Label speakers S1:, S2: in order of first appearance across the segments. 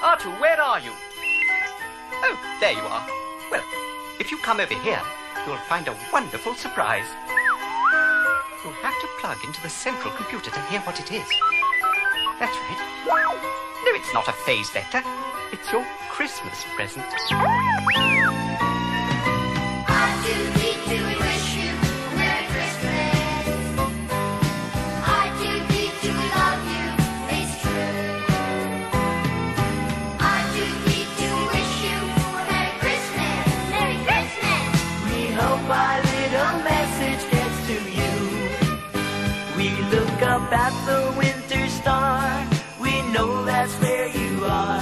S1: Marshal, where are you? Oh, there you are. Well, if you come over here, you'll find a wonderful surprise. You'll have to plug into the central computer to hear what it is. That's right. No, it's not a phase vector. It's your Christmas present.
S2: up at the winter star. We know that's where you are.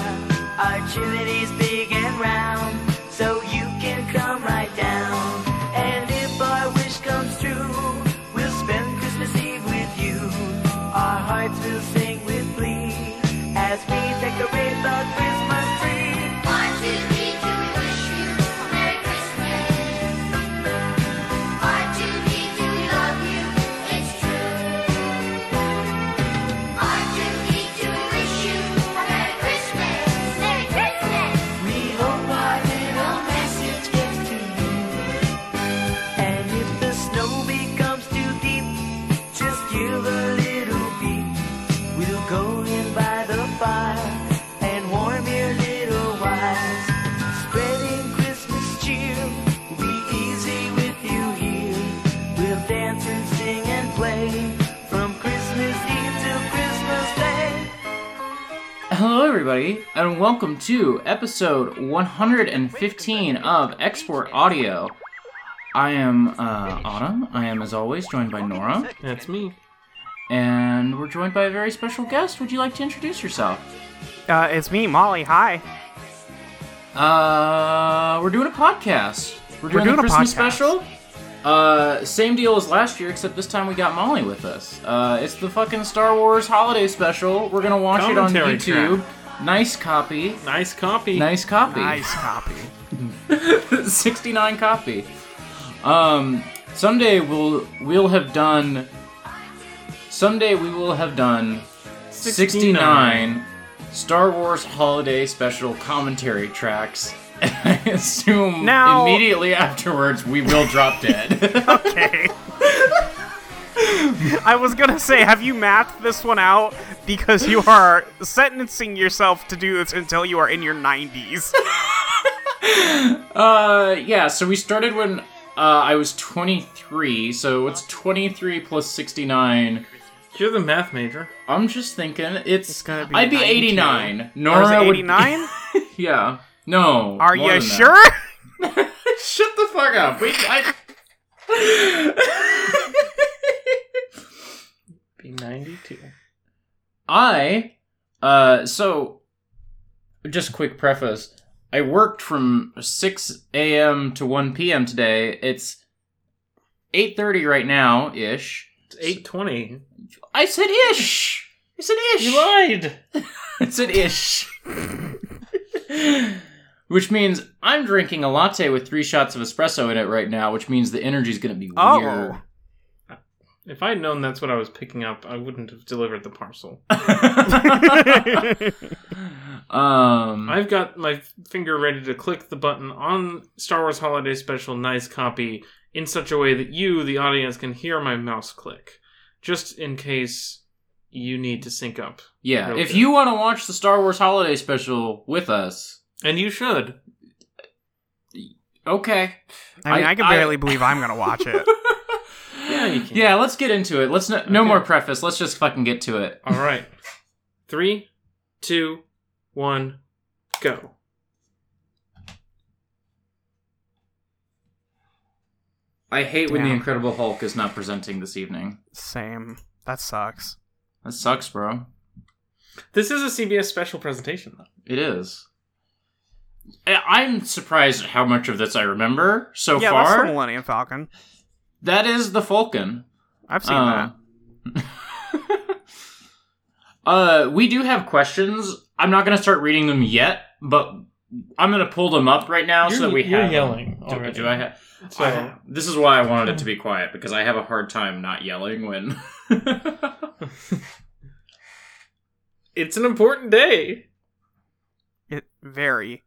S2: Our chimney's big and round, so you can come right down. And if our wish comes true, we'll spend Christmas Eve with you. Our hearts will sing with glee as we decorate the Christmas tree.
S3: One, two, three, two, we wish you a Merry Christmas. One, two, three, two, we love you. It's true. One, two, three, two, we wish you a Merry Christmas. Merry Christmas.
S2: We hope our little message gets to you. And if the snow becomes too deep, just give a little beat. We'll go in by the fire and warm your little wires. Spreading Christmas cheer will be easy with you here. We'll dance and sing and play from Christmas Eve till Christmas Day.
S4: Hello, everybody, and welcome to episode 115 of Export Audio. I am uh, Autumn. I am, as always, joined by Nora,
S5: That's me.
S4: and we're joined by a very special guest. Would you like to introduce yourself?
S5: Uh, it's me, Molly. Hi.
S4: Uh, we're doing a podcast. We're doing,
S5: doing
S4: the
S5: a
S4: Christmas
S5: podcast.
S4: special. Uh, same deal as last year, except this time we got Molly with us. Uh, it's the fucking Star Wars holiday special. We're gonna watch
S5: Commentary
S4: it on YouTube. Nice copy.
S5: Nice copy.
S4: Nice copy.
S5: Nice copy.
S4: 69 copy. Um, someday we'll we'll have done. Someday we will have done 69 Star Wars Holiday Special commentary tracks. And I assume
S5: Now-
S4: immediately afterwards we will drop dead.
S6: Okay. I was gonna say, have you mathed this one out? Because you are sentencing yourself to do this until you are in your 90s.
S4: uh, yeah. So we started when uh, I was 23. So it's 23 plus 69?
S5: You're the math major.
S4: I'm just thinking it's,
S6: gonna be
S4: I'd be
S6: 92.
S4: 89.
S6: Or is
S4: Nora
S6: it
S4: would-
S6: 89?
S4: Yeah. No.
S6: Are
S4: more
S6: you
S4: than that.
S6: sure?
S4: Shut the fuck up. We, I...
S5: Be 92.
S4: I, uh, so, just quick preface. I worked from 6 a.m. to 1 p.m. today. It's 8.30 right now, ish.
S5: It's 820.
S4: I said ish! I said ish!
S5: You lied.
S4: It's an ish. which means I'm drinking a latte with three shots of espresso in it right now, which means the energy's gonna be
S6: Oh.
S4: weird.
S5: If I'd known that's what I was picking up, I wouldn't have delivered the parcel.
S4: Hmm. um
S5: I've got my finger ready to click the button on Star Wars Holiday Special Nice Copy in such a way that you, the audience, can hear my mouse click. Just in case you need to sync up.
S4: yeah,
S5: Real
S4: if
S5: good.
S4: you want to watch the Star Wars holiday special with us,
S5: And you should.
S4: okay.
S6: I mean,
S4: I-
S6: I, can
S4: I-
S6: barely believe I'm gonna watch it.
S5: Yeah, you can.
S4: Yeah, let's get into it. Let's no, no
S5: Okay.
S4: more preface. Let's just fucking get to it.
S5: All right. Three, two, one, go.
S4: I hate when the
S6: Damn.
S4: Incredible Hulk is not presenting this evening.
S6: Same. That sucks.
S4: That sucks, bro.
S5: This is a CBS special presentation, though.
S4: It is. I- I'm surprised at how much of this I remember so
S6: yeah, that's the
S4: far.
S6: Millennium Falcon.
S4: That is the Falcon.
S6: I've seen
S4: Uh, uh, we do have questions. I'm not going to start reading them yet, but I'm going to pull them up right now so
S5: You're-
S4: that we
S5: you're
S4: have. them.
S5: yelling
S4: Do-
S5: already.
S4: Do, I have?
S5: So
S4: this is why I wanted it to be quiet because I have a hard time not yelling when. Uh-huh.
S5: it's an important day.
S6: that. It very.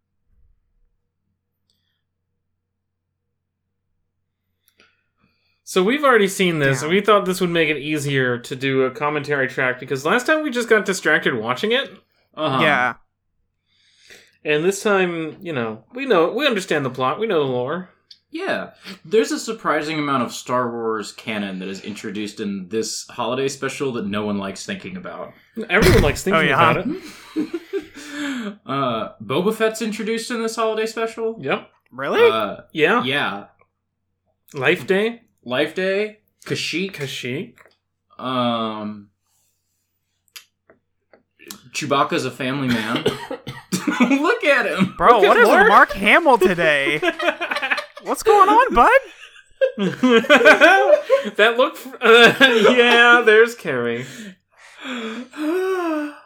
S5: So we've already seen this,
S6: Yeah.
S5: and we thought this would make it easier to do a commentary track because last time we just got distracted watching it,
S4: Uh-huh.
S6: yeah.
S5: and this time, you know, we know we understand the plot, we know the lore.
S4: Yeah. There's a surprising amount of Star Wars canon that is introduced in this holiday special that no one likes thinking about.
S5: Everyone likes thinking
S6: Oh, yeah.
S5: about it.
S4: uh, Boba Fett's introduced in this holiday special.
S5: Yep.
S6: Really?
S4: Uh,
S5: Yeah.
S4: yeah.
S5: Life Day.
S4: Life Day, Kashyyyk,
S5: Kashyyyk.
S4: um, Chewbacca's a family man. Look at him.
S6: Bro,
S5: look
S6: what
S5: at
S6: is
S5: Mark.
S6: Mark Hamill today? What's going on, bud?
S5: that look. fr- Uh, yeah, there's Carrie.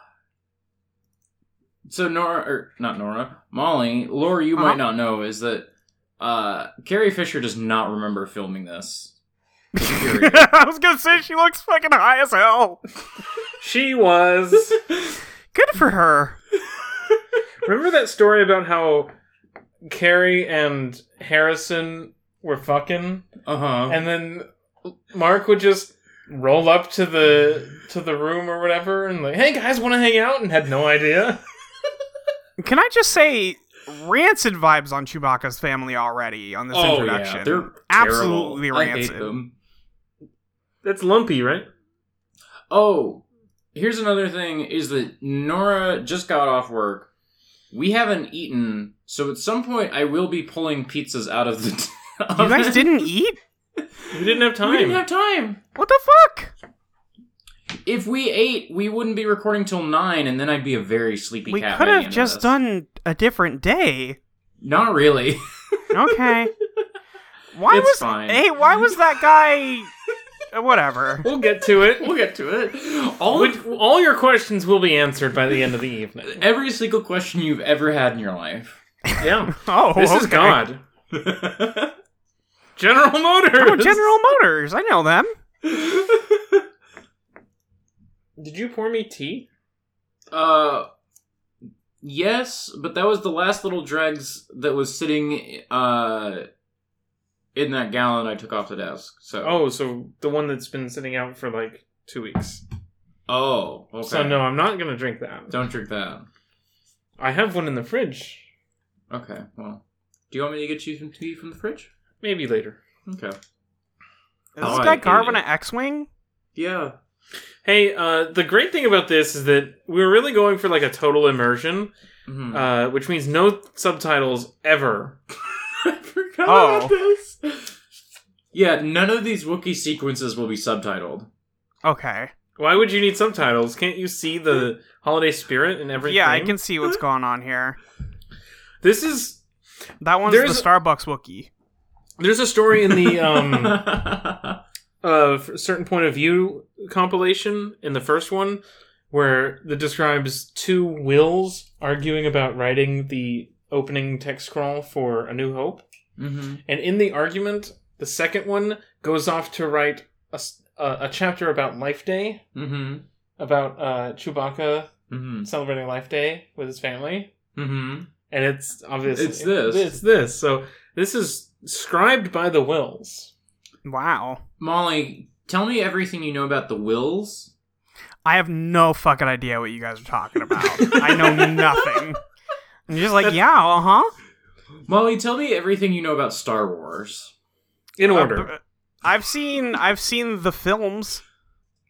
S4: So Nora, or not Nora, Molly, Laura, you might
S6: Uh-huh.
S4: not know is that uh, Carrie Fisher does not remember filming this. Period.
S6: I was gonna say she looks fucking high as hell.
S5: She was.
S6: Good for her.
S5: Remember that story about how Carrie and Harrison were fucking,
S4: Uh huh.
S5: and then Mark would just roll up to the to the room or whatever, and like, "Hey guys, want to hang out?" and had no idea.
S6: Can I just say rancid vibes on Chewbacca's family already on this
S4: Oh
S6: introduction?
S4: yeah, they're
S6: absolutely
S4: terrible. I
S6: rancid.
S4: hate them.
S5: That's lumpy, right?
S4: Oh, here's another thing is that Nora just got off work. We haven't eaten, so at some point I will be pulling pizzas out of the.
S6: You guys didn't eat?
S5: We didn't have time.
S4: We didn't have time.
S6: What the fuck?
S4: If we ate, we wouldn't be recording till nine, and then I'd be a very sleepy
S6: We
S4: cat.
S6: could
S4: by the end
S6: have
S4: of
S6: just
S4: this.
S6: done a different day.
S4: Not really.
S6: Okay. Why
S4: It's
S6: was
S4: fine.
S6: hey? Why was that guy? Uh, Whatever.
S5: We'll get to it.
S4: we'll get to it. All
S5: Which,
S4: of,
S5: all your questions will be answered by the end of the evening.
S4: every single question you've ever had in your life.
S5: Yeah.
S6: Oh,
S5: This is
S6: okay.
S5: God. General Motors.
S6: Oh, General Motors. I know them.
S5: Did you pour me tea?
S4: Uh, yes, but that was the last little dregs that was sitting uh in that gallon I took off the desk. So
S5: Oh, so the one that's been sitting out for like two weeks.
S4: oh, okay.
S5: So no, I'm not gonna drink that.
S4: don't drink that.
S5: I have one in the fridge.
S4: Okay, well, do you want me to get you some tea from the fridge?
S5: Maybe later.
S4: Okay.
S6: Is this
S4: Oh, I
S6: guy
S4: hate
S6: carving
S4: it.
S6: an X-wing?
S4: Yeah.
S5: Hey, uh, the great thing about this is that we were really going for like a total immersion,
S4: Mhm.
S5: uh, which means no subtitles ever.
S4: I forgot
S6: Oh.
S4: about this. Yeah, none of these Wookiee sequences will be subtitled.
S6: Okay.
S5: Why would you need subtitles? Can't you see the holiday spirit and everything?
S6: Yeah, I can see what's going on here.
S5: This is
S6: That one's
S5: There's-
S6: the Starbucks Wookiee.
S5: There's a story in the um
S4: Mm-hmm.
S5: of certain point of view compilation in the first one where that describes two wills arguing about writing the opening text scroll for A New Hope,
S4: hmm
S5: and in the argument, the second one goes off to write a, s- a- a chapter about Life Day,
S4: hmm
S5: about uh, Chewbacca
S4: hmm
S5: celebrating Life Day with his family,
S4: hmm
S5: and it's obviously
S4: It's this.
S5: It's this. So this is scribed by the wills.
S6: Wow.
S4: Molly, tell me everything you know about the Wills.
S6: I have no fucking idea what you guys are talking about. I know nothing. I'm just like, yeah, uh-huh.
S4: Molly, tell me everything you know about Star Wars.
S5: In
S6: Uh,
S5: order.
S6: b- I've seen I've seen the films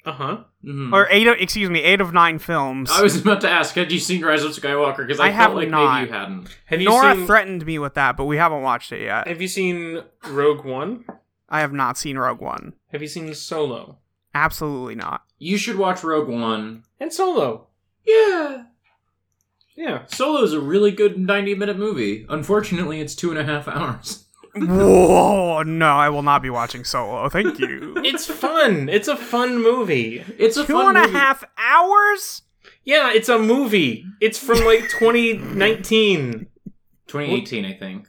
S5: Uh huh.
S4: Mhm.
S6: or eight of, excuse me eight of nine films.
S4: I was about to ask, had you seen Rise of Skywalker? Because I,
S6: I
S4: felt
S6: have
S4: like
S6: not.
S4: maybe you hadn't.
S5: Have you
S6: Nora
S5: seen
S6: threatened me with that, but we haven't watched it yet.
S5: Have you seen Rogue One?
S6: I have not seen Rogue One.
S5: Have you seen Solo?
S6: Absolutely not.
S4: You should watch Rogue One.
S5: And Solo.
S4: Yeah.
S5: Yeah.
S4: Solo's a really good 90 minute movie. Unfortunately, it's two and a half hours.
S6: Whoa, no, I will not be watching Solo. Thank you.
S5: It's fun. it's a fun movie.
S4: It's a
S6: Two
S4: fun
S6: and a
S4: movie.
S6: half hours.
S5: Yeah, it's a movie. It's from like 2019.
S4: 2018, I think.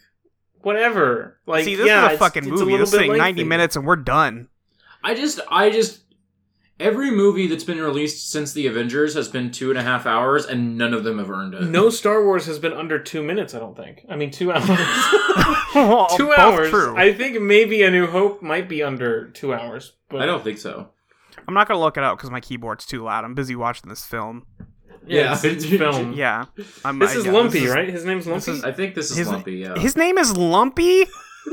S5: Whatever. Like
S6: See, this is
S5: yeah,
S6: a
S5: it's-
S6: fucking
S5: it's
S6: movie.
S5: little
S6: this
S5: bit
S6: thing, ninety
S5: lengthy.
S6: minutes, and we're done.
S4: I just, I just, Every movie that's been released since the Avengers has been two and a half hours, and none of them have earned it.
S5: No Star Wars has been under two minutes, I don't think. I mean, two hours.
S6: Well,
S5: two
S6: Oh, both
S5: hours.
S6: True. I,
S5: I think maybe A New Hope might be under two hours. But
S4: I don't think so.
S6: am not gonna look it up because my keyboard's too loud. I'm busy watching this film.
S5: Yeah, it's,
S4: Yeah.
S5: it's film.
S6: Yeah, I'm,
S5: This
S6: I-
S5: is
S6: yeah,
S5: Lumpy,
S6: is-
S5: right? His name's Lumpy.
S4: I think this is
S6: His-
S4: lumpy. Yeah.
S6: His name is Lumpy.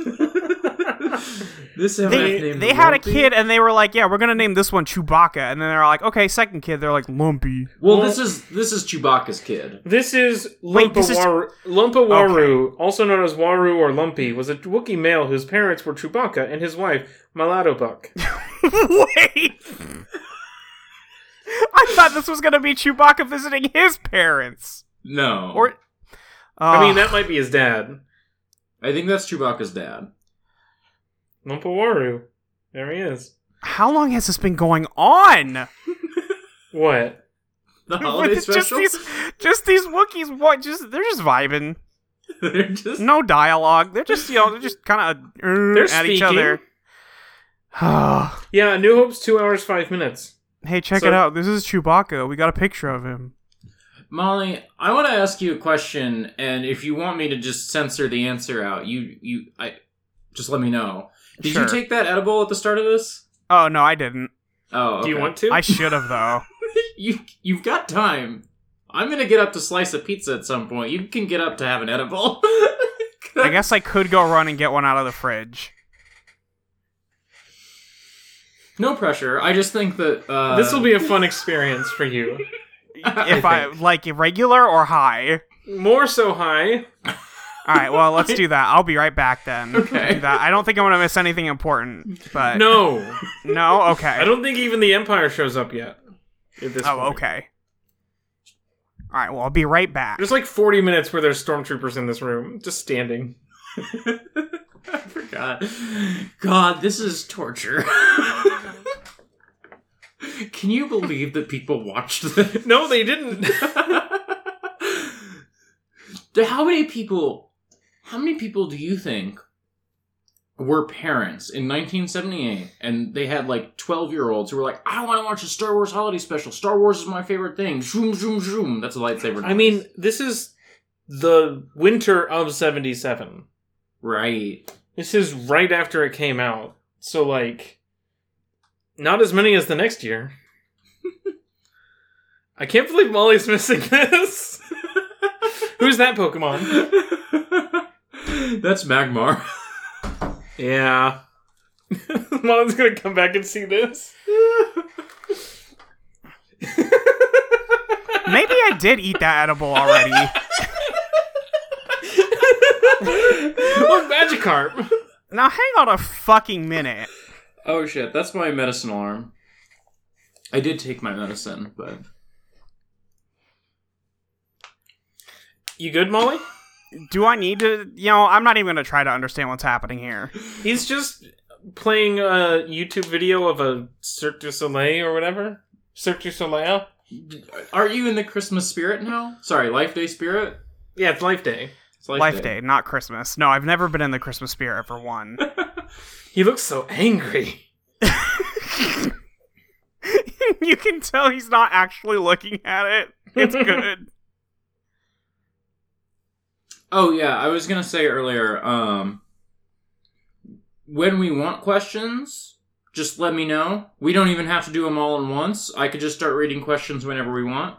S4: this MF
S6: They,
S4: named
S6: they had a
S4: Lumpy?
S6: kid and they were like, yeah, we're gonna name this one Chewbacca, and then they're like, okay, second kid, they're like Lumpy.
S4: Well, this is this is Chewbacca's kid.
S5: this is
S6: Wait,
S5: Lumpa
S6: this is-
S5: Waru. Lumpa Waru, also known as Waru or Lumpy, was a Wookiee male whose parents were Chewbacca and his wife Malato Buck.
S6: Wait. I thought this was gonna be Chewbacca visiting his parents.
S4: No,
S6: Or, uh,
S5: I mean,
S6: Ugh.
S5: that might be his dad.
S4: I think that's Chewbacca's dad.
S5: Lumpa Waru. There he is.
S6: how long has this been going on?
S5: What?
S4: The holiday
S6: It's just
S4: special.
S6: these, just these Wookiees. What? Just they're just vibing.
S4: They're just-
S6: No dialogue. They're just you know they're just kind of
S5: They're
S6: at each
S5: speaking.
S6: other.
S5: Yeah, New Hope's two hours five minutes.
S6: hey, check
S5: So-
S6: it out. This is Chewbacca. We got a picture of him.
S4: Molly, I want to ask you a question, and if you want me to just censor the answer out, you you I just let me know. Did
S6: Sure.
S4: you take that edible at the start of this?
S6: Oh no, I didn't.
S4: Oh,
S5: Do you
S4: okay.
S5: want to?
S6: I should have though.
S4: You you've got time. I'm gonna get up to slice a pizza at some point. You can get up to have an edible.
S6: I guess I could go run and get one out of the fridge.
S4: no pressure. I just think that uh,
S5: this will be a fun experience for you.
S6: If I like irregular or high.
S5: More so high.
S6: All right, well, let's do that. I'll be right back then.
S4: Okay.
S6: Do that. I don't think I'm gonna miss anything important. But
S5: No.
S6: no, okay.
S5: I don't think even the Empire shows up yet. At this
S6: oh,
S5: point.
S6: okay. All right, well, I'll be right back.
S5: There's like 40 minutes where there's stormtroopers in this room, just standing.
S4: I forgot. God, this is torture. Can you believe that people watched this?
S5: No, they didn't.
S4: Do- how many people how many people do you think were parents in 1978 and they had like 12 year olds who were like i want to watch the star wars holiday special star wars is my favorite thing zoom zoom zoom that's a lightsaber
S5: I mean, this is the winter of 77.
S4: right
S5: This is right after it came out. So, like, not as many as the next year. I can't believe Molly's missing this. Who's that Pokemon?
S4: that's magmar
S5: Yeah. Molly's gonna come back and see this.
S6: Maybe I did eat that edible already.
S5: Look, Magikarp.
S6: now hang on a fucking minute.
S4: oh shit that's my medicine alarm i did take my medicine but
S5: You good, Molly?
S6: Do I need to? You know, I'm not even gonna try to understand what's happening here.
S5: He's just playing a YouTube video of a Cirque du Soleil or whatever. Cirque du Soleil?
S4: are you in the christmas spirit now sorry life day spirit
S5: Yeah, it's Life Day.
S4: it's
S6: Life, day. not Christmas. No, I've never been in the Christmas spirit for one.
S5: He looks so angry.
S6: you can tell he's not actually looking at it. It's good.
S4: Oh yeah, I was gonna say earlier. Um, when we want questions, just let me know. We don't even have to do them all in once. I could just start reading questions whenever we want.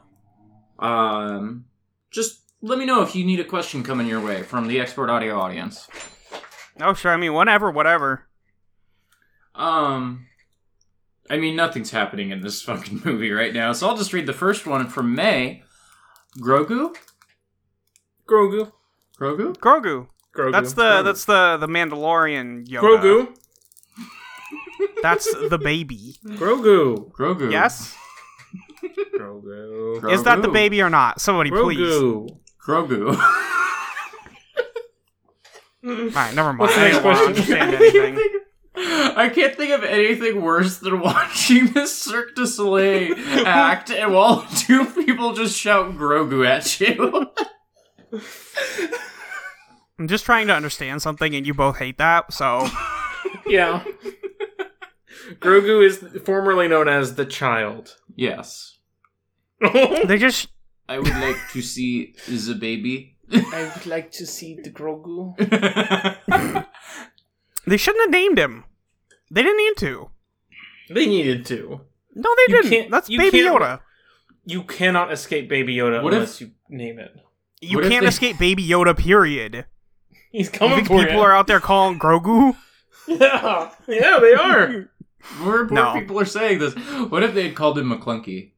S4: Um, just let me know if you need a question coming your way from the expert audio audience.
S6: oh, sure. I mean, whatever, whatever.
S4: Um, I mean, nothing's happening in this fucking movie right now, so I'll just read the first one from May. Grogu, Grogu.
S5: Grogu.
S6: Grogu.
S5: Grogu.
S6: That's the that's the the Mandalorian Yoda.
S5: Grogu.
S6: That's the baby.
S5: Grogu.
S4: Grogu.
S6: Yes.
S5: Grogu.
S6: Is that the
S4: Grogu.
S6: baby or not? Somebody please.
S5: Grogu.
S4: Grogu.
S6: All right, never mind.
S5: What's the
S6: I
S5: next
S6: don't wanna
S5: question?
S6: understand anything.
S4: I can't think of anything worse than watching this Cirque du Soleil act and while two people just shout Grogu at you.
S6: I'm just trying to understand something, and you both hate that. So
S5: Yeah. Grogu is formerly known as the Child.
S4: Yes.
S6: They just
S4: I would like to see the baby.
S5: I would like to see the Grogu.
S6: they shouldn't have named him. They didn't need to.
S5: They needed to.
S6: No, they
S5: You
S6: didn't.
S5: can't-
S6: That's
S5: you
S6: Baby
S5: can't-
S6: Yoda.
S5: You cannot escape Baby Yoda
S4: What if-
S5: unless you name it.
S6: You
S4: What if
S6: can't
S4: they-
S6: escape Baby Yoda. Period.
S5: He's
S6: You
S5: coming
S6: think
S5: for
S6: people
S5: you.
S6: are out there calling Grogu?
S5: yeah. yeah, they are.
S4: More poor
S6: No.
S4: people are saying this. What if they had called him McClunky?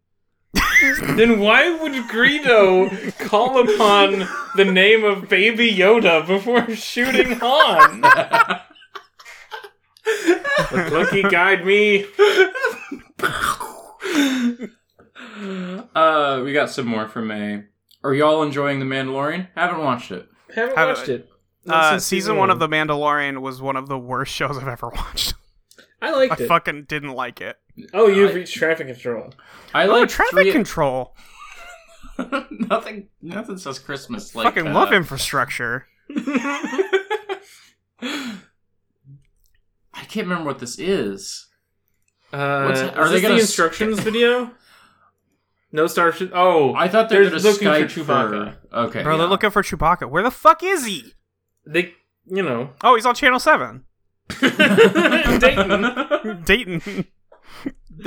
S5: then why would Greedo call upon the name of Baby Yoda before shooting Han? the Clunky guide me.
S4: uh, we got some more from May. Are y'all enjoying The Mandalorian? Haven't watched it.
S5: Haven't
S6: Have-
S5: watched it. Not
S6: Uh,
S5: since
S6: season one of The Mandalorian was one of the worst shows I've ever watched.
S5: I liked
S6: I
S5: it.
S6: fucking didn't like it.
S5: Oh, you've reached traffic control.
S4: I
S6: Oh,
S4: like
S6: traffic
S4: three-
S6: control.
S4: nothing. Nothing says Christmas like
S6: fucking
S4: uh,
S6: love infrastructure.
S4: I can't remember what this is.
S5: Uh,
S4: What's-
S5: is
S4: are they
S5: this
S4: gonna
S5: the
S4: s-
S5: instructions video? No starship. Oh,
S4: I thought they were
S5: They're
S4: going to
S5: looking for
S4: Skype
S5: Chewbacca.
S4: for- Okay,
S6: Bro, they're
S4: yeah.
S6: looking for Chewbacca. Where the fuck is he?
S5: they, you know,
S6: Oh, he's on Channel 7.
S5: Dayton.
S6: Dayton.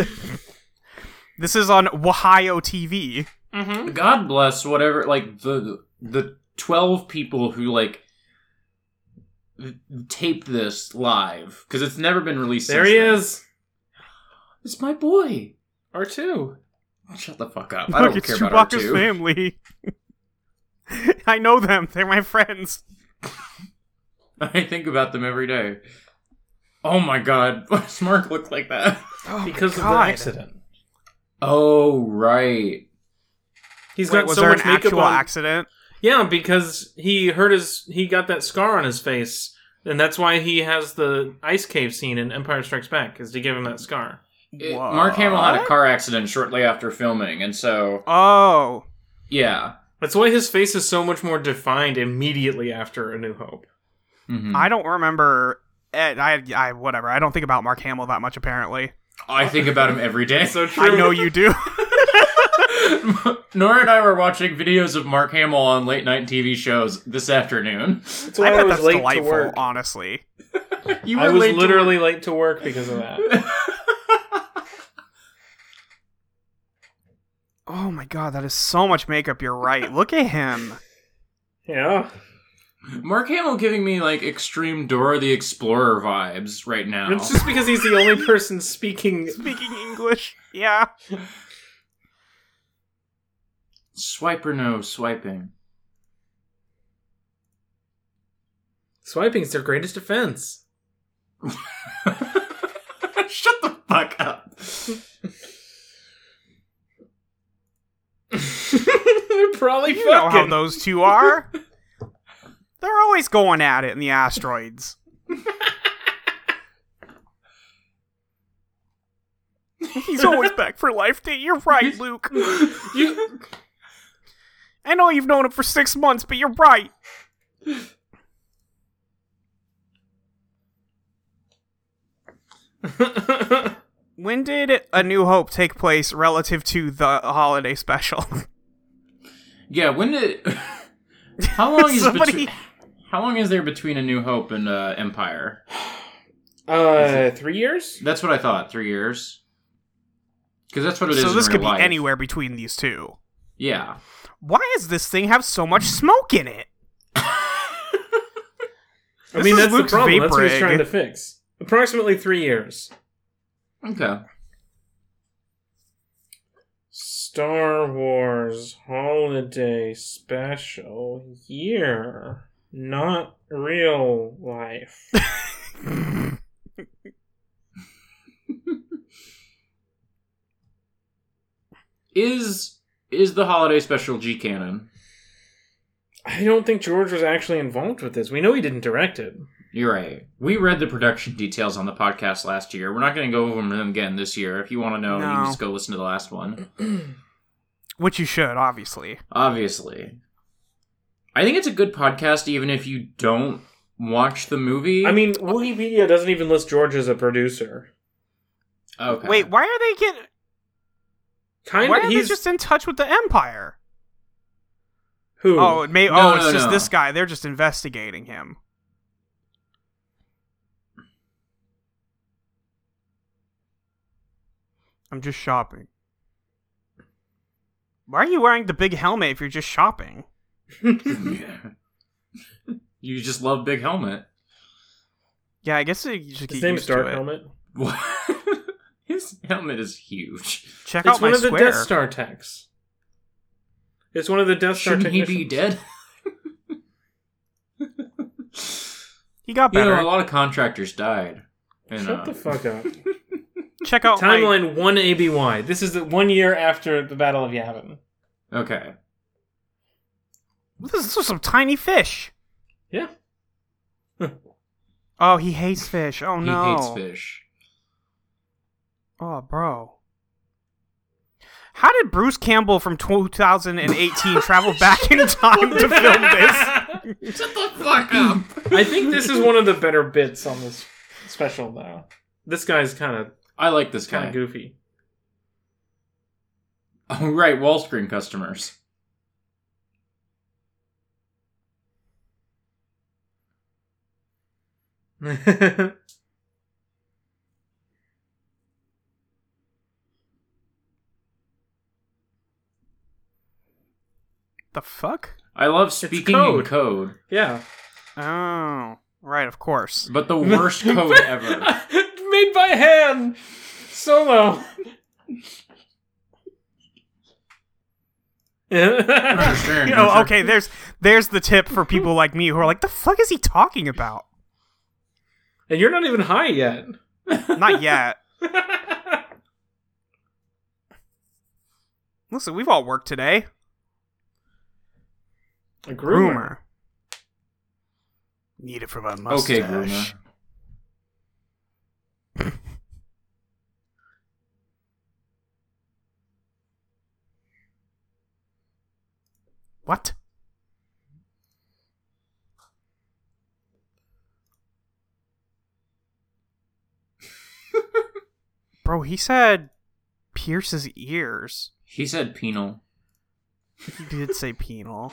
S6: this is on Ohio TV.
S5: Mm-hmm.
S4: God bless whatever like the the 12 people who like taped this live cuz it's never been released
S5: There
S4: since
S5: he
S4: then.
S5: is.
S4: It's my boy.
S5: R two.
S4: Shut the fuck up. I don't
S6: Look,
S4: care
S6: it's
S4: about
S6: Chewbacca's
S4: R2.
S6: family. I know them. They're my friends.
S4: I think about them every day. Oh my god. Why does Mark look like that?
S5: Because of the
S6: God.
S5: accident.
S4: Oh right.
S5: He's
S6: Wait,
S5: got
S6: was
S5: so
S6: there an
S5: much makeup
S6: actual
S5: on.
S6: accident?
S5: Yeah, because he hurt his. He got that scar on his face, and that's why he has the ice cave scene in Empire Strikes Back, is to give him that scar.
S4: It- Mark Hamill had a
S6: What?
S4: car accident shortly after filming and so
S6: Oh.
S4: yeah.
S5: That's why his face is so much more defined immediately after A New Hope. Hmm.
S4: Mhm.
S6: I don't remember. eh, I, I, whatever. I don't think about Mark Hamill that much, apparently.
S4: I think about him every day.
S5: So true.
S6: I know you do.
S4: Nora and I were watching videos of Mark Hamill on late night TV shows this afternoon.
S5: That's
S6: I
S5: why I,
S6: bet
S5: was
S6: that's
S5: late to
S6: delightful,
S5: work.
S6: honestly.
S4: You
S5: I was
S4: late to
S5: literally late to work because of that.
S6: Oh my god, that is so much makeup. You're right. Look at him.
S5: Yeah.
S4: work. Mark Hamill giving me like extreme Dora the Explorer vibes right now.
S5: It's just because he's the only person speaking.
S6: Speaking English. Yeah.
S4: Swipe or no swiping.
S5: Swiping's their greatest defense.
S4: Shut the fuck up.
S5: They're probably
S6: You know how
S5: fucking.
S6: those two are. They're always going at it in the asteroids. He's always back for life date. You're right, Luke.
S5: You-
S6: I know you've known him for six months, but you're right. When did A New Hope take place relative to the holiday special?
S4: Yeah, when did How long is
S6: Somebody-
S4: between How long is there between A New Hope and uh, Empire?
S5: uh, three years?
S4: That's what I thought. 3 years. Cuz that's what it is.
S6: so
S4: in
S6: this
S4: real
S6: could be
S4: life.
S6: anywhere between these two.
S4: Yeah.
S6: Why does this thing have so much smoke in it?
S5: I mean,
S6: is
S5: that's
S6: Luke's
S5: the problem. That's what he's
S6: vaporing.
S5: trying to fix. Approximately three years.
S4: Okay.
S5: Star Wars Holiday Special Year. Not real life.
S4: Is is the holiday special G canon?
S5: I don't think George was actually involved with this. We know he didn't direct it.
S4: You're right. We read the production details on the podcast last year. We're not going to go over them again this year. If you want to know, you
S6: No.
S4: can just go listen to the last one.
S6: Which you should, obviously.
S4: Obviously. I think it's a good podcast even if you don't watch the movie.
S5: I mean, Wikipedia doesn't even list George as a producer.
S4: Okay.
S6: Wait, why are they getting?
S5: Kind
S6: why
S5: of.
S6: are
S5: He's
S6: they just in touch with the Empire?
S5: who?
S6: Oh, it may.
S4: No,
S6: oh, it's
S4: no,
S6: just
S4: no.
S6: this guy. They're just investigating him. I'm just shopping. Why are you wearing the big helmet if you're just shopping?
S4: you just love Big Helmet.
S6: Yeah, I guess you just
S5: His
S6: get
S5: name's
S6: used to
S5: Dark
S6: it.
S5: Helmet.
S4: What? His helmet is huge.
S6: Check
S5: It's
S6: out my
S5: one of the
S6: square.
S5: Death Star techs. It's one of the Death Star
S4: Shouldn't he be
S5: technicians.
S4: dead?
S6: He got
S4: You
S6: better.
S4: know, a lot of contractors died. And,
S5: Shut
S4: uh,
S5: the fuck up.
S6: Check out my-
S5: Timeline one ABY. This is the one year after the Battle of Yavin.
S4: Okay.
S6: This is some tiny fish.
S5: Yeah.
S6: Oh, he hates fish. Oh
S4: he
S6: no.
S4: hates fish.
S6: Oh, bro. How did Bruce Campbell from 2018 travel back in time to film this?
S4: Fuck up.
S5: I think this is one of the better bits on this special, though. This guy's kind of
S4: I like this
S5: kind
S4: guy.
S5: of goofy.
S4: Oh, right, wall screen customers.
S6: The fuck?
S4: I love speaking
S5: code.
S4: in code,
S5: yeah,
S6: Oh, right, of course.
S4: but the worst code ever.
S5: made by hand, solo.
S4: Understand,
S6: You know,
S4: sir.
S6: okay, there's there's the tip for people like me who are like, the fuck is he talking about?
S5: And you're not even high yet.
S6: Not yet. Listen, we've all worked today.
S5: A
S6: Groomer.
S5: groomer.
S6: Need it for my mustache.
S4: Okay, Groomer.
S6: What? Bro, he said pierce his ears.
S4: He said penal.
S6: He did say penal.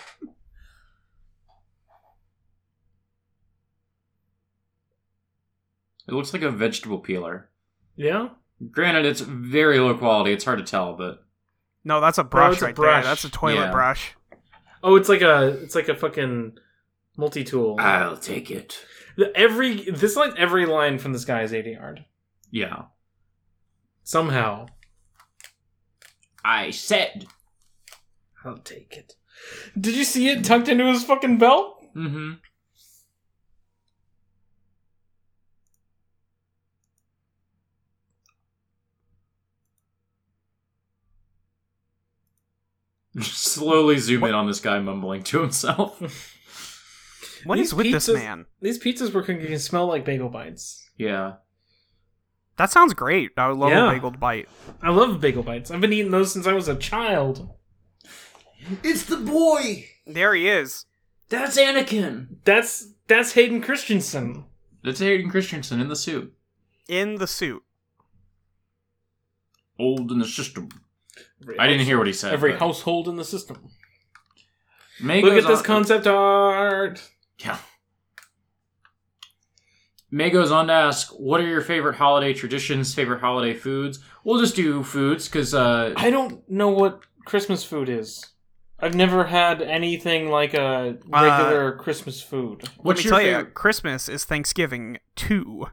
S4: It looks like a vegetable peeler.
S5: Yeah.
S4: Granted, it's very low quality. It's hard to tell, but
S6: No, that's a
S5: Bro,
S6: brush
S5: it's a
S6: right
S5: brush.
S6: there. That's a toilet
S4: Yeah.
S6: brush.
S5: Oh, it's like a it's like a fucking multi tool.
S6: Ah.
S4: I'll take it.
S5: every this like every line from this guy is eighty yard
S4: Yeah,
S5: somehow.
S4: I said.
S5: I'll take it. Did you see it tucked into his fucking belt?
S4: Mm-hmm. Slowly zoom in on this guy mumbling to himself.
S6: What
S5: These
S6: is with this
S5: pizzas-
S6: man?
S5: These pizzas were cooking and smell like bagel bites.
S4: yeah.
S6: That sounds great. I would love
S5: Yeah.
S6: a bagel bite.
S5: I love bagel bites. I've been eating those since I was a child.
S1: It's the boy!
S6: There he is.
S4: That's Anakin.
S5: That's that's Hayden Christensen.
S4: That's Hayden Christensen in the suit.
S6: In the suit.
S4: Old in the system. I didn't hear what he said.
S5: every
S4: but-
S5: household in the system.
S4: May
S5: Look
S4: goes
S5: at this
S4: on-
S5: concept art.
S4: Yeah. May goes on to ask, "What are your favorite holiday traditions? Favorite holiday foods?" We'll just do foods because uh,
S5: I don't know what Christmas food is. I've never had anything like a
S4: Uh,
S5: regular Christmas food.
S4: what's
S6: Let me tell
S4: your
S6: you, Christmas is Thanksgiving too.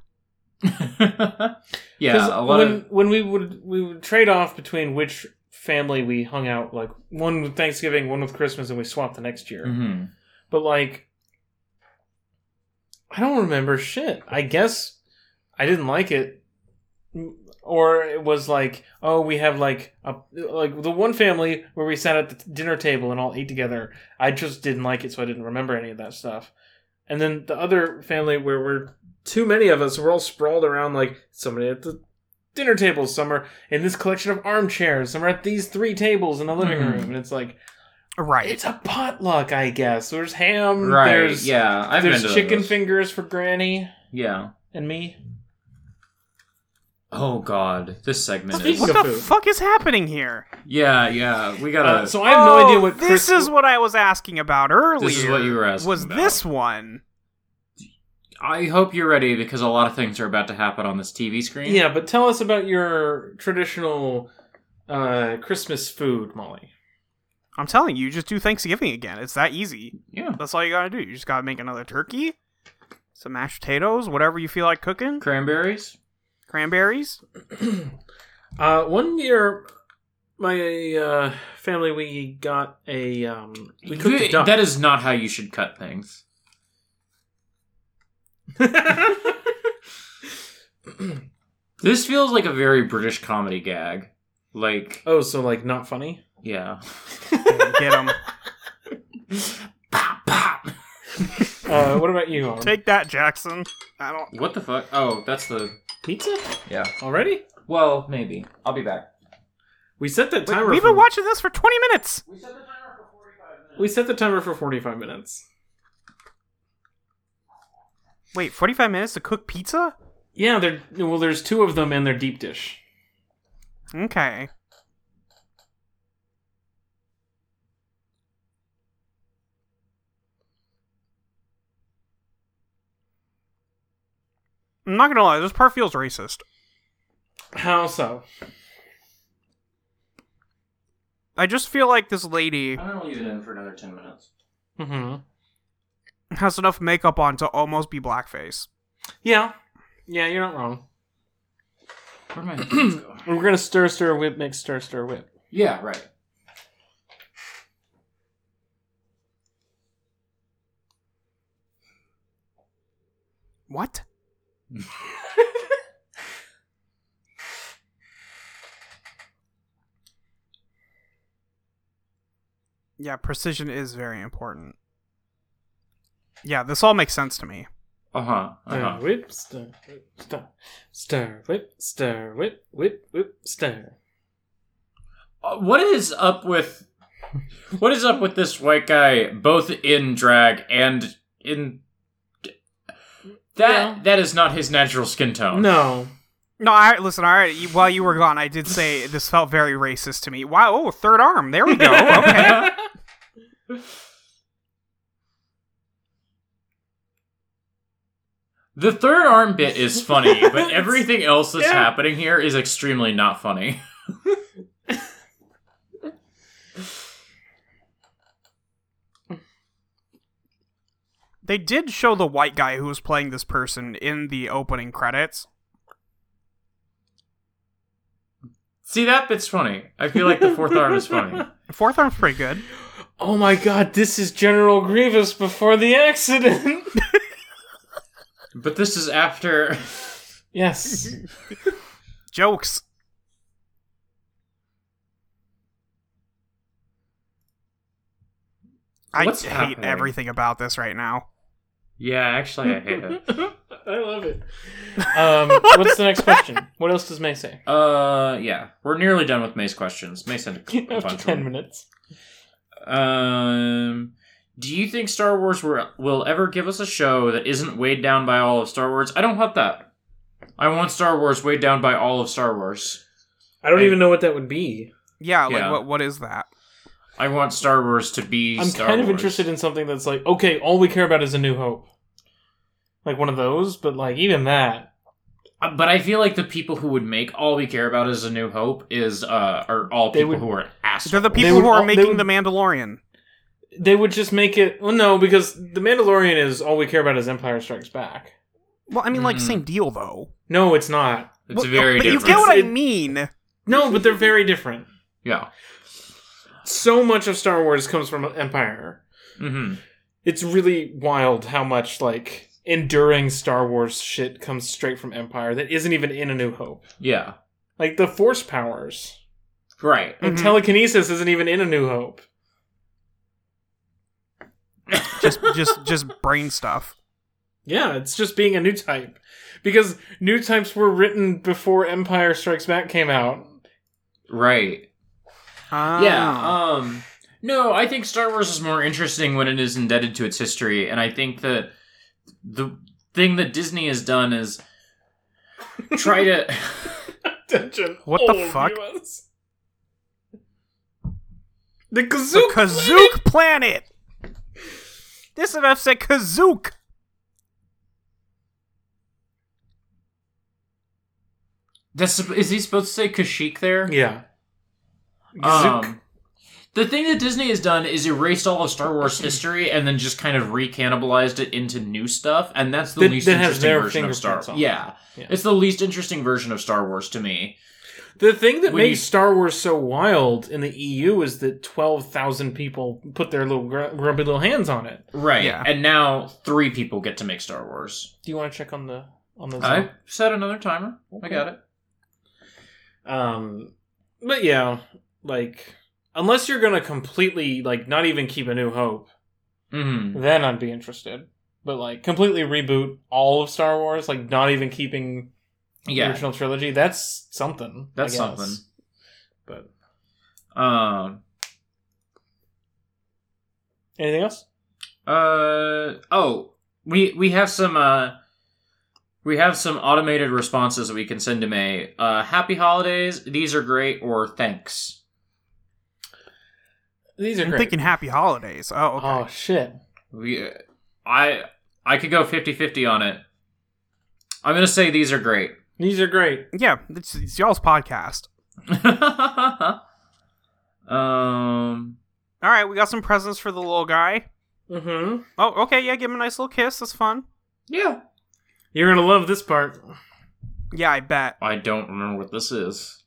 S4: favorite? yeah,
S5: 'Cause
S4: a lot
S5: when
S4: of
S5: when we would we would trade off between which family we hung out like one with Thanksgiving, one with Christmas, and we swapped the next year.
S4: Mhm.
S5: But like, I don't remember shit. I guess I didn't like it, or it was like, oh, we have like a like the one family where we sat at the dinner table and all ate together. I just didn't like it, so I didn't remember any of that stuff. And then the other family where we're too many of us, we're all sprawled around like somebody at the dinner table, some are in this collection of armchairs, some are at these three tables in the living
S4: Mhm.
S5: room, and it's like.
S6: Right.
S5: It's a potluck, I guess. There's ham.
S4: right.
S5: There's,
S4: yeah, I've been
S5: there's
S4: to
S5: chicken
S4: those.
S5: fingers for Granny
S4: Yeah,
S5: and me.
S4: Oh God, this segment
S5: Speaking
S4: is.
S5: of-
S6: What the
S5: food.
S6: fuck is happening here?
S4: Yeah, yeah, we gotta.
S5: Uh, so I have no
S6: Oh,
S5: idea what
S6: this
S5: Chris-
S6: is. What I was asking about earlier.
S4: This is what you were asking
S6: Was
S4: about.
S6: this one?
S4: I hope you're ready because a lot of things are about to happen on this TV screen.
S5: Yeah, but tell us about your traditional uh, Christmas food, Molly.
S6: I'm telling you, you just do Thanksgiving again. It's that easy.
S4: yeah.
S6: That's all you gotta do. You just gotta make another turkey, some mashed potatoes, whatever you feel like cooking,
S4: Cranberries.
S6: cranberries.
S5: Uh, one year, my uh, family we got a um, we cooked a
S4: You-
S5: duck.
S4: That is not how you should cut things. This feels like a very British comedy gag. Like,
S5: oh, so like not funny.
S4: yeah.
S6: Get them.
S4: Pop, pop.
S5: Uh, what about you? Arm?
S6: Take that, Jackson. I don't.
S4: What the fuck? Oh, that's the.
S5: pizza
S4: Yeah.
S5: already.
S4: Well, maybe. I'll be back.
S5: We set that timer.
S6: We've
S5: for,
S6: been watching this for 20 minutes.
S5: We set the timer for forty-five minutes.
S6: Wait, 45 minutes to cook pizza?
S5: Yeah, they're well. There's two of them, and they're deep dish.
S6: Okay. I'm not gonna lie, this part feels racist.
S5: How so?
S6: I just feel like this lady
S4: I'm gonna leave it in for another 10 minutes.
S5: Mm-hmm.
S6: has enough makeup on to almost be blackface.
S5: Yeah, yeah, you're not wrong.
S4: Where'd my hands go?
S5: We're gonna stir, stir, whip, mix, stir, stir, whip.
S4: Yeah, right.
S6: What? yeah, precision is very important. Yeah, this all makes sense to me.
S4: Uh huh. Uh
S5: Stir,
S4: huh.
S5: whip, stir, whip, stir, stir, whip, stir, whip, whip, whip, stir.
S4: Uh, what is up with what is up with this white guy both in drag and in that
S5: Yeah.
S4: that is not his natural skin tone
S5: No,
S6: No, I listen. All right, you, while you were gone, I did say this felt very racist to me. Wow, oh, third arm. There we go. Okay.
S4: the third arm bit is funny but everything else that's
S5: Yeah.
S4: happening here is extremely not funny
S6: they did show the white guy who was playing this person in the opening credits.
S4: see that bit's funny i feel like the fourth arm is funny
S6: Fourth arm's pretty good.
S5: Oh my god, this is General Grievous before the accident!
S4: but this is after
S5: yes.
S6: Jokes. I
S4: What's
S6: hate
S4: happening?
S6: everything about this right now.
S4: yeah actually i hate it
S5: I love it. Um, what's the next question? What else does May say?
S4: Uh, yeah, we're nearly done with May's questions. May sent a, a
S5: After
S4: bunch
S5: 10
S4: of them.
S5: minutes.
S4: Um, do you think Star Wars were, will ever give us a show that isn't weighed down by all of Star Wars? I don't want that. I want Star Wars weighed down by all of Star Wars.
S5: I don't
S4: Hey.
S5: even know what that would be.
S6: Yeah, like
S4: Yeah.
S6: what? What is that?
S4: I want Star Wars to be.
S5: I'm
S4: Star
S5: kind of
S4: Wars.
S5: interested in something that's like, okay, all we care about is a new hope. Like one of those, but like even that.
S4: Uh, but I feel like the people who would make all we care about is a New Hope is uh are all
S5: They
S4: people
S5: would-
S4: who are assholes.
S6: They're the
S5: They
S6: people
S5: would
S6: who are
S5: all- they
S6: making
S5: would-
S6: the Mandalorian.
S5: They would just make it. Well, no, because The Mandalorian is all we care about is Empire Strikes Back.
S6: Well, I mean, like
S4: Mm.
S6: same deal though.
S5: No, it's not.
S4: It's
S6: Well,
S4: very
S6: but
S4: different.
S6: you get what I
S5: It-
S6: mean.
S5: No, but they're very different.
S4: yeah.
S5: So much of Star Wars comes from Empire.
S4: hmm
S5: it's really wild how much like enduring Star Wars shit comes straight from Empire that isn't even in A New Hope.
S4: Yeah.
S5: Like the Force powers
S4: Right.
S5: and
S6: Mhm.
S5: telekinesis isn't even in A New Hope.
S6: just, just, just brain stuff.
S5: Yeah, it's just being a new type because new types were written before Empire Strikes Back came out.
S4: Right.
S6: Ah.
S4: Yeah. Um, no, I think Star Wars is more interesting when it is indebted to its history, and I think that the thing that Disney has done is try to
S5: attention.
S6: What the
S5: all of
S6: fuck?
S5: us. The
S4: uh,
S6: The
S5: Kazook.
S6: Kazook planet. This enough said Kazook.
S4: That's is he supposed to say Kashyyyk there?
S5: yeah. Kazook.
S4: Um, the thing that Disney has done is erased all of Star Wars history and then just kind of recannibalized it into new stuff, and that's the
S5: That-
S4: least
S5: that has
S4: interesting
S5: their
S4: version of Star.
S5: fingerprints on it.
S4: Yeah.
S5: Yeah.
S4: it's the least interesting version of Star Wars to me.
S5: the thing that
S4: when
S5: makes
S4: you-
S5: Star Wars so wild in the EU is that twelve thousand people put their little gr- grumpy little hands on it.
S4: Right,
S6: Yeah.
S4: and now three people get to make Star Wars.
S5: Do you want to check on the on the?
S4: I set another timer. I got it.
S5: Um, but yeah, like unless you're gonna completely like not even keep a new hope,
S4: hmm
S5: then I'd be interested. But like completely reboot all of Star Wars, like not even keeping the
S4: Yeah,
S5: original trilogy, that's something. I
S4: that's
S5: guess.
S4: something.
S5: But
S4: Um.
S5: anything else?
S4: Uh oh, we we have some uh we have some automated responses that we can send to May. Uh, happy holidays. These are great. Or thanks.
S5: These are
S6: I'm
S5: great.
S6: thinking Happy Holidays. Oh, okay.
S5: Oh shit!
S4: We, uh, I I could go 50-50 on it. I'm gonna say these are great.
S5: These are great.
S6: yeah, it's, it's y'all's podcast.
S4: um.
S6: All right, we got some presents for the little guy.
S5: Mm-hmm.
S6: Oh, okay, yeah, give him a nice little kiss. That's fun.
S4: Yeah.
S5: You're gonna love this part.
S6: Yeah, I bet.
S4: I don't remember what this is.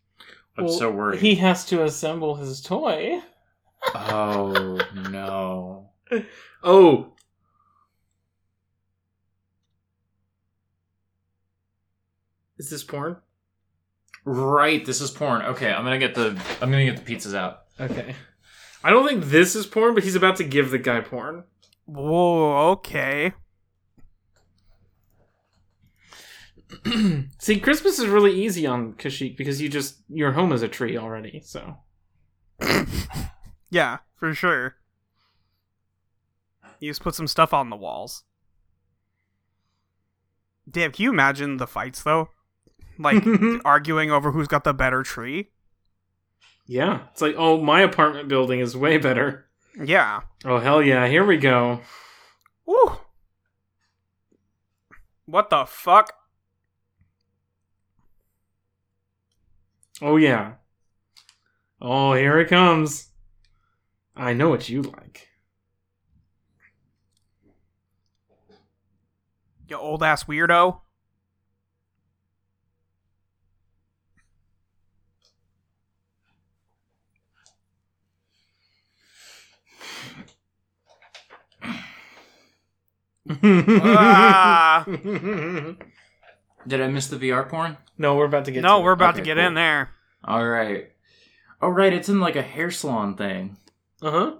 S4: I'm
S5: Well,
S4: so worried.
S5: He has to assemble his toy.
S4: oh no.
S5: Oh. Is this porn?
S4: Right. This is porn. Okay. I'm gonna get the I'm gonna get the pizzas out.
S5: Okay. I don't think this is porn, but he's about to give the guy porn.
S6: Whoa, okay.
S5: See, Christmas is really easy on Kashyyyk because you just your home is a tree already. So
S6: Yeah, for sure. You just put some stuff on the walls. Damn, can you imagine the fights though? Like arguing over who's got the better tree?
S5: yeah, it's like oh, my apartment building is way better.
S6: Yeah.
S5: Oh hell yeah, here we go.
S6: Woo. What the fuck?
S5: Oh yeah. Oh here it comes. I know what you like.
S6: You old ass weirdo. Ah.
S5: no,
S4: Did I miss the VR porn?
S5: we're about to get.
S6: no,
S5: to
S6: we're about
S4: Okay,
S6: to get
S4: cool.
S6: in there.
S4: All right. Oh, right. It's in like a hair salon thing.
S5: Uh huh.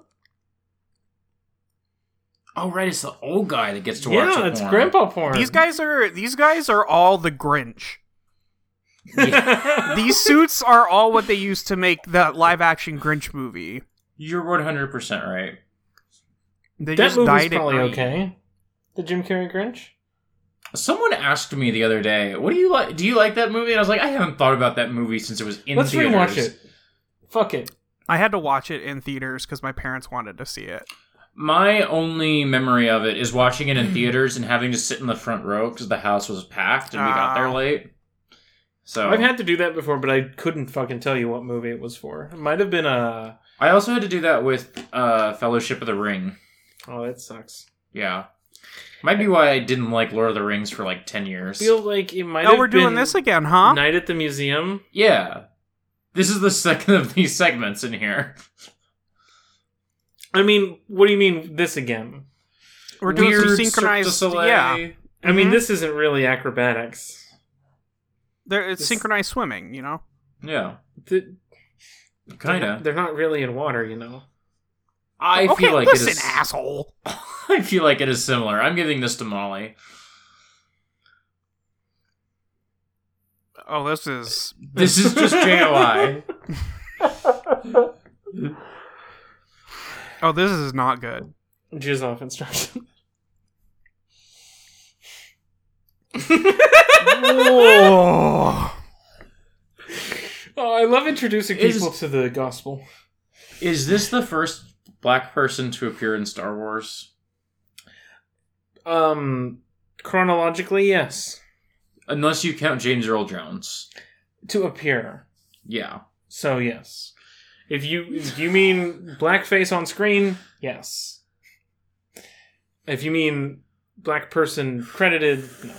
S4: Oh, right. It's the old guy that gets to watch.
S5: Yeah,
S4: the
S5: it's
S4: porn.
S5: grandpa porn.
S6: These guys are these guys are all the Grinch. These suits are all what they used to make the live action Grinch movie.
S4: You're 100 percent right.
S6: They
S5: that
S6: just
S5: movie's
S6: dyed it
S5: probably
S6: green.
S5: okay. The Jim Carrey Grinch.
S4: Someone asked me the other day, "What do you like? Do you like that movie?" And I was like, "I haven't thought about that movie since it was in
S5: Let's
S4: theaters."
S5: rewatch it. Fuck it.
S6: I had to watch it in theaters because my parents wanted to see it.
S4: My only memory of it is watching it
S6: Mm-hmm.
S4: in theaters and having to sit in the front row because the house was packed and we got there
S6: Ah.
S4: late. So
S5: I've had to do that before, but I couldn't fucking tell you what movie it was for. It might have been uh, a.
S4: I also had to do that with uh, Fellowship of the Ring.
S5: Oh, that sucks.
S4: Yeah, might be why I didn't like Lord of the Rings for like 10 years.
S5: Feel like it might.
S6: Oh,
S5: have
S6: we're doing
S5: been
S6: this again, huh?
S5: Night at the museum.
S4: Yeah. This is the second of these segments in here.
S5: I mean, what do you mean this again?
S6: We're doing some
S4: Weird Cirque du
S6: synchronized.
S4: Soleil.
S6: Yeah,
S5: I mean,
S6: Mhm.
S5: this isn't really acrobatics.
S6: there, it's
S5: This-
S6: synchronized swimming. You know,
S4: Yeah.
S5: Th-
S4: Kind of.
S5: They're not really in water, you know.
S4: I
S6: okay,
S4: feel like
S6: listen,
S4: it is
S6: asshole.
S4: I feel like it is similar. I'm giving this to Molly.
S6: Oh, this is
S4: This is just JOI.
S6: oh, this is not good.
S5: Jizz off instruction.
S6: oh,
S5: Oh, I love introducing
S4: Is-
S5: people to the gospel.
S4: Is this the first black person to appear in Star Wars?
S5: Um, chronologically, yes,
S4: Unless you count James Earl Jones.
S5: to appear.
S4: Yeah.
S5: So yes, if you if you mean blackface on screen, yes. If you mean black person credited, no.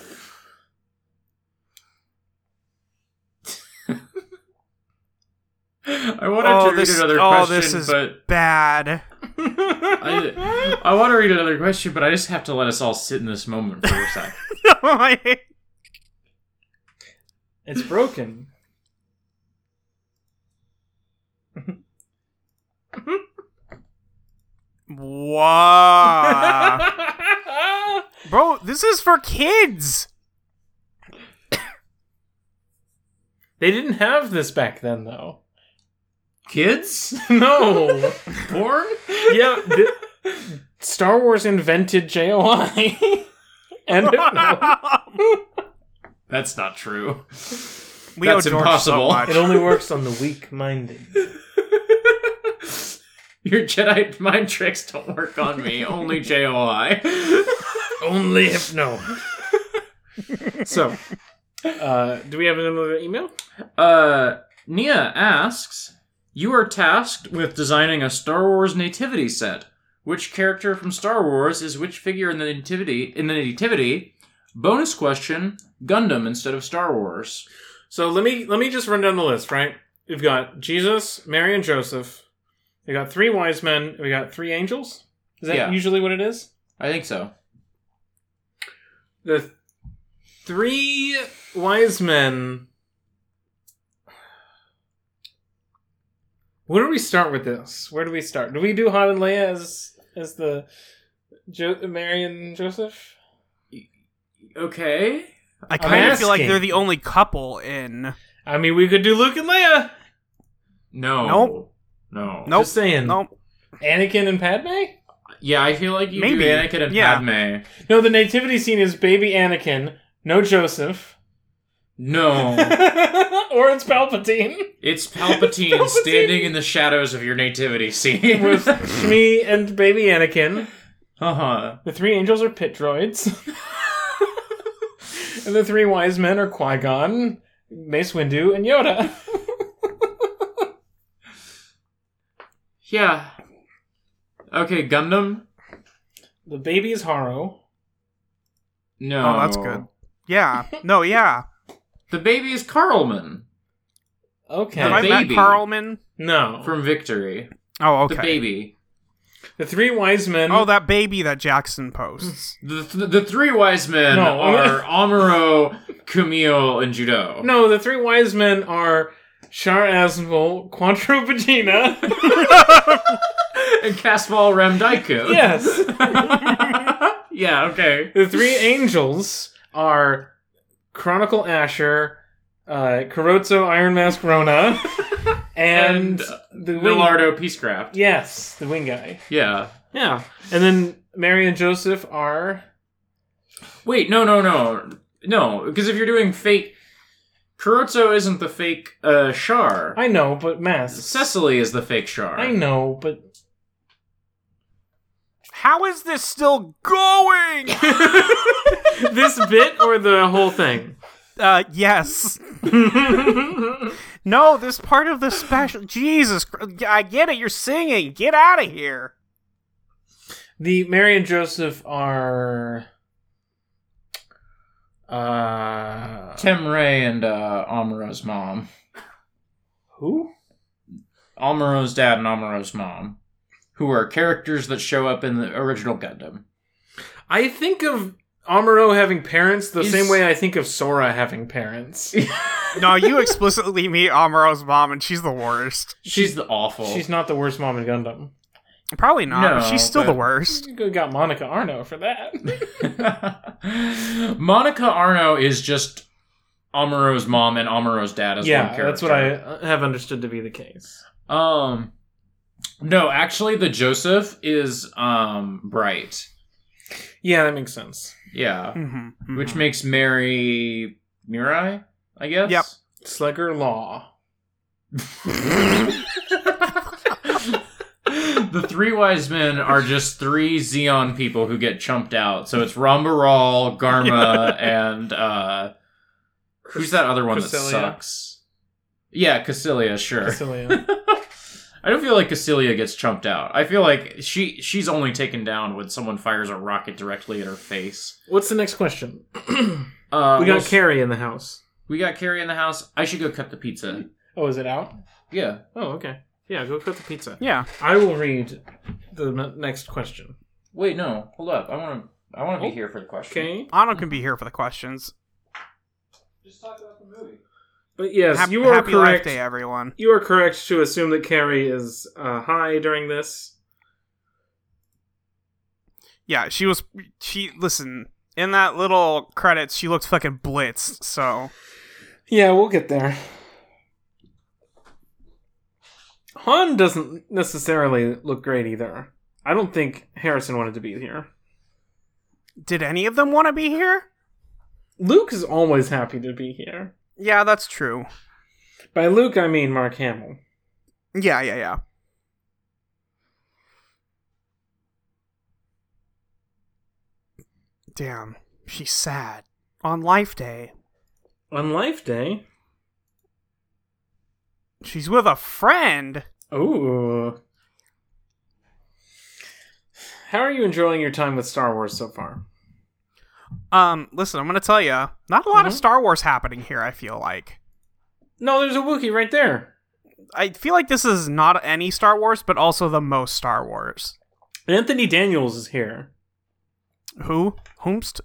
S4: I wanted
S6: Oh,
S4: to read
S6: this-
S4: another
S6: oh,
S4: question,
S6: this is-
S4: but
S6: Bad.
S4: I, I want to read another question, but I just have to let us all sit in this moment for a sec.
S6: I hate
S5: it's broken.
S6: Wow. Bro, this is for kids.
S5: they didn't have this back then, though.
S4: Kids?
S5: No.
S4: Porn?
S5: yeah. th- Star Wars invented JOI. and it, no,
S4: That's not true.
S6: we
S4: That's
S6: owe George
S4: impossible.
S6: So much.
S5: it only works on the weak-minded.
S4: Your Jedi mind tricks don't work on me, only JOI.
S5: Only if no. so, uh, do we have another email?
S4: Uh, Nia asks You are tasked with designing a Star Wars nativity set. Which character from Star Wars is which figure in the nativity? In the nativity? Bonus question Gundam instead of Star Wars.
S5: So let me let me just run down the list, right? We've got Jesus, Mary, and Joseph. We got three wise men. We got three angels. Is that
S4: Yeah.
S5: usually what it is?
S4: I think so.
S5: The th- three wise men. Where do we start with this? Where do we start? Do we do Han and Leia as as the jo- Mary and Joseph?
S4: Okay.
S6: I kind of feel like
S5: asking.
S6: they're the only couple in.
S5: I mean, we could do Luke and Leia.
S4: No.
S6: Nope.
S4: No.
S6: Nope.
S5: Just
S4: Mm.
S5: saying.
S6: Nope.
S5: Anakin and Padme?
S4: Yeah, I feel like you
S6: Maybe.
S4: do Anakin and
S6: Yeah.
S4: Padme.
S5: No, the nativity scene is baby Anakin, no Joseph,
S4: No.
S5: or it's Palpatine
S4: it's Palpatine,
S5: Palpatine.
S4: standing in the shadows of your nativity scene.
S5: with me and baby Anakin.
S4: uh-huh.
S5: The three angels are pit droids. and the three wise men are Qui Gon, Mace Windu, and Yoda.
S4: Yeah. Okay, Gundam?
S5: The baby is Haro.
S4: No.
S6: Oh, that's good. Yeah. No, yeah.
S4: The baby is Carlman
S5: Okay.
S4: The
S6: Have I met
S4: baby.
S6: Carlman?
S5: no.
S4: from Victory.
S6: Oh,
S4: The
S6: okay.
S4: baby.
S5: the three wise men.
S6: Oh, that baby that Jackson posts.
S4: The, th- the three wise men
S5: No.
S4: are Amuro, Kumio, and Judo.
S5: no, the three wise men are Shar Azmol, Quattro Vagina.
S4: And Casval Ramdaiku.
S5: yes.
S4: yeah, okay.
S5: The three angels are Chronicle Asher, uh, Kurozo Iron Mask Rona, and, uh,
S4: And,
S5: the wing.
S4: Millardo Peacecraft.
S5: Yes, the wing guy.
S4: Yeah.
S5: Yeah, and then Mary and Joseph are
S4: Wait, no, no, no, no. Because if you're doing fake, Kurozo isn't the fake uh, Char.
S5: I know, but masks.
S4: Cecily is the fake Char.
S5: I know, but
S6: How is this still going?
S5: this bit or the whole thing.
S6: Uh, yes. no, this part of the special. Jesus, Christ. I get it. You're singing. Get out of here.
S5: The Mary and Joseph are. Uh,
S4: Tim Ray and uh, Amuro's mom.
S5: who?
S4: Amuro's dad and Amuro's mom, who are characters that show up in the original Gundam.
S5: I think of Amuro having parents the
S4: Is-
S5: same way I think of Sora having parents.
S6: No, you explicitly meet Amuro's mom, and she's the worst.
S4: She's the awful.
S5: She's not the worst mom in Gundam.
S6: Probably not. but
S4: No,
S6: she's still the
S4: but-
S6: worst.
S5: You got Monica Arno for that.
S4: Monica Arno is just Amuro's mom and Amuro's dad as one
S5: yeah,
S4: character.
S5: that's what I uh, have understood to be the case.
S4: Um, no, actually, the Joseph is um Bright.
S5: Yeah, that makes sense.
S4: Yeah,
S6: Mhm, mhm.
S5: Mm-hmm.
S4: which makes Mary Mirai, I guess.
S6: Yep.
S5: Slugger Law.
S4: the three wise men are just three Xeon people who get chumped out. So it's Rambaral, Garma, and uh, who's that other one that
S5: Cresselia.
S4: sucks? Yeah, Cassilia, sure.
S5: Cassilia.
S4: I don't feel like Cassilia gets chumped out. I feel like she she's only taken down when someone fires a rocket directly at her face.
S5: What's the next question?
S4: Uh,
S5: we got
S4: we'll-
S5: Carrie in the house.
S4: We got Carrie in the house. I should go cut the pizza.
S5: Oh, is it out?
S4: Yeah.
S5: Oh, okay. Yeah, go cut the pizza.
S6: Yeah.
S5: I will read the n- next question.
S4: Wait, no. Hold up. I want to. I want
S6: Oh,
S4: to be here for the question.
S5: Okay.
S6: Anno can be here for the questions.
S4: Just talk about the movie.
S5: But yes,
S6: Hap-
S5: you are
S6: happy
S5: correct.
S6: Life Day, everyone.
S5: You are correct to assume that Carrie is uh, high during this.
S6: Yeah, she was. She listen in that little credits. She looked fucking blitzed. So
S5: Yeah, we'll get there. Han doesn't necessarily look great either. I don't think Harrison wanted to be here.
S6: did any of them want to be here?
S5: Luke is always happy to be here.
S6: Yeah, that's true.
S5: By Luke, I mean Mark Hamill.
S6: Yeah, yeah, yeah. Damn, she's sad on Life Day.
S5: On Life Day.
S6: She's with a friend.
S5: Ooh. How are you enjoying your time with Star Wars so far?
S6: Um, listen, I'm gonna tell you, not a lot of
S5: Mhm.
S6: Star Wars happening here. I feel like
S5: No, there's a Wookiee right there.
S6: I feel like this is not any Star Wars, but also the most Star Wars.
S5: Anthony Daniels is here.
S6: Who? Whomst?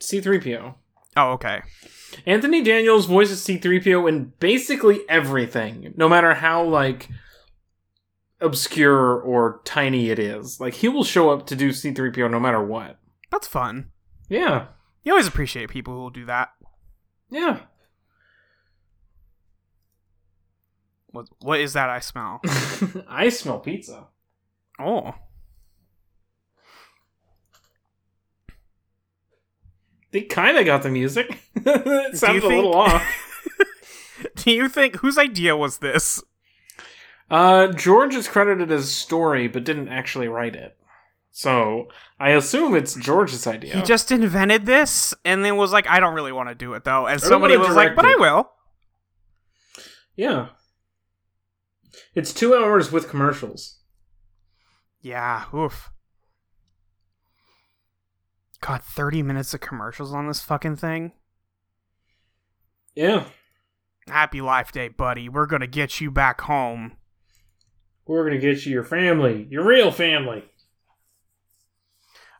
S5: C3PO.
S6: Oh, okay.
S5: Anthony Daniels voices C3PO in basically everything, no matter how like obscure or tiny it is. Like he will show up to do C3PO no matter what.
S6: That's fun.
S5: Yeah.
S6: You always appreciate people who will do that.
S5: Yeah.
S6: What, what is that I smell?
S5: I smell pizza.
S6: Oh,
S5: They kind of got the music. it sounds a
S6: think-
S5: little off.
S6: do you think whose idea was this?
S5: Uh, George is credited as story, but didn't actually write it. So I assume it's George's idea.
S6: He just invented this and then was like, I don't really want to do it though. And
S5: don't
S6: somebody
S5: wanna
S6: was like,
S5: direct
S6: but I
S5: it.
S6: will.
S5: yeah. It's two hours with commercials.
S6: Yeah, oof. God, 30 minutes of commercials on this fucking thing?
S5: Yeah.
S6: Happy Life Day, buddy. We're gonna get you back home.
S5: We're gonna get you your family, your real family.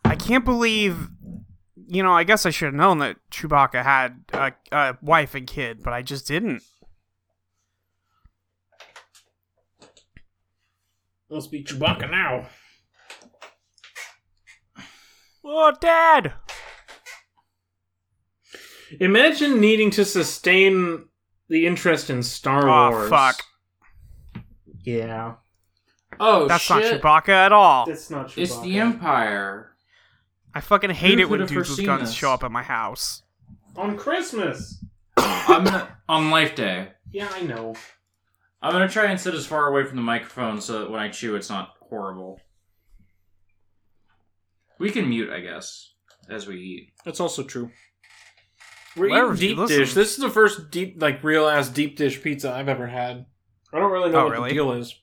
S6: I can't believe. You know, I guess I should have known that Chewbacca had a, a wife and kid, but I just didn't.
S5: Let's be Chewbacca now.
S6: Oh, Dad!
S5: Imagine needing to sustain the interest in Star
S6: Aw,
S5: Wars.
S6: fuck.
S5: Yeah.
S4: Oh,
S6: That's
S4: shit.
S6: not Chewbacca at all.
S5: That's not Chewbacca.
S4: It's the Empire.
S6: I fucking hate
S4: Who
S6: it when
S4: could've
S6: dudes with
S4: foreseen
S6: guns
S4: this?
S6: show up at my house.
S5: On Christmas.
S4: I'm gonna, on Life Day.
S5: Yeah, I know.
S4: I'm gonna try and sit as far away from the microphone so that when I chew, it's not horrible. We can mute, I guess, as we eat.
S5: That's also true. We're
S6: Wherever you
S5: eating deep
S6: listen.
S5: dish. This is the first deep, like real ass deep dish pizza I've ever had. I don't really know
S6: Oh,
S5: what
S6: really?
S5: the deal is.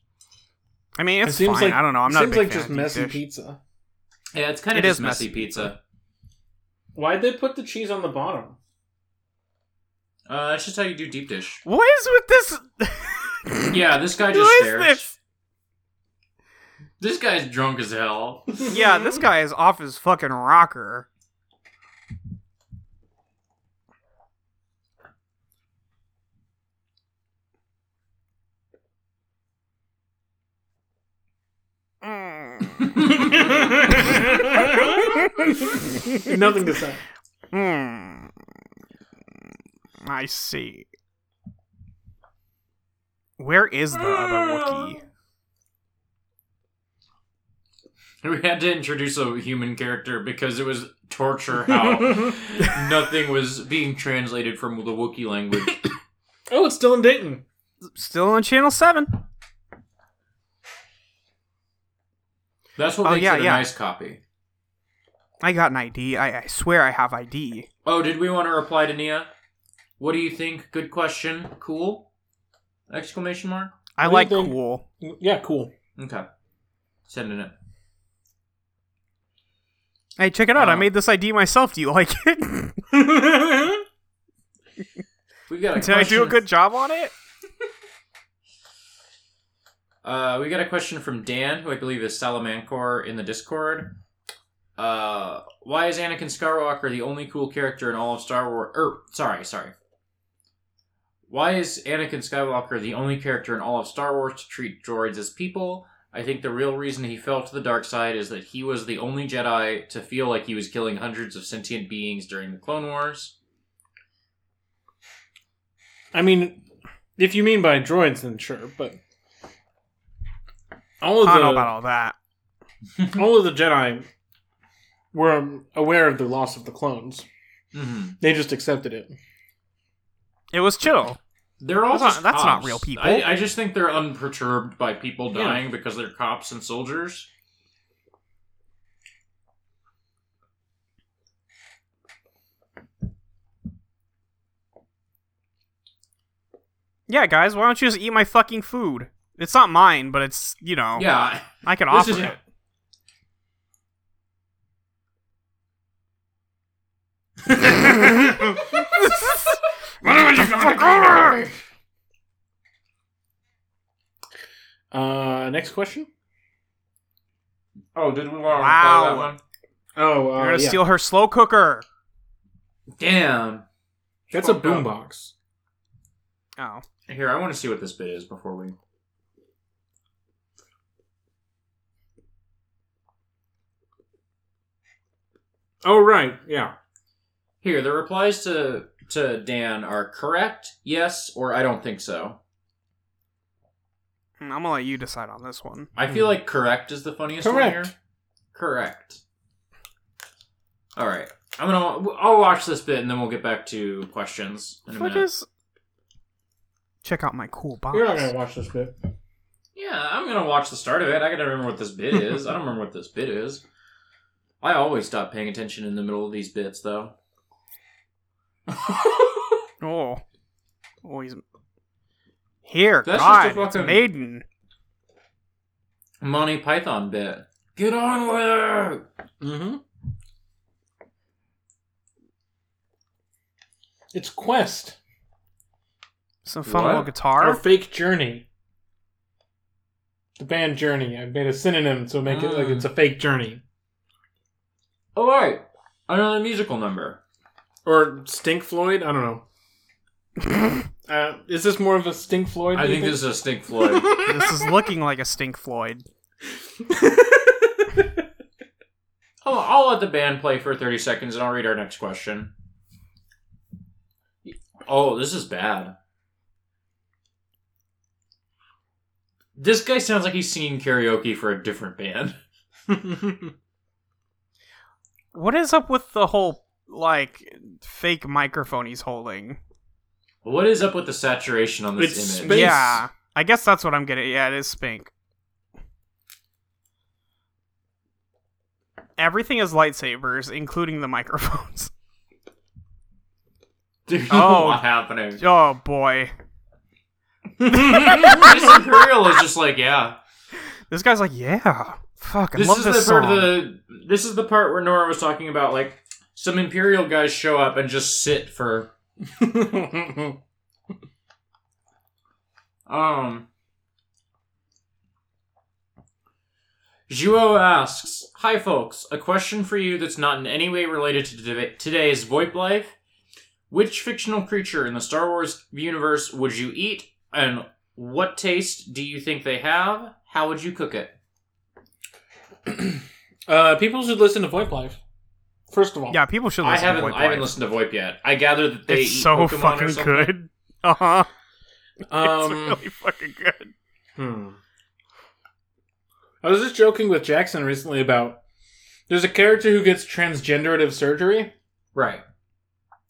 S6: I mean, it's
S5: it seems
S6: fine.
S5: like
S6: I don't know. I'm not a
S5: seems
S6: big
S5: like
S6: fan
S5: just
S6: of deep
S5: messy
S6: dish.
S5: pizza.
S4: Yeah, it's kind
S6: It
S4: of just
S6: is
S4: messy
S6: messy.
S4: pizza.
S5: Why'd they put the cheese on the bottom?
S4: Uh, that's just how you do deep dish.
S6: What is with this?
S4: Yeah, this guy
S6: Who
S4: just
S6: is
S4: stares.
S6: this?
S4: This guy's drunk as hell.
S6: Yeah, this guy is off his fucking rocker. Mm,
S5: Nothing to say.
S6: mm. I see. Where is the other Wookiee?
S4: We had to introduce a human character because it was torture how nothing was being translated from the Wookiee language.
S5: Oh, it's Dylan Dayton.
S6: Still on channel seven.
S4: That's what
S6: Oh,
S4: makes
S6: yeah,
S4: it a
S6: yeah.
S4: nice copy.
S6: I got an ID. I, I swear I have ID.
S4: Oh, did we want to reply to Nia? What do you think? Good question. Cool. Exclamation mark.
S6: I
S5: What do you
S6: like
S5: think?
S6: cool.
S5: Yeah, cool.
S4: Okay. Sending it.
S6: Hey, check it out. I
S4: Uh,
S6: made this ID myself. Do you like it?
S4: We've got a
S6: Did I do a
S4: question-
S6: good job on it?
S4: Uh, we got a question from Dan, who I believe is Salamancor in the Discord. Uh, why is Anakin Skywalker the only cool character in all of Star Wars? Er, sorry, sorry. Why is Anakin Skywalker the only character in all of Star Wars to treat droids as people? I think the real reason he fell to the dark side is that he was the only Jedi to feel like he was killing hundreds of sentient beings during the Clone Wars.
S5: I mean, if you mean by droids, then sure, but all of
S6: I
S5: the
S6: don't know about all that.
S5: all of the Jedi were um, aware of the loss of the clones.
S4: Mm-hmm.
S5: They just accepted it.
S6: It was chill.
S4: They're all
S6: That's not-
S4: just
S6: that's not
S4: cops.
S6: real people.
S4: I, I just think they're unperturbed by people
S5: Yeah.
S4: dying because they're cops and soldiers.
S6: Yeah, guys, why don't you just eat my fucking food? It's not mine, but it's you know
S4: Yeah,
S6: I can
S4: this
S6: offer
S4: is
S6: it.
S5: Uh, next question.
S4: Oh, did we want to
S6: Wow.
S4: wow. that one?
S5: Oh,
S6: You're
S5: uh,
S6: gonna
S5: yeah.
S6: steal her slow cooker.
S4: Damn.
S5: that's a
S4: Fucked up.
S5: boombox.
S6: Oh,
S4: Here, I want to see what this bit is before we.
S5: Oh right, yeah.
S4: Here, the replies to to Dan are correct, yes, or I don't think so.
S6: Hmm, I'm gonna let you decide on this one.
S4: I feel like correct is the funniest one
S5: Correct.
S4: here. Correct. All right, I'm gonna. I'll watch this bit and then we'll get back to questions in a
S6: What
S4: minute.
S6: is? Check out my cool box.
S5: You're not gonna watch this bit.
S4: Yeah, I'm gonna watch the start of it. I gotta remember what this bit is. I don't remember what this bit is. I always stop paying attention in the middle of these bits, though.
S6: Oh, oh, he's here.
S4: That's
S6: God,
S4: just a
S6: it's
S4: fucking-
S6: Maiden.
S4: Monty Python bit. Get on with it.
S5: Mm-hmm. It's Quest
S6: Some fun
S4: What?
S6: little
S5: or
S6: guitar.
S5: Fake Journey. The band Journey. I made a synonym to make it like
S4: Mm.
S5: it's a fake journey
S4: All right, another musical number.
S5: or Stink Floyd. I don't know. Uh, is this more of a Stink Floyd?
S4: I
S5: do you
S4: think this is a Stink Floyd.
S6: this is looking like a Stink Floyd.
S4: I'll, I'll let the band play for 30 seconds and I'll read our next question. Oh, this is bad. This guy sounds like he's singing karaoke for a different band.
S6: What is up with the whole like fake microphone he's holding?
S4: What is up with the saturation on this
S5: It's
S4: image?
S5: Space.
S6: Yeah, I guess that's what I'm getting. Yeah, it is Spink. Everything is lightsabers, including the microphones.
S4: There's a
S6: Oh.
S4: lot happening.
S6: Oh boy,
S4: this Imperial is just like, yeah.
S6: this guy's like, yeah, fuck, I
S4: This
S6: love
S4: is
S6: this
S4: the part
S6: song.
S4: of the this is the part where Nora was talking about like some Imperial guys show up and just sit for Um. Juo asks, "Hi folks, a question for you that's not in any way related to today- today's VoIP life. Which fictional creature in the Star Wars universe would you eat, and what taste do you think they have? How would you cook it?"
S5: uh, people should listen to VoIP Life. First of all,
S6: yeah, people should
S4: I
S6: listen.
S4: haven't,
S6: to Void
S4: I haven't
S6: Blade.
S4: listened to VoIP yet. I gather that they
S6: It's
S4: eat
S6: so
S4: Pokemon or
S6: fucking
S4: something. Mm.
S6: good. Uh huh.
S5: Um,
S6: it's really fucking good.
S5: Hmm. I was just joking with Jackson recently about there's a character who gets transgenerative surgery,
S4: Right.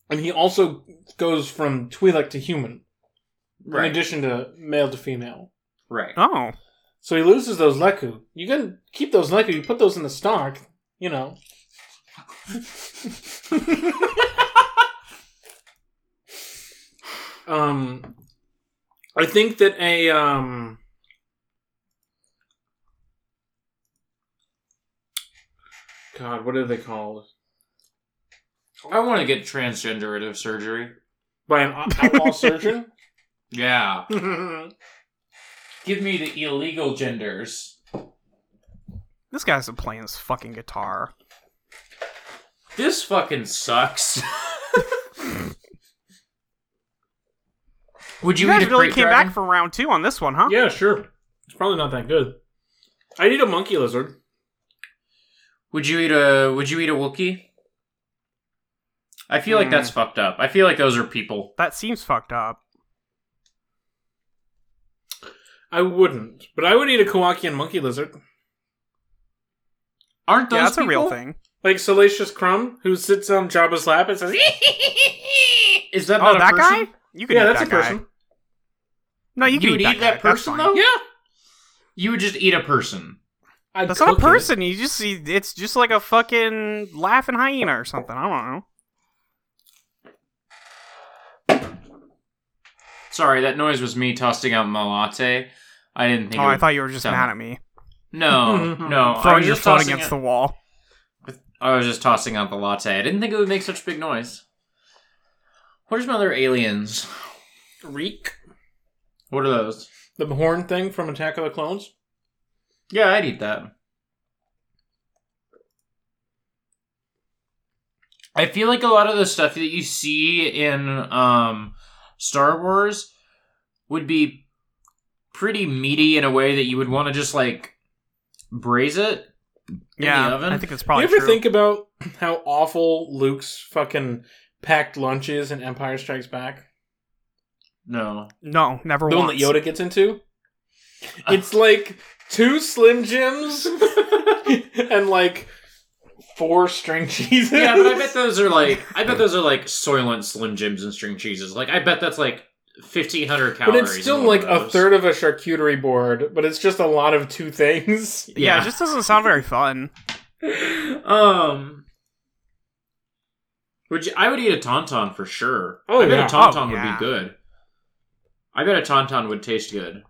S5: and he also goes from Twi'lek to human.
S4: Right.
S5: in addition to male to female.
S4: Right.
S6: Oh,
S5: So he loses those leku. You can keep those leku. You put those in the stock. You know. um, I think that a um. God, what are they called?
S4: I want to get transgenderative surgery.
S5: By an out- outlaw surgeon?
S4: Yeah.
S5: That's
S4: Give me the illegal genders.
S6: this guy's been playing his fucking guitar.
S4: This fucking sucks. Would you,
S6: You guys
S4: eat a
S6: really
S4: crate
S6: came
S4: dragon?
S6: back from round two on this one, huh?
S5: Yeah, sure. It's probably not that good. I need a monkey lizard.
S4: Would you eat a Would you eat a Wookie? I feel like
S6: Hmm.
S4: that's fucked up. I feel like those are people.
S6: That seems fucked up.
S5: I wouldn't, but I would eat a Kowakian monkey lizard.
S4: Aren't those
S6: yeah, that's a real
S4: people?
S6: thing.
S5: Like Salacious Crumb, who sits on Jabba's lap and says,
S4: Is that
S6: Oh,
S4: not a
S6: that
S4: person?
S6: guy? You can
S5: Yeah,
S6: eat
S5: that's
S6: that
S5: a
S6: guy.
S5: person.
S6: No, you
S4: You,
S6: can
S4: would
S6: eat that, guy. That's
S4: person
S6: fine.
S4: though.
S5: Yeah.
S4: You would just eat a person.
S5: I'd
S6: That's not a
S5: cook it.
S6: person. You just see it's just like a fucking laughing hyena or something. I don't know.
S4: Sorry, that noise was me tossing out my latte. I didn't think.
S6: Oh,
S4: it
S6: I
S4: would-
S6: thought you were just
S4: sound-
S6: mad at me.
S4: No, no. I
S6: Throwing
S4: was
S6: your
S4: just
S6: phone
S4: Oh, tossing
S6: against
S4: out-
S6: the wall.
S4: I was just tossing out the latte. I didn't think it would make such a big noise. What are some other aliens?
S5: Reek.
S4: What are those?
S5: The horn thing from Attack of the Clones.
S4: Yeah, I'd eat that. I feel like a lot of the stuff that you see in um, Star Wars would be pretty meaty in a way that you would want to just like braise it. the
S6: Yeah,
S4: oven?
S6: I think that's probably
S5: you ever
S6: true.
S5: think about how awful Luke's fucking packed lunch is in Empire Strikes Back?
S4: No,
S6: no, never
S5: The one that
S6: once.
S5: Yoda gets into? It's like two Slim Jims and like four string cheeses.
S4: yeah, but I bet those are like I bet those are like Soylent Slim Jims and string cheeses. Like I bet that's like fifteen hundred
S5: But
S4: calories.
S5: it's
S4: in
S5: still
S4: one
S5: like
S4: of
S5: a
S4: those.
S5: third of a charcuterie board, but it's just a lot of two things.
S6: yeah,
S4: Yeah.
S6: it just doesn't sound very fun.
S4: um. Would you, I would eat a tauntaun for sure.
S5: Oh,
S4: I bet
S5: yeah.
S4: a tauntaun
S6: Oh,
S4: would
S6: yeah.
S4: be good. I bet a tauntaun would taste good.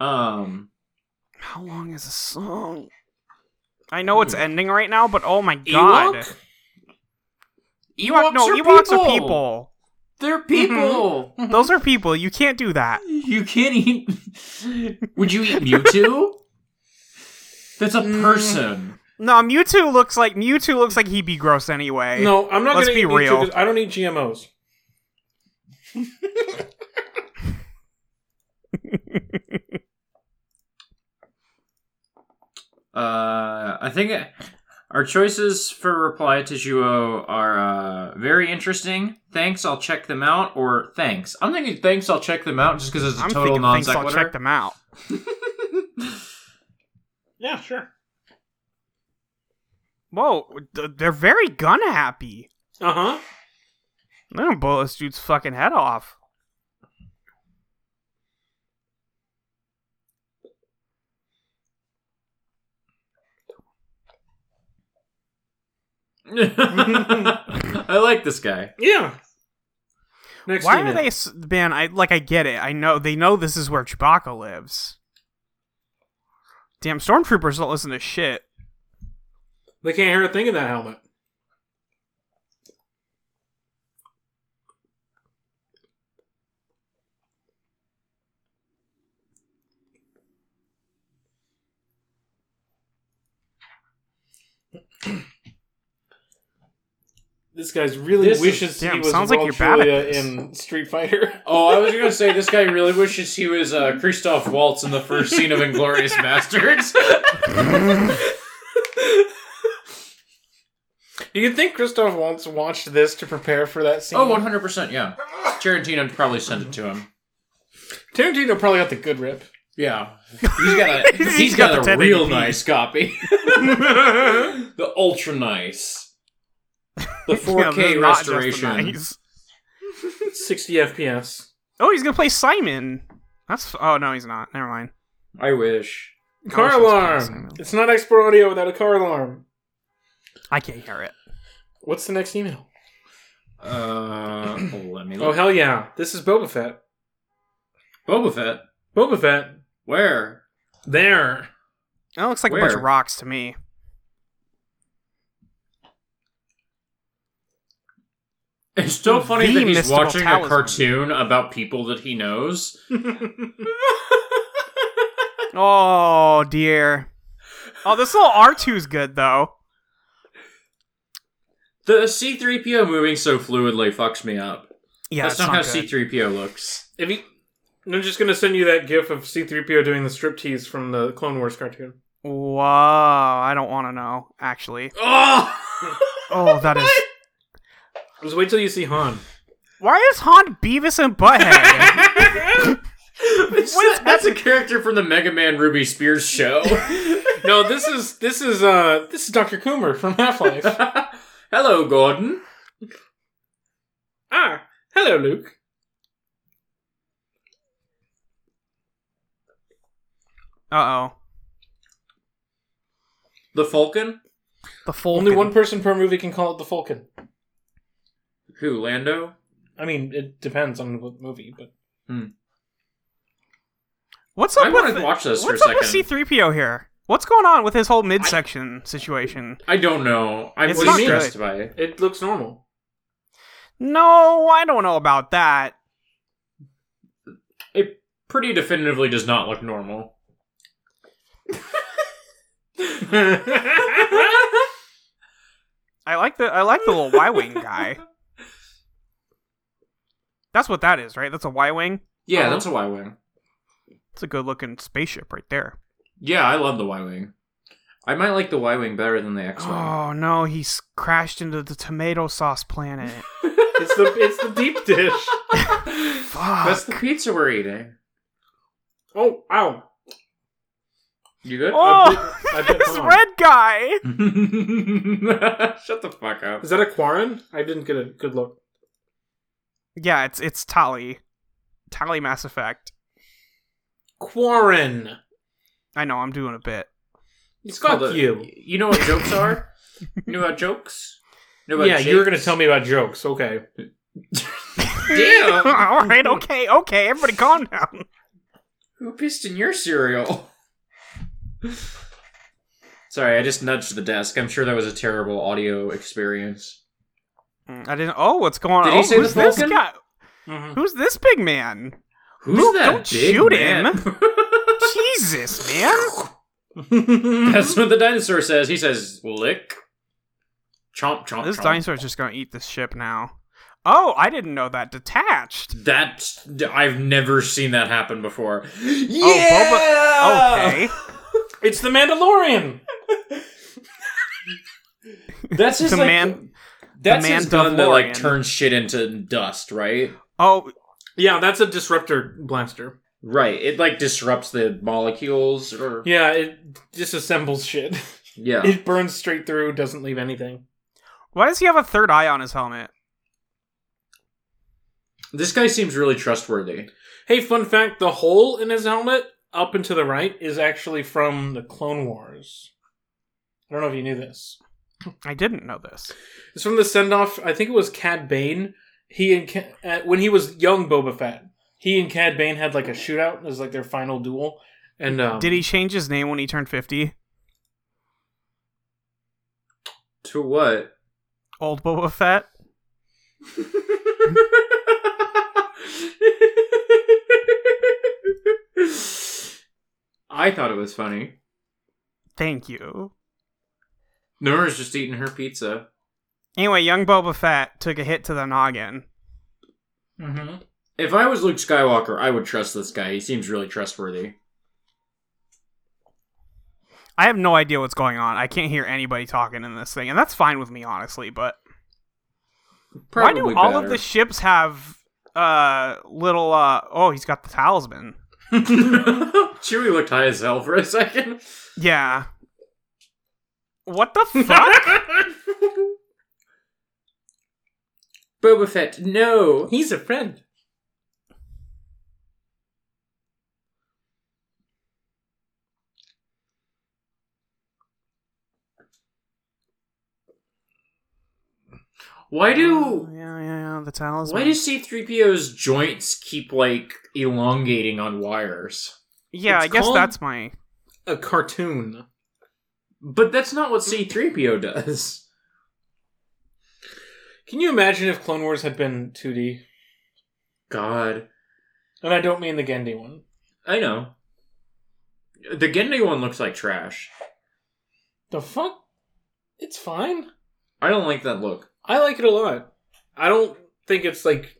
S4: Um.
S6: How long is this song? I know it's ending right now, but oh my god.
S5: Ewok?
S6: Ewok- no, Ewoks are people.
S4: They're people.
S6: Those are people. You can't do that.
S4: You can't eat. Would you eat Mewtwo? That's a
S5: Mm.
S4: person.
S6: No, Mewtwo looks like Mewtwo looks like he'd be gross anyway.
S5: No, I'm not
S6: Let's
S5: gonna
S6: be
S5: eat meat
S6: real.
S5: too, 'cause I don't eat GMOs.
S4: Uh, I think our choices for reply to Juo are uh, very interesting. Thanks, I'll check them out, or thanks. I'm thinking thanks, I'll check them out, just because it's a
S6: I'm
S4: total
S6: thinking
S4: non
S6: things I'll check
S4: sequitur.
S6: them out.
S5: Yeah, sure.
S6: Whoa, th- they're very gun happy.
S5: Uh huh.
S6: They're gonna blow this dude's fucking head off.
S4: I like this guy.
S5: Yeah. Next
S6: Why are
S5: email.
S6: they, s- man? I like, I get it. I know they know this is where Chewbacca lives. Damn, stormtroopers don't listen to shit.
S5: They can't hear a thing in that helmet. This guy's really
S4: This is-
S5: wishes
S6: damn,
S5: he was
S6: sounds like
S5: Raul
S6: you're bad at
S5: Julia
S6: this.
S5: in Street Fighter.
S4: Oh, I was gonna say this guy really wishes he was uh, Christoph Waltz in the first scene of Inglorious Bastards.
S5: Do you think Christoph Waltz watched this to prepare for that scene?
S4: oh, one hundred percent, yeah. Tarantino probably sent it to him.
S5: Tarantino probably got the good rip.
S4: Yeah, he's got a he's
S6: He's
S4: got,
S6: got the
S4: a real
S6: 1080p.
S4: nice copy, the ultra nice, the
S6: Yeah,
S4: 4K
S6: they're not just the
S4: restoration.
S6: knives.
S5: 60 FPS.
S6: Oh, he's gonna play Simon. That's oh no, he's not. Never mind.
S4: I wish.
S5: Car
S6: it's
S5: alarm!
S6: passing.
S5: It's not expert audio without a car alarm.
S6: I can't hear it.
S5: What's the next email?
S4: Uh, let me
S5: Oh,
S4: look.
S5: hell yeah. This is Boba Fett.
S4: Boba Fett.
S5: Boba Fett.
S4: Where?
S5: There.
S6: That looks like a bunch
S4: Where?
S6: of rocks to me.
S4: It's still funny
S6: The
S4: that he's
S6: mystical
S4: watching
S6: talisman.
S4: a cartoon about people that he knows.
S6: Oh dear. Oh, this little R 2s good though.
S4: The C3PO moving so fluidly fucks me up.
S6: Yeah,
S4: That's
S6: it's
S4: not, how
S6: good.
S4: C3PO looks.
S5: If he, I'm just gonna send you that gif of C-3PO doing the striptease from the Clone Wars cartoon.
S6: Whoa, I don't want to know. Actually,
S4: Oh!
S6: oh, that is.
S5: Just wait till you see Han.
S6: Why is Han Beavis and Butthead?
S4: that's a character from the Mega Man Ruby Spears show.
S5: No, this is this is uh this is Dr. Coomer from Half-Life.
S4: Hello, Gordon.
S5: ah, hello, Luke.
S6: uh oh,
S4: The Falcon?
S6: the full.
S5: Only one person per movie can call it the Falcon.
S4: Who, Lando?
S5: I mean, it depends on what movie, but
S6: What's up
S4: I
S6: with
S4: wanna watch this for
S6: What's
S4: a
S6: up with C
S4: second.
S6: three PO here? What's going on with his whole midsection situation?
S4: I don't know. I
S6: It's
S4: was
S6: not
S4: stressed by it.
S5: it looks normal.
S6: No, I don't know about that.
S4: It pretty definitively does not look normal.
S6: I like the I like the little Y wing guy. That's what that is, right? That's a Y wing.
S4: Yeah,
S5: Uh-huh.
S4: that's a Y Wing.
S6: It's a good looking spaceship right there.
S4: Yeah, I love the Y Wing. I might like the Y Wing better than the X
S5: Ah.
S4: Wing.
S6: Oh no, he's crashed into the tomato sauce planet.
S5: It's the it's the deep dish.
S6: Fuck.
S4: That's the pizza we're eating.
S5: Oh, ow.
S4: You good? Uh,
S6: oh,
S5: I bit- I bit
S6: this
S5: someone.
S6: red guy.
S4: Shut the fuck up.
S5: Is that a Quarren? I didn't get a good look.
S6: Yeah, it's it's Tali, Tali Mass Effect.
S5: Quarren.
S6: I know, I'm doing a bit.
S4: It's
S5: Fuck
S4: called a-
S5: you.
S4: You know what jokes are? you know about jokes? You know about
S5: yeah, you were gonna
S4: jakes?
S5: tell me about jokes. Okay.
S4: Damn!
S6: All right, okay, okay. Everybody, calm down.
S4: Who pissed in your cereal? Sorry, I just nudged the desk. I'm sure that was a terrible audio experience.
S6: I didn't. Oh, what's going on?
S4: Hmm. Did he
S6: oh,
S4: say the Mm-hmm.
S6: who's this
S4: Vulcan?
S6: guy?
S5: Mhm.
S6: Who's this big man?
S4: Who's
S6: Luke,
S4: that
S6: don't
S4: big
S6: shoot
S4: man?
S6: Jesus, man.
S4: That's what the dinosaur says. He says, lick. Chomp, chomp,
S6: This
S4: chomp.
S6: dinosaur's just gonna eat this ship now. Oh, I didn't know that. Detached.
S4: That's I've never seen that happen before. Yeah.
S6: Oh, Boba. Okay.
S5: It's the Mandalorian.
S4: That's his
S6: The
S4: like,
S6: man-
S4: That's
S6: the
S4: his gun that like
S6: Mandalorian.
S4: turns shit into dust, right?
S6: Oh,
S5: Yeah, that's a disruptor blaster.
S4: Right. It like disrupts the molecules or yeah.
S5: Yeah, it disassembles shit. It burns straight through, doesn't leave anything.
S6: why does he have a third eye on his helmet?
S4: This guy seems really trustworthy.
S5: Hey, fun fact the hole in his helmet up and to the right is actually from the Clone Wars. I don't know if you knew this.
S6: I didn't know this.
S5: It's from the send off, I think it was Cad Bane. He and Ca- uh, when he was young Boba Fett, he and Cad Bane had like a shootout. It was like their final duel. And um,
S6: Did he change his name when he turned 50?
S4: To what?
S6: Old Boba Fett?
S4: I thought it was funny.
S6: Thank you.
S4: Nora's just eating her pizza.
S6: Anyway, young Boba Fett took a hit to the noggin.
S5: Mhm.
S4: If I was Luke Skywalker, I would trust this guy. He seems really trustworthy.
S6: I have no idea what's going on. I can't hear anybody talking in this thing, and that's fine with me, honestly. But
S4: Probably
S6: why do all of
S4: better.
S6: the ships have uh little uh? Oh, he's got the talisman.
S4: Chewie looked high as hell for a second.
S6: Yeah. What the fuck?
S4: Boba Fett, no.
S7: He's a friend.
S4: Why do
S6: Yeah, yeah, yeah. The talisman.
S4: why do C3PO's joints keep like elongating on wires?
S6: yeah, I
S7: it's
S6: guess
S7: called-
S6: that's my.
S7: A cartoon.
S4: But that's not what C3PO does.
S5: Can you imagine if Clone Wars had been 2D?
S4: God,
S5: And I don't mean the Gendy one.
S4: I know. The Gendy one looks like trash.
S5: The fuck? It's fine.
S4: I don't like that look.
S5: I like it a lot. I don't think it's like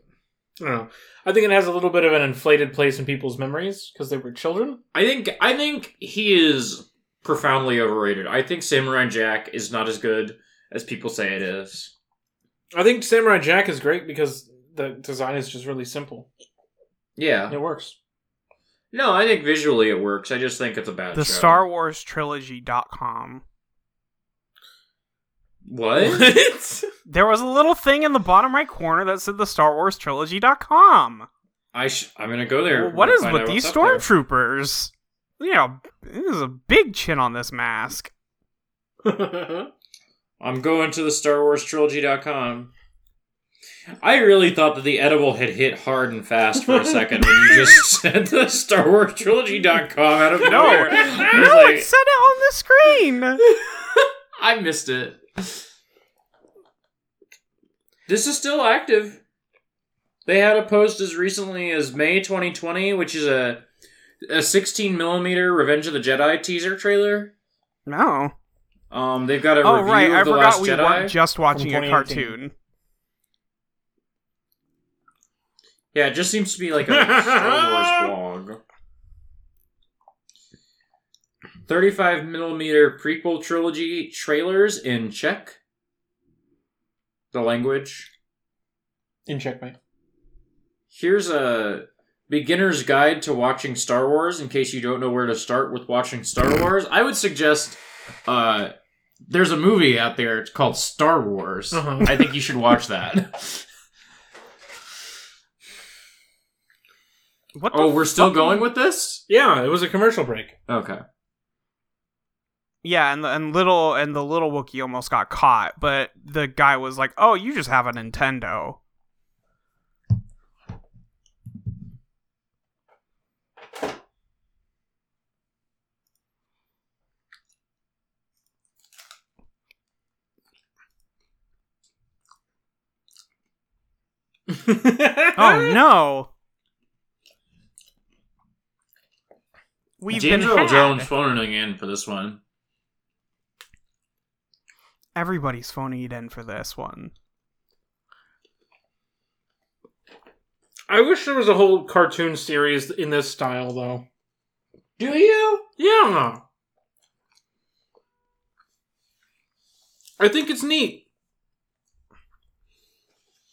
S5: I don't know. I think it has a little bit of an inflated place in people's memories because they were children.
S4: I think I think he is profoundly overrated. I think Samurai Jack is not as good as people say it is.
S5: I think Samurai Jack is great because the design is just really simple.
S4: Yeah.
S5: It works.
S4: No, I think visually it works. I just think it's a bad
S6: The
S4: show.
S6: Star Wars Trilogy.com.
S4: What?
S6: There was a little thing in the bottom right corner that said the Star Wars Trilogy.com.
S4: I sh- I'm gonna go there.
S6: Well, what
S4: and
S6: is
S4: find
S6: with
S4: out
S6: these
S4: what's up there.
S6: stormtroopers? You know, there's a big chin on this mask.
S4: I'm going to the Star Wars Trilogy.com. I really thought that the edible had hit hard and fast for a second when you just said the Star Wars Trilogy.com out of nowhere. I was
S6: No,
S4: like,
S6: it said it on the screen.
S4: I missed it. This is still active. They had a post as recently as May 2020, which is a a 16 millimeter Revenge of the Jedi teaser trailer.
S6: No.
S4: Um, they've got a
S6: Oh
S4: review
S6: right,
S4: of
S6: I
S4: the
S6: forgot
S4: Last
S6: we
S4: Jedi.
S6: weren't just watching a
S5: 2018.
S6: cartoon.
S4: Yeah, it just seems to be like a Star Wars blog. 35 millimeter prequel trilogy trailers in Czech. The language.
S5: In checkmate.
S4: Here's a beginner's guide to watching Star Wars in case you don't know where to start with watching Star Wars. I would suggest uh there's a movie out there it's called Star Wars.
S5: Uh-huh.
S4: I think you should watch that.
S6: What the
S4: oh, we're still going with this?
S5: Yeah, it was a commercial break.
S4: Okay.
S6: Yeah, and the, and little and the little Wookiee almost got caught, but the guy was like, "Oh, you just have a Nintendo." Oh no. We've
S4: James
S6: been
S4: Earl
S6: had.
S4: Jones phoning in for this one.
S6: Everybody's phoning it in for this one.
S5: I wish there was a whole cartoon series in this style though.
S4: Do you?
S5: Yeah. I think it's neat.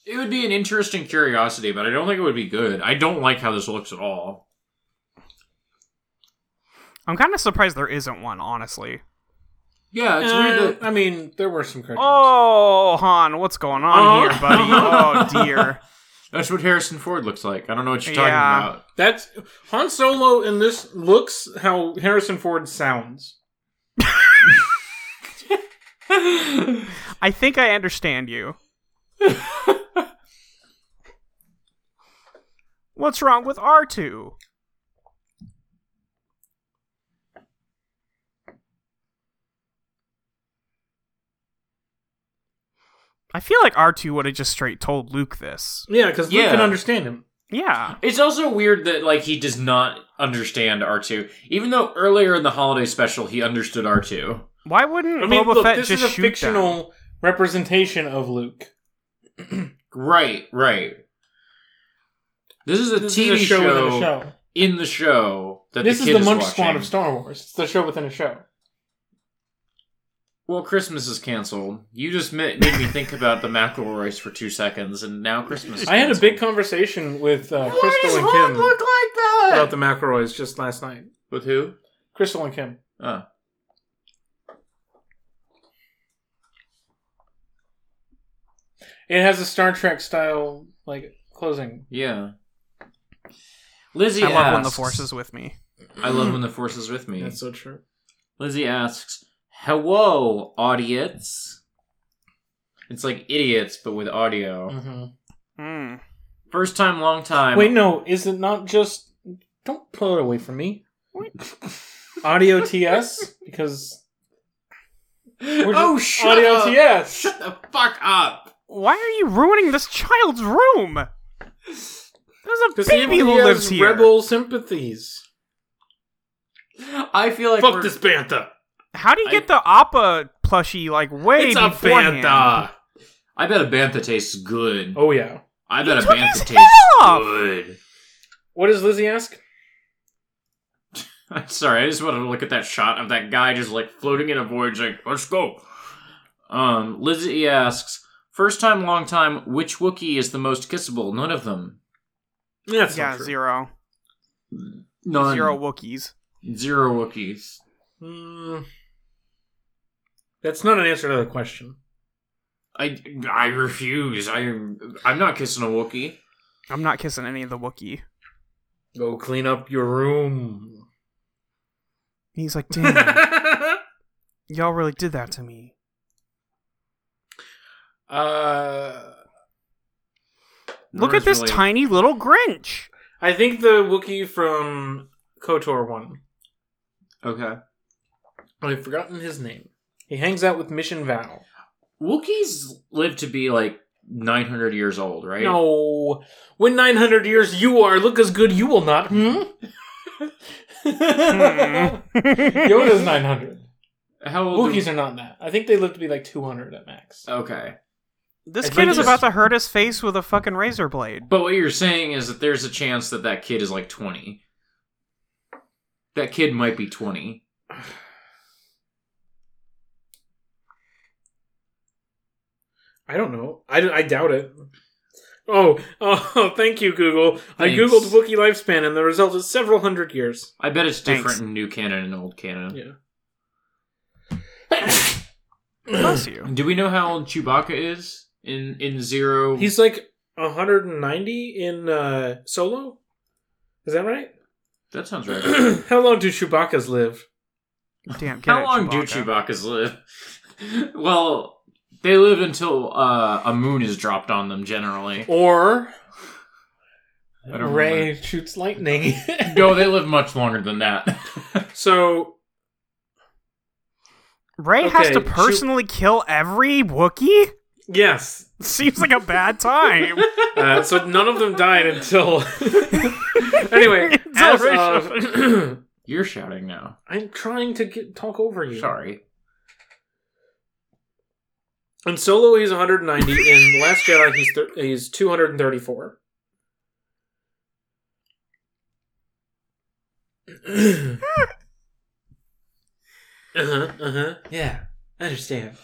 S4: It would be an interesting curiosity, but I don't think it would be good. I don't like how this looks at all.
S6: I'm kind of surprised there isn't one, honestly.
S4: Yeah, it's weird.
S5: Uh, I mean, there were some cartoons.
S6: Oh, Han, what's going on
S5: Oh.
S6: here, buddy? Oh dear.
S4: that's what Harrison Ford looks like. I don't know what you're
S6: Yeah.
S4: talking about.
S5: That's Han Solo in this looks how Harrison Ford sounds.
S6: I think I understand you. What's wrong with R2? I feel like R2 would have just straight told Luke this.
S5: Yeah, because Luke
S4: Yeah.
S5: can understand him.
S6: Yeah.
S4: It's also weird that like he does not understand R two, even though earlier in the holiday special he understood R two.
S6: Why wouldn't
S5: I mean,
S6: Boba
S5: look,
S6: Fett
S5: this
S6: just
S5: is a
S6: shoot them?
S5: fictional representation of Luke.
S4: Right, right. This is a
S5: This
S4: TV
S5: is a show,
S4: show,
S5: within a show.
S4: in the show that
S5: This
S4: the
S5: is
S4: kid
S5: the Munch
S4: watching.
S5: Squad of Star Wars. It's the show within a show.
S4: Well, Christmas is canceled. You just ma- made me think about the McElroys for two seconds, and now Christmas. Is
S5: I had a
S4: canceled.
S5: big conversation with uh, Crystal and Kim
S4: like that?
S5: about the McElroys just last night.
S4: With who?
S5: Crystal and Kim.
S4: Oh.
S5: It has a Star Trek style like closing.
S4: Yeah. Lizzie
S6: I love when the
S4: asks-
S6: force is with me.
S4: I love when the force is with me.
S5: That's so true.
S4: Lizzie asks, "Hello, audience." It's like idiots, but with audio.
S5: Mhm.
S6: Mm.
S4: First time, long time.
S5: Wait, no, is it not just? Don't pull it away from me. Audio TS because we're
S4: oh,
S5: just-
S4: shut
S5: Audio
S4: up!
S5: TS.
S4: Shut the fuck up!
S6: Why are you ruining this child's room? There's a
S5: Because
S6: baby who lives here.
S5: rebel sympathies.
S4: I feel like
S5: Fuck
S4: we're-
S5: this bantha.
S6: How do you
S4: I-
S6: get the Appa plushie like way
S5: It's a
S6: beforehand?
S5: bantha.
S4: I bet a bantha tastes good.
S5: Oh yeah.
S4: I bet a
S6: took
S4: bantha
S6: his
S4: tastes
S6: head off!
S4: good.
S5: What does Lizzie ask?
S4: I'm sorry, I just wanted to look at that shot of that guy just like floating in a void, like, let's go. Um, Lizzie asks, first time, long time, which Wookiee is the most kissable? None of them.
S5: That's
S6: yeah,
S5: not true.
S6: zero.
S4: None.
S6: Zero Wookiees.
S4: Zero Wookiees.
S5: Mm. that's not an answer to the question.
S4: I, I refuse. I, I'm not kissing a Wookiee.
S6: I'm not kissing any of the Wookiee.
S5: Go clean up your room.
S6: He's like, damn, y'all really did that to me.
S5: uh,
S6: Look at this
S4: really-
S6: tiny little Grinch.
S5: I think the Wookiee from KOTOR one.
S4: Okay.
S5: I've forgotten his name. He hangs out with Mission Val.
S4: Wookiees live to be like 900 years old, right?
S5: No. When 900 years you are, look as good you will not. Hmm? Yoda's 900.
S4: How old
S5: Wookiees are not that. I think they live to be like 200 at max.
S4: Okay.
S6: This
S5: I
S6: kid
S5: think
S6: is
S5: it's-
S6: about to hurt his face with a fucking razor blade.
S4: But what you're saying is that there's a chance that that kid is like 20. That kid might be 20.
S5: I don't know. I, I doubt it. Oh, oh, thank you, Google. I
S4: Thanks.
S5: googled Wookiee lifespan, and the result is several hundred years.
S4: I bet it's different
S6: Thanks.
S4: in new canon and old canon.
S5: Yeah.
S6: Bless you.
S4: Do we know how old Chewbacca is in in Zero?
S5: He's like 190 in uh, Solo? Is that right?
S4: that sounds right.
S5: How long do Chewbacca's live?
S6: Damn, get
S4: how
S6: it,
S4: long
S6: Chewbacca.
S4: do Chewbacca's live? well, they live until uh, a moon is dropped on them. Generally,
S5: Or
S4: I don't
S5: Ray shoots lightning.
S4: remember. No, they live much longer than that.
S5: so
S6: Ray has
S5: Okay,
S6: to
S5: Chew-
S6: personally kill every Wookiee?
S5: yes,
S6: Seems like a bad time.
S5: uh, so none of them died until. anyway,
S6: It's
S5: as
S6: already
S5: of-
S4: You're shouting now.
S5: I'm trying to get, talk over you.
S4: Sorry.
S5: In Solo, he's 190. In Last Jedi, he's thir- he's 234. uh huh. Uh huh. Yeah, I understand.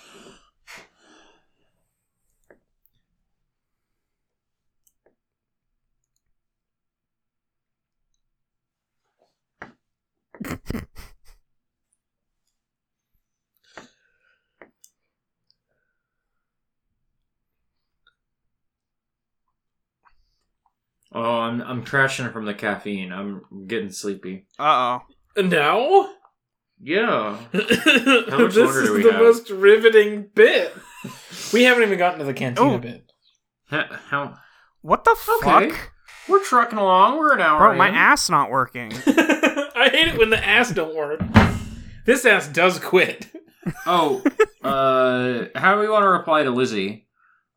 S4: Oh, I'm I'm crashing from the caffeine. I'm getting sleepy.
S6: Uh oh.
S5: Now.
S4: Yeah. How much
S5: this
S4: longer
S5: is
S4: do we
S5: the
S4: have?
S5: most riveting bit. We haven't even gotten to the cantina
S6: Oh.
S5: bit.
S4: Ha- How,
S6: What the
S4: Okay.
S6: fuck?
S4: we're trucking along. We're an hour.
S6: Bro, my
S4: in.
S6: ass not working.
S5: I hate it when the ass don't work. This ass does quit.
S4: Oh, uh, how do we want to reply to Lizzie?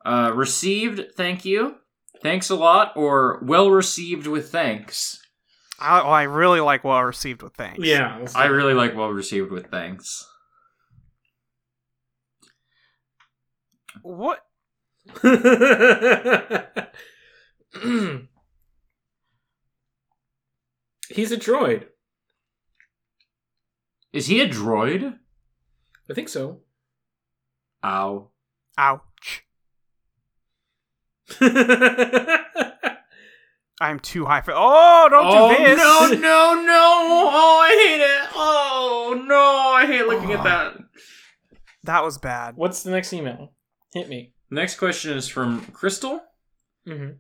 S4: Uh, received, thank you, thanks a lot, or well received with thanks.
S6: I, oh, I really like well received with thanks.
S5: Yeah,
S4: I really like well received with thanks.
S6: What?
S5: He's a droid.
S4: Is he a droid?
S5: I think so.
S4: Ow.
S6: Ouch.
S5: That's
S6: I'm too high for. Oh, don't
S4: oh
S6: do this.
S4: no no no! Oh, I hate it. Oh Uh, no, I hate looking at that.
S6: That was bad.
S5: What's the next email? Hit me.
S4: Next question is from Crystal.
S5: Mhm.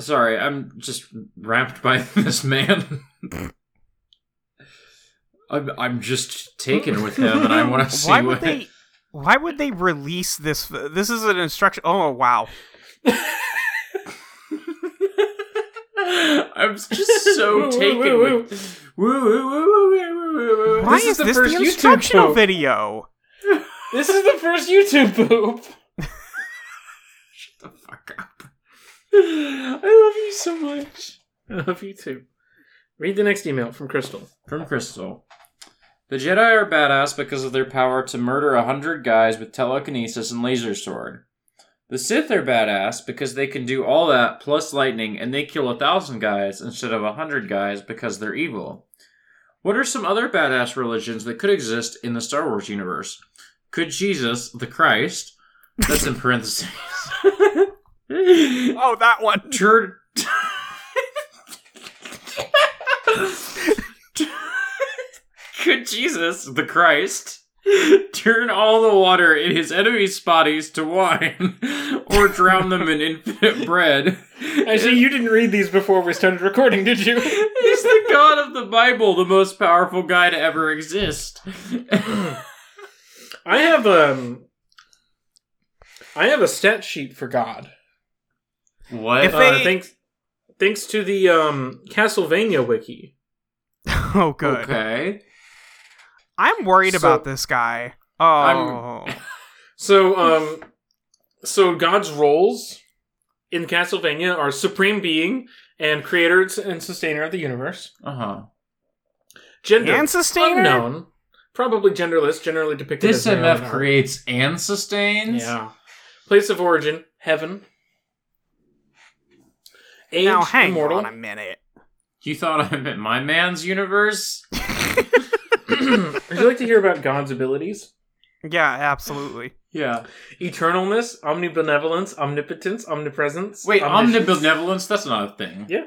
S4: Sorry, I'm just wrapped by this man. I'm, I'm just taken with him, and I want to see
S6: why would
S4: what.
S6: they? Why would they release this? This is an instruction. Oh wow!
S4: I'm just so taken. with- Woo, woo, woo, woo, woo, woo, woo, woo.
S6: Why
S5: This is
S6: is
S5: the
S6: this
S5: first
S6: the
S5: YouTube
S6: instructional
S5: quote.
S6: video?
S5: This is the first YouTube poop.
S4: the fuck up.
S5: I love you so much. I love you too. Read the next email from Crystal.
S4: From Crystal. The Jedi are badass because of their power to murder a hundred guys with telekinesis and laser sword. The Sith are badass because they can do all that plus lightning and they kill a thousand guys instead of a hundred guys because they're evil. What are some other badass religions that could exist in the Star Wars universe? Could Jesus, the Christ, that's in parentheses,
S6: Oh, that one.
S4: turn. Could Jesus, the Christ, turn all the water in his enemies' bodies to wine, or drown them in infinite bread?
S5: Actually, you didn't read these before we started recording, did you?
S4: Is the God of the Bible the most powerful guy to ever exist?
S5: I have um, I have a stat sheet for God.
S4: What?
S6: If
S5: Uh,
S6: They-
S5: thanks, thanks to the um, Castlevania wiki.
S6: Oh, good.
S4: Okay.
S6: I'm worried
S5: So-
S6: about this guy. Oh,
S5: So, um, so God's roles in Castlevania are supreme being and creator and sustainer of the universe.
S4: Uh huh.
S5: Gender
S6: and sustainer.
S5: unknown, probably genderless, generally depicted
S4: This
S5: as male in
S4: MF
S5: art.
S4: creates and sustains.
S5: Yeah. Place of origin, heaven. Age,
S6: Now hang
S5: immortal.
S6: on a minute.
S4: You thought I meant my man's universe?
S5: Would you like to hear about God's abilities?
S6: Yeah, absolutely.
S4: Yeah.
S5: Eternalness, omnibenevolence, omnipotence, omnipresence.
S4: Wait,
S5: omniscience.
S4: omnibenevolence? That's not a thing.
S5: Yeah.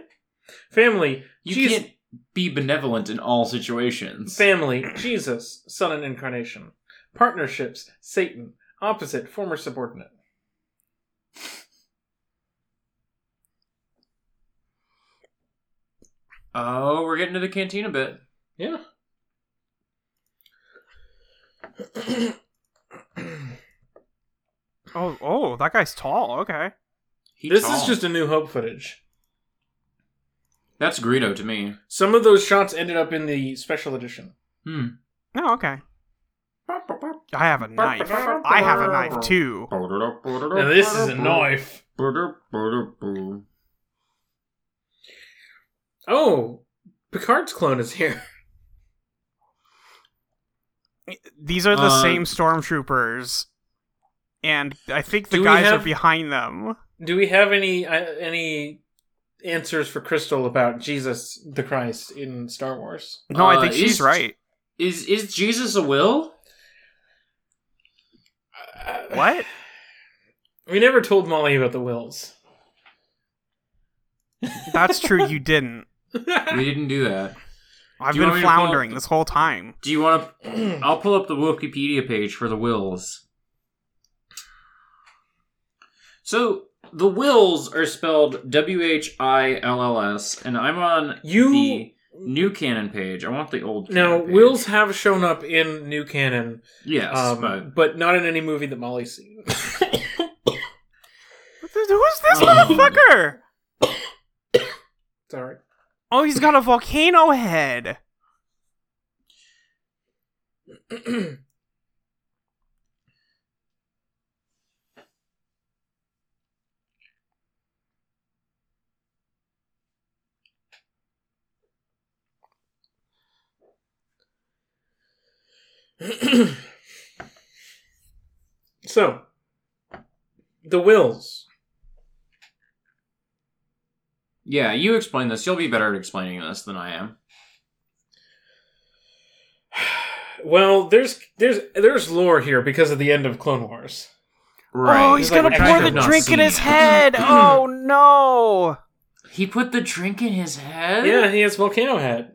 S5: Family.
S4: You
S5: Jesus-
S4: can't be benevolent in all situations.
S5: Family, Jesus, Son and Incarnation. Partnerships, Satan, opposite, former subordinate.
S4: oh, we're getting to the canteen a bit.
S5: Yeah.
S6: Oh, oh, that guy's tall. Okay.
S4: He
S5: this is
S4: tall.
S5: just a New Hope footage.
S4: that's Greedo to me.
S5: Some of those shots ended up in the special edition.
S4: Hmm.
S6: No, Oh, okay. I have a knife. I have a knife too.
S5: Now this is a knife. Oh, Picard's clone is here.
S6: These are the
S4: Uh,
S6: same stormtroopers, and I think the
S5: Do we
S6: guys
S5: have-
S6: are behind them.
S5: Do we have any uh, any answers for Crystal about Jesus the Christ in Star Wars?
S6: No, I
S4: Uh,
S6: think she's
S4: is-
S6: right.
S4: Is is Jesus a will?
S6: What?
S5: We never told Molly about the wills.
S6: That's true. You didn't.
S4: We didn't do that.
S6: I've
S4: Do you want
S6: been
S4: me to pull up
S6: floundering
S4: the-
S6: this whole time.
S4: Do you want to? I'll pull up the Wikipedia page for the wills. So the wills are spelled W H I L L S, and I'm on
S5: You-
S4: the new canon page. I want the old.
S5: Now,
S4: canon page.
S5: wills have shown up in new canon,
S4: Yes,
S5: um,
S4: but
S5: but... not in any movie that Molly's seen.
S6: Who's this
S4: Um.
S6: motherfucker?
S5: Sorry.
S6: Oh, he's got a volcano head.
S5: so, the wills.
S4: yeah, you explain this. You'll be better at explaining this than I am.
S5: Well, there's there's there's lore here because of the end of Clone Wars.
S6: Oh, he's
S5: He's like,
S6: gonna
S5: "I
S6: pour
S5: have
S6: the
S5: not
S6: drink
S4: seen
S6: in his
S4: it."
S6: head. oh no!
S4: He put the drink in his head.
S5: Yeah, he has volcano head.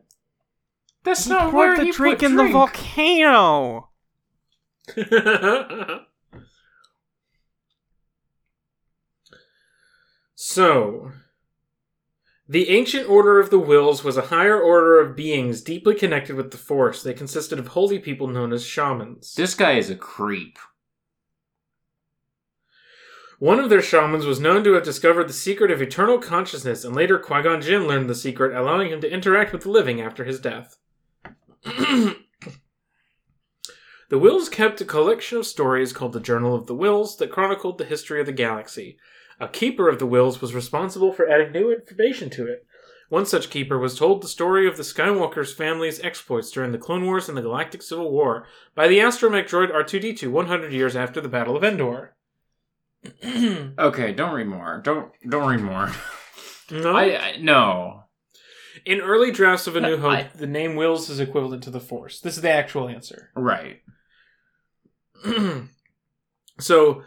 S4: that's
S6: He
S4: not
S6: poured
S4: where
S6: the
S4: he
S6: drink
S4: put
S6: in the
S4: drink.
S6: volcano.
S5: So, the ancient order of the Wills was a higher order of beings deeply connected with the Force. They consisted of holy people known as shamans.
S4: This guy is a creep.
S5: One of their shamans was known to have discovered the secret of eternal consciousness, and later Qui Gon Jinn learned the secret, allowing him to interact with the living after his death. the Wills kept a collection of stories called the Journal of the Wills that chronicled the history of the galaxy. A keeper of the Wills was responsible for adding new information to it. One such keeper was told the story of the Skywalker's family's exploits during the Clone Wars and the Galactic Civil War by the astromech droid R2D2 100 years after the Battle of Endor.
S4: Okay, don't read more. Don't don't read more.
S5: No?
S4: I, I no.
S5: In early drafts of A New Hope,
S4: I-
S5: the name Wills is equivalent to the Force. This is the actual answer.
S4: Right.
S5: so,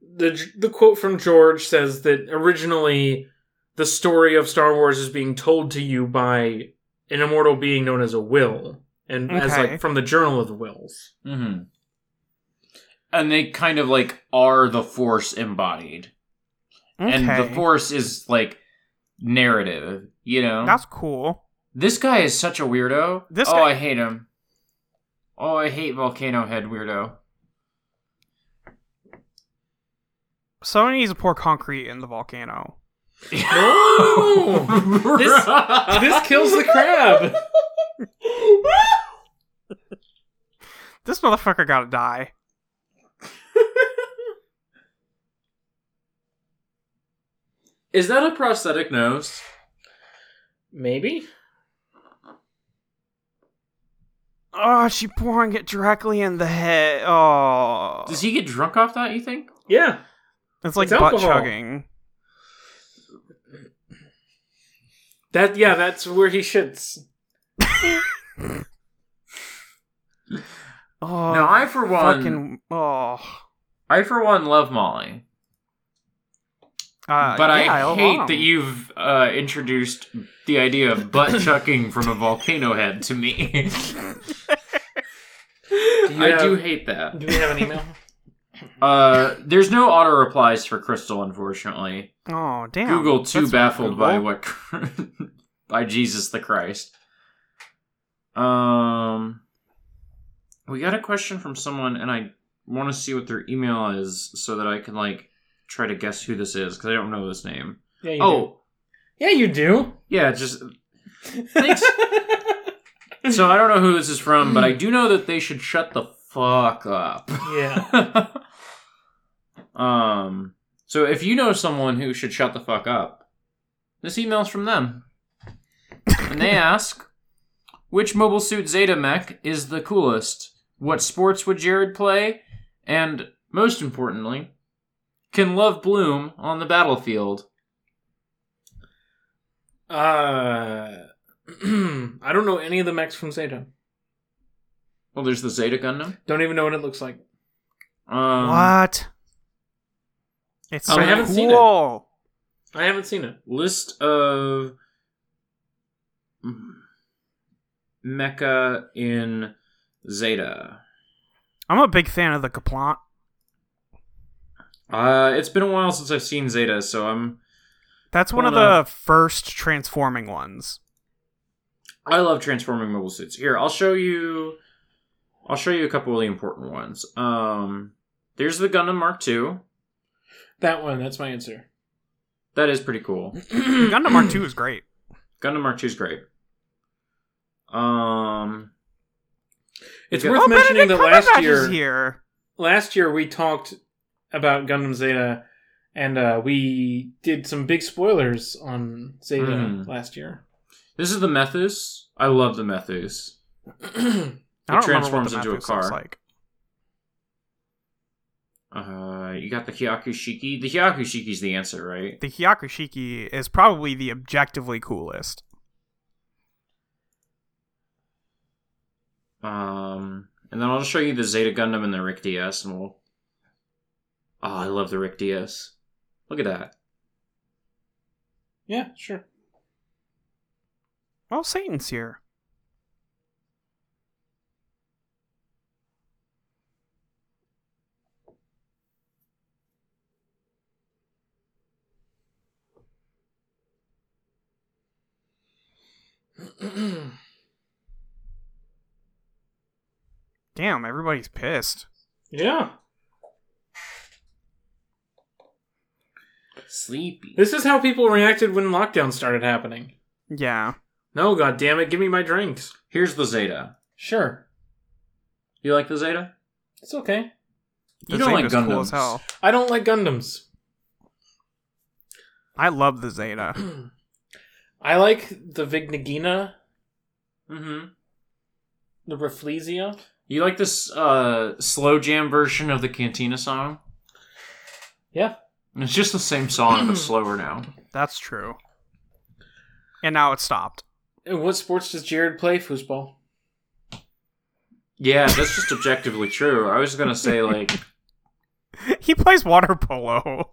S5: the the quote from George says that originally the story of Star Wars is being told to you by an immortal being known as a Will, and as
S6: Okay.
S5: like from the Journal of the Wills.
S4: Mm-hmm. And they kind of like are the force embodied.
S6: Okay.
S4: And the force is like narrative, you know?
S6: That's cool.
S4: This guy is such a weirdo.
S6: This
S4: oh,
S6: guy-
S4: I hate him. Oh, I hate Volcano Head weirdo.
S6: Someone needs to pour concrete in the volcano.
S5: No, this this kills the crab.
S6: This motherfucker gotta die.
S4: Is that a prosthetic nose?
S5: Maybe
S6: Oh, she pouring it directly in the head. Oh,
S4: Does he get drunk off that, you think?
S5: yeah.
S6: it's like
S5: It's
S6: butt
S5: alcohol.
S6: chugging.
S5: That yeah, that's where he shits.
S6: Oh,
S4: no, I for one
S6: fucking. Oh,
S4: I for one love Molly.
S6: Uh,
S4: But
S6: yeah,
S4: I hate
S6: love
S4: that
S6: him.
S4: you've uh, introduced the idea of butt chucking from a volcano head to me. I
S5: have-
S4: do hate that.
S5: Do we have an email?
S4: Uh, there's no auto replies for Crystal, unfortunately.
S6: Oh damn!
S4: Google too
S6: That's
S4: baffled by
S6: Google.
S4: what by Jesus the Christ. Um, we got a question from someone, and I want to see what their email is so that I can like try to guess who this is because I don't know this name.
S5: Yeah, you
S4: Oh,
S5: do. yeah, you do.
S4: Yeah, just thanks. so I don't know who this is from, but I do know that they should shut the fuck up.
S5: Yeah.
S4: um. So if you know someone who should shut the fuck up, this email's from them, and they ask, "Which mobile suit Zeta mech is the coolest? What sports would Jared play? And most importantly, can love bloom on the battlefield?"
S5: Uh, I don't know any of the mechs from Zeta.
S4: Well, there's the Zeta Gundam.
S5: Don't even know what it looks like.
S4: Um,
S6: What? It's
S4: Um,
S6: so
S4: I haven't
S6: cool.
S4: seen
S5: I haven't seen it.
S4: list of mm, mecha in Zeta.
S6: I'm a big fan of the Kaplant.
S4: Uh, it's been a while since I've seen Zeta, so I'm
S6: That's one
S4: Wanna-
S6: of the first transforming ones.
S4: I love transforming mobile suits. Here, I'll show you. I'll show you a couple of the important ones. Um, there's the Gundam Mark II.
S5: That one. That's my answer.
S4: That is pretty cool.
S6: Gundam Mark II is great.
S4: Gundam Mark II is great. Um,
S5: It's
S4: Yeah.
S5: worth
S6: oh,
S5: mentioning that
S6: Benedict
S5: last
S6: Cumberbatch
S5: year,
S6: is here.
S5: last year we talked about Gundam Zeta, and uh, we did some big spoilers on Zeta
S4: Mm.
S5: last year.
S4: this is the Methus. I love the Methus.
S6: I
S4: It
S6: don't
S4: transforms
S6: remember what the
S4: into a
S6: Mathis looks
S4: car.
S6: Like.
S4: Uh, you got the Hyakushiki. The Hyakushiki's the answer, right?
S6: The Hyakushiki is probably the objectively coolest.
S4: Um, and then I'll just show you the Zeta Gundam and the Rick DS, and we'll. Oh, I love the Rick DS. Look at that.
S5: Yeah, sure.
S6: Well, Satan's here. Damn, everybody's pissed.
S5: Yeah.
S4: Sleepy.
S5: This is how people reacted when lockdown started happening.
S6: Yeah.
S5: No, god damn it, give me my drinks.
S4: Here's the Zeta.
S5: Sure.
S4: You like the Zeta?
S5: It's okay.
S6: The
S4: you don't like
S6: Zeta's
S4: Gundams.
S6: cool as hell.
S5: I don't like Gundams.
S6: I love the Zeta.
S5: I like the Vignagina,
S4: Mm-hmm.
S5: the Rafflesia.
S4: You like this uh, slow jam version of the Cantina song?
S5: Yeah.
S4: And It's just the same song but slower now.
S6: That's true. And now it's stopped.
S5: And what sports does Jared play? Foosball.
S4: Yeah, that's just objectively true. I was gonna say like,
S6: He plays water polo.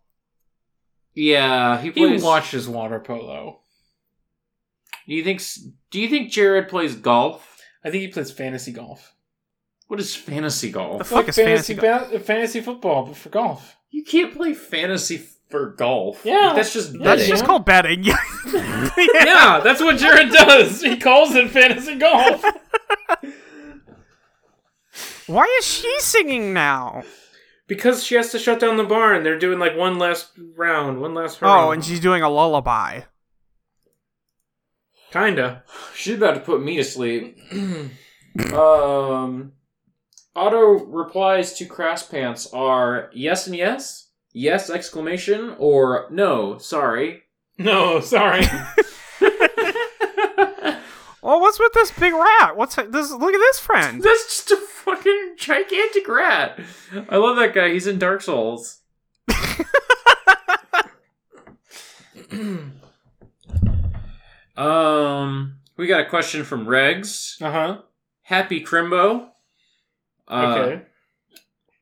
S4: yeah, he
S5: He
S4: plays.
S5: watches water polo.
S4: do you think? s- Do you think Jared plays golf?
S5: I think he plays fantasy golf.
S4: What is fantasy golf?
S6: The fuck is fantasy
S5: ba- fantasy football, but for golf.
S4: You can't play fantasy f- for golf.
S5: Yeah.
S4: that's just
S6: That's
S4: betting.
S6: just
S5: yeah.
S6: called betting. yeah.
S5: Yeah, that's what Jared does. He calls it fantasy golf.
S6: Why is she singing now?
S5: Because she has to shut down the bar and they're doing like one last round, one last hurrah.
S6: Oh, and she's doing a lullaby.
S5: kinda.
S4: She's about to put me to sleep. um, auto replies to Crass Pants are yes and yes, yes exclamation, or no, sorry.
S5: No, sorry.
S6: Well, Oh, what's with this big rat? What's this? Look at this friend.
S4: That's just a fucking gigantic rat. I love that guy. He's in Dark Souls. um, we got a question from Regs.
S5: Uh huh.
S4: Happy Crimbo. Uh,
S5: Okay.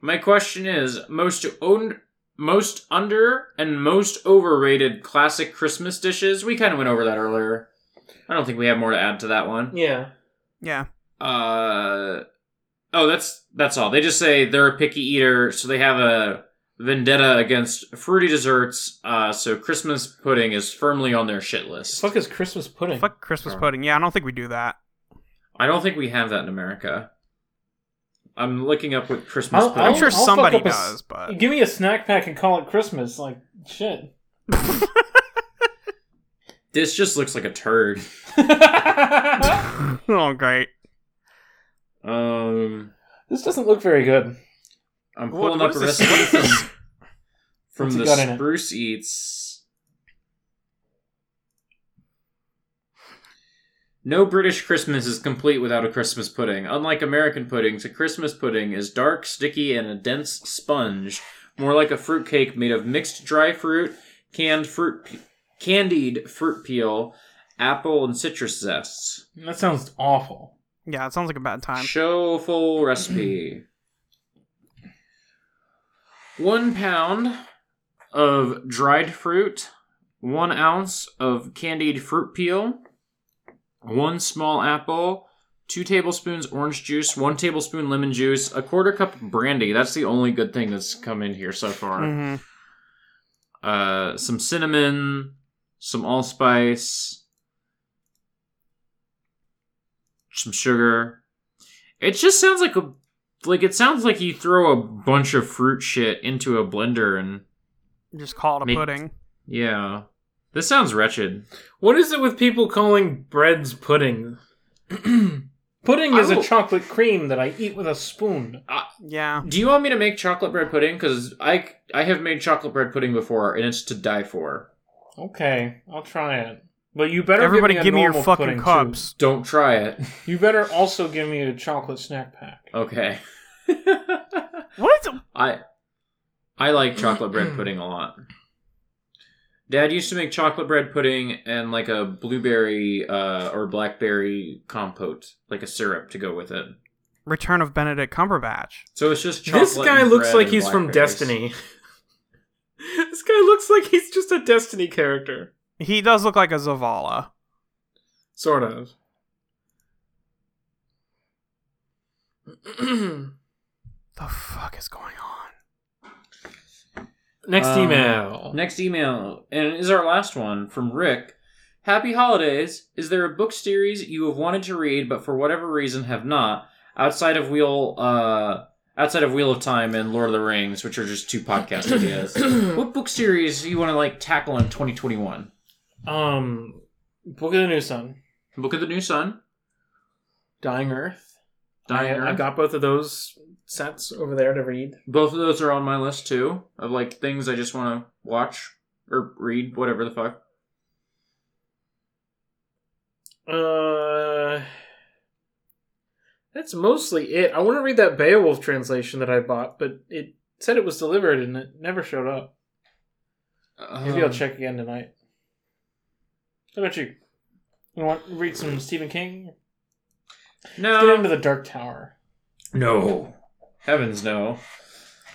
S4: My question is most owned, most under, and most overrated classic Christmas dishes. We kind of went over that earlier. I don't think we have more to add to that one.
S5: yeah.
S6: Yeah.
S4: Uh, oh, that's that's all. They just say they're a picky eater, so they have a vendetta against fruity desserts. Uh, so Christmas pudding is firmly on their shit list.
S5: Fuck is Christmas pudding?
S6: Fuck Christmas pudding. Yeah, I don't think we do that.
S4: I don't think we have that in America. I'm looking up what Christmas
S5: I'll-
S4: pudding.
S6: I'm
S5: I'll-
S6: sure
S5: I'll fuck
S6: somebody
S5: up a s-
S6: does, but
S5: Give me a snack pack and call it Christmas. Like shit.
S4: this just looks like a turd.
S5: this
S6: oh great.
S4: Um.
S5: doesn't look very good.
S4: I'm
S6: What-
S4: pulling
S6: what
S4: up a
S6: is
S4: recipe
S6: this?
S4: from, from
S5: What's it
S4: the
S5: got in it?
S4: Spruce Eats. No British Christmas is complete without a Christmas pudding. Unlike American puddings, a Christmas pudding is dark, sticky, and a dense sponge, more like a fruitcake made of mixed dry fruit, canned fruit, pe- candied fruit peel, apple, and citrus zests.
S5: That sounds awful.
S6: Yeah, it sounds like a bad time.
S4: Show full recipe. one pound of dried fruit, one ounce of candied fruit peel, one small apple, two tablespoons orange juice, one tablespoon lemon juice, a quarter cup of brandy. That's the only good thing that's come in here so far.
S6: hmm
S4: Uh, some cinnamon, some allspice, some sugar. It just sounds like a like it sounds like you throw a bunch of fruit shit into a blender and
S6: Just call it a
S4: Make-
S6: pudding.
S4: yeah. This sounds wretched.
S5: What is it with people calling breads pudding? pudding is
S4: I
S6: Oh.
S5: a
S4: will-
S5: chocolate cream that I eat with a spoon.
S6: Yeah.
S4: Do you want me to make chocolate bread pudding cuz I I have made chocolate bread pudding before and it's to die for.
S5: Okay, I'll try it. But you better
S6: Everybody,
S5: give me, a
S6: give me your
S5: normal pudding,
S6: fucking
S5: too.
S6: cups.
S4: Don't try it.
S5: You better also give me a chocolate snack pack.
S4: Okay.
S6: What? Is,
S4: I I like chocolate bread pudding a lot. Dad used to make chocolate bread pudding and like a blueberry uh, or blackberry compote, like a syrup to go with it.
S6: Return of Benedict Cumberbatch.
S4: So it's just chocolate.
S5: this guy
S4: and
S5: looks
S4: bread
S5: like
S4: and
S5: he's from
S4: blackberries.
S5: Destiny. this guy looks like he's just a Destiny character.
S6: He does look like a Zavala.
S5: Sort of.
S6: The fuck is going on?
S5: Next
S4: Um,
S5: email.
S4: Next email and it is our last one from Rick. Happy holidays. Is there a book series you have wanted to read but for whatever reason have not? outside of Wheel, uh, outside of Wheel of Time and Lord of the Rings, which are just two podcast ideas. what book series do you want to like tackle in 2021?
S5: Um, Book of the New Sun,
S4: Book of the New Sun,
S5: Dying Earth.
S4: Dying
S5: I, I
S4: Earth.
S5: got both of those sets over there to read.
S4: Both of those are on my list too of like things I just want to watch or read, whatever the fuck.
S5: Uh, that's mostly it. I want to read that Beowulf translation that I bought, but it said it was delivered and it never showed up. Maybe I'll
S4: Um,
S5: check again tonight. How about you? You want to read some Stephen King? Let's get
S4: No,
S5: into the Dark Tower.
S4: no, heavens no.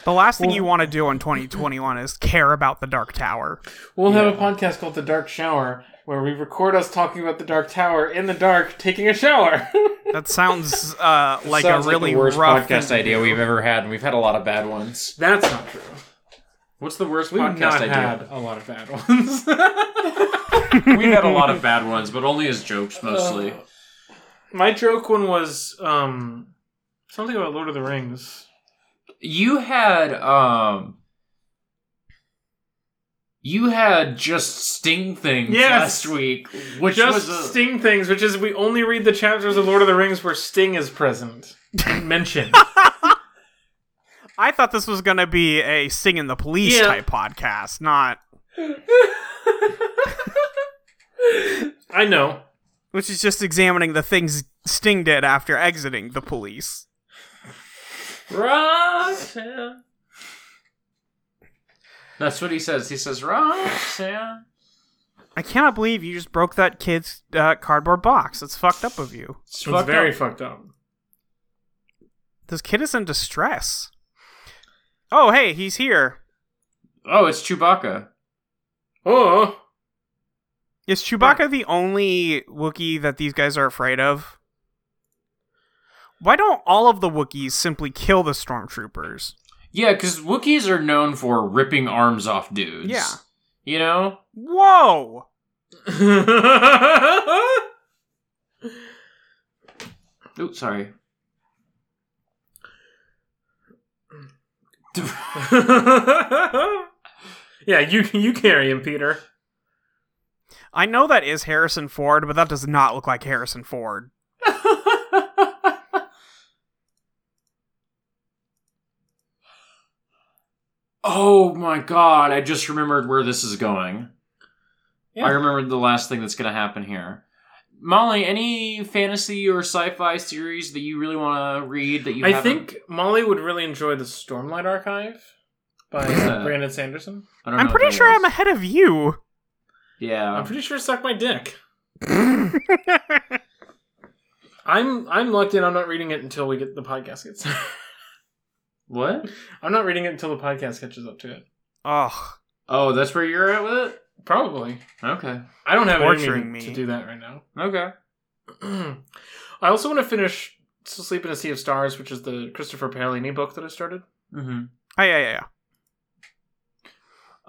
S6: The last thing you
S5: Well-
S6: want to do in 2021 is care about the Dark Tower.
S5: We'll have a
S4: Yeah.
S5: podcast called The Dark Shower where we record us talking about the Dark Tower in the dark, taking a shower.
S6: That sounds uh, like
S4: Sounds
S6: a really
S4: the worst
S6: rough thing
S4: podcast
S6: to
S4: idea
S6: do.
S4: we've ever had, and we've had a lot of bad ones.
S5: That's not true.
S4: What's the worst
S5: We've
S4: podcast
S5: not
S4: idea?
S5: had a lot of bad ones.
S4: We've had a lot of bad ones, but only as jokes mostly.
S5: My joke one was um, something about Lord of the Rings.
S4: you had um you had just sting things
S5: Yes.
S4: last week, which
S5: Just
S4: was a,
S5: Sting things, which is we only read the chapters of Lord of the Rings where Sting is present. Mentioned.
S6: I thought this was going to be a sing in the police
S5: Yeah.
S6: type podcast, not
S5: I know.
S6: which is just examining the things Sting did after exiting the police.
S4: Roxanne. That's what he says. He says Roxanne.
S6: I cannot believe you just broke that kid's uh, cardboard box. That's fucked up of you.
S5: It's,
S4: fucked
S5: very
S4: up.
S5: fucked up.
S6: This kid is in distress. Oh, hey, he's here.
S4: Oh, it's Chewbacca.
S5: Oh,
S6: Is Chewbacca the only Wookiee that these guys are afraid of? Why don't all of the Wookiees simply kill the stormtroopers?
S4: Yeah, because Wookiees are known for ripping arms off dudes.
S6: Yeah.
S4: You know?
S6: Whoa!
S4: Oops, sorry.
S5: yeah, you you carry him, Peter.
S6: I know that is Harrison Ford, but that does not look like Harrison Ford.
S4: Oh my god, I just remembered where this is going.
S5: Yeah.
S4: I remembered the last thing that's going to happen here. Molly, any fantasy or sci-fi series that you really want to read that you
S5: I
S4: haven't-
S5: think Molly would really enjoy the Stormlight Archive by uh,
S4: Yeah.
S5: Brandon Sanderson.
S4: I don't
S6: I'm
S4: know
S6: pretty
S4: what that
S6: sure
S4: is.
S6: I'm ahead of you.
S4: Yeah.
S5: I'm pretty sure suck my dick. I'm I'm locked in. I'm not reading it until we get the podcast gets.
S4: what?
S5: I'm not reading it until the podcast catches up to it.
S6: Ugh.
S4: Oh, that's where you're at with it?
S5: Probably.
S4: Okay.
S5: I don't have
S6: Torturing
S5: anything
S6: me.
S5: to do that right now.
S4: Okay.
S5: I also want to finish Sleep in a Sea of Stars, which is the Christopher Paolini book that I started.
S4: Mm-hmm.
S6: Oh, yeah, yeah,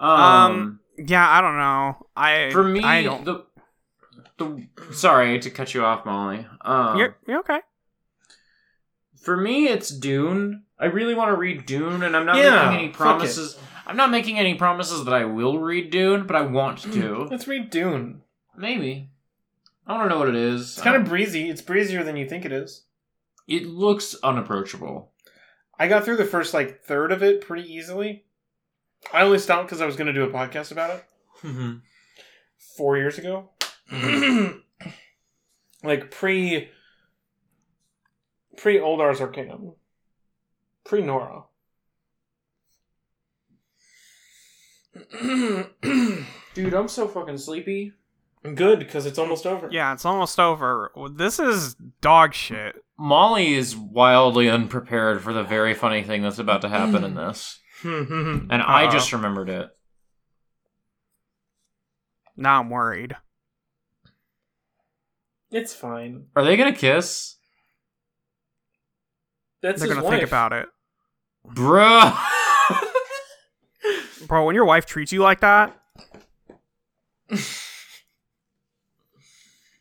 S6: yeah.
S4: Um,
S6: Um, Yeah, I don't know. I
S4: for me
S6: I don't.
S4: the the sorry to cut you off, Molly. Um
S6: You're, you're okay.
S4: For me, it's Dune. I really want to read Dune, and I'm not
S5: Yeah,
S4: making any
S5: fuck it.
S4: promises. I'm not making any promises that I will read Dune, but I want to.
S5: Let's read Dune.
S4: Maybe. I want to know what it is. Uh,
S5: It's kind
S6: Uh-huh.
S5: of breezy. It's breezier than you think it is.
S4: It looks unapproachable.
S5: I got through the first like third of it pretty easily. I only stopped because I was going to do a podcast about it Mm-hmm. four years ago, like pre pre old Ars Arcanum, pre Nora.
S4: Dude, I'm so fucking sleepy.
S5: Good because it's almost over.
S6: Yeah, it's almost over. This is dog shit.
S4: Molly is wildly unprepared for the very funny thing that's about to happen in this,
S6: Hmm,
S5: now
S4: and I
S6: Uh-oh.
S4: just remembered it.
S6: Now I'm worried.
S5: it's fine.
S4: Are they gonna kiss,
S5: That's
S6: They're
S5: his
S6: gonna
S5: wife.
S6: think about it,
S4: bro?
S6: bro. When your wife treats you like that,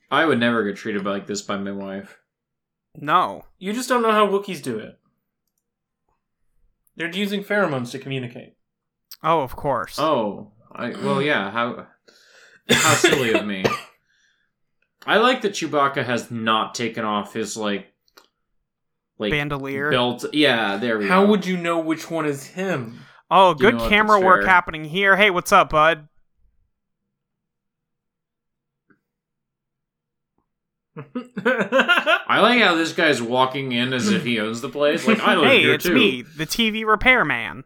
S4: I would never get treated like this by my wife.
S6: No.
S5: You just don't know how Wookiees do it. They're using pheromones to communicate.
S6: Oh, of course.
S4: Oh, I, well, yeah. How how silly of me. I like that Chewbacca has not taken off his like like
S6: Bandolier.
S4: belt. Yeah, there we
S5: How
S4: go.
S5: would you know which one is him?
S6: oh,
S4: you
S6: good
S4: know what,
S6: camera
S4: that's
S6: work
S4: fair.
S6: happening here. Hey, what's up, bud?
S4: I like how this guy's walking in as if he owns the place. Like I live
S6: hey,
S4: here
S6: it's
S4: too.
S6: me, the TV repair man.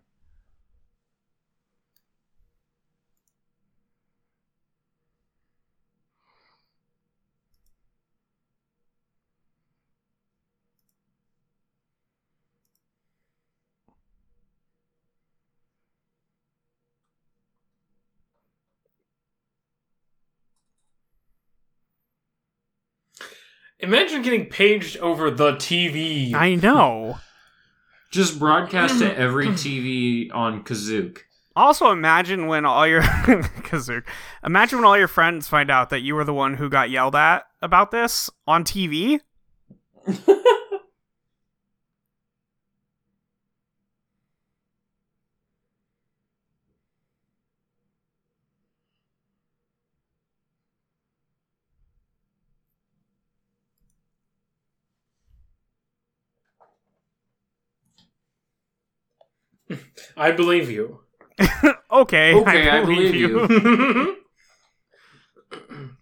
S5: Imagine getting paged over the TV.
S6: I know.
S4: Just broadcast to every TV on Kazook.
S6: Also, imagine when all your Kazook. Imagine when all your friends find out that you were the one who got yelled at about this on TV.
S5: I believe you.
S6: Okay,
S4: Okay, I believe you.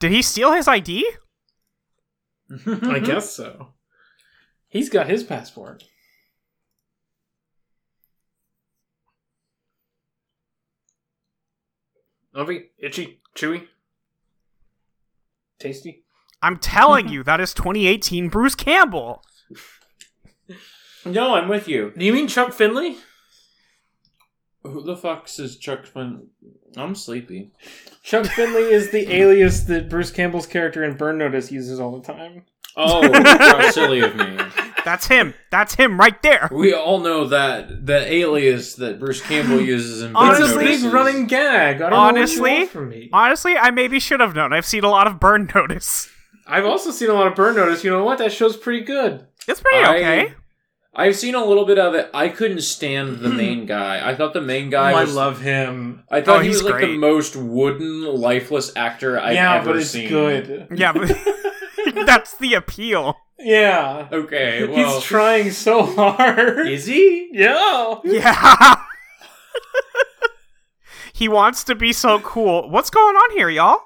S6: Did he steal his ID?
S5: I guess so. He's got his passport. Lovey, itchy, chewy, tasty.
S6: I'm telling you, that is 2018 Bruce Campbell.
S4: No, I'm with you.
S5: Do you mean Chuck Finley?
S4: Who the fuck says Chuck Flynn? I'm sleepy.
S5: Chuck Finley is the alias that Bruce Campbell's character in Burn Notice uses all the time.
S4: Oh, how silly of me.
S6: That's him. That's him right there.
S4: We all know that that alias that Bruce Campbell uses in Burn
S5: It's a
S6: Honestly-
S4: Notice
S5: big
S4: is-
S5: running gag. I don't know what
S6: Honestly?
S5: you want from me.
S6: Honestly, I maybe should have known. I've seen a lot of burn notice.
S5: I've also seen a lot of Burn Notice. You know what? That show's pretty good.
S6: It's pretty
S4: I-
S6: okay.
S4: I've seen a little bit of it. I couldn't stand the main guy. Oh, I thought the main guy was.
S5: Oh, love him.
S4: I thought
S6: Oh,
S4: he was
S6: he's
S4: like the
S6: great.
S4: most wooden, lifeless actor I've
S5: yeah,
S4: ever
S5: but it's
S4: seen.
S5: good.
S6: Yeah, but that's the appeal.
S5: Yeah.
S4: Okay, well,
S5: He's trying so hard.
S4: is he?
S5: yeah.
S6: Yeah. he wants to be so cool. What's going on here, y'all?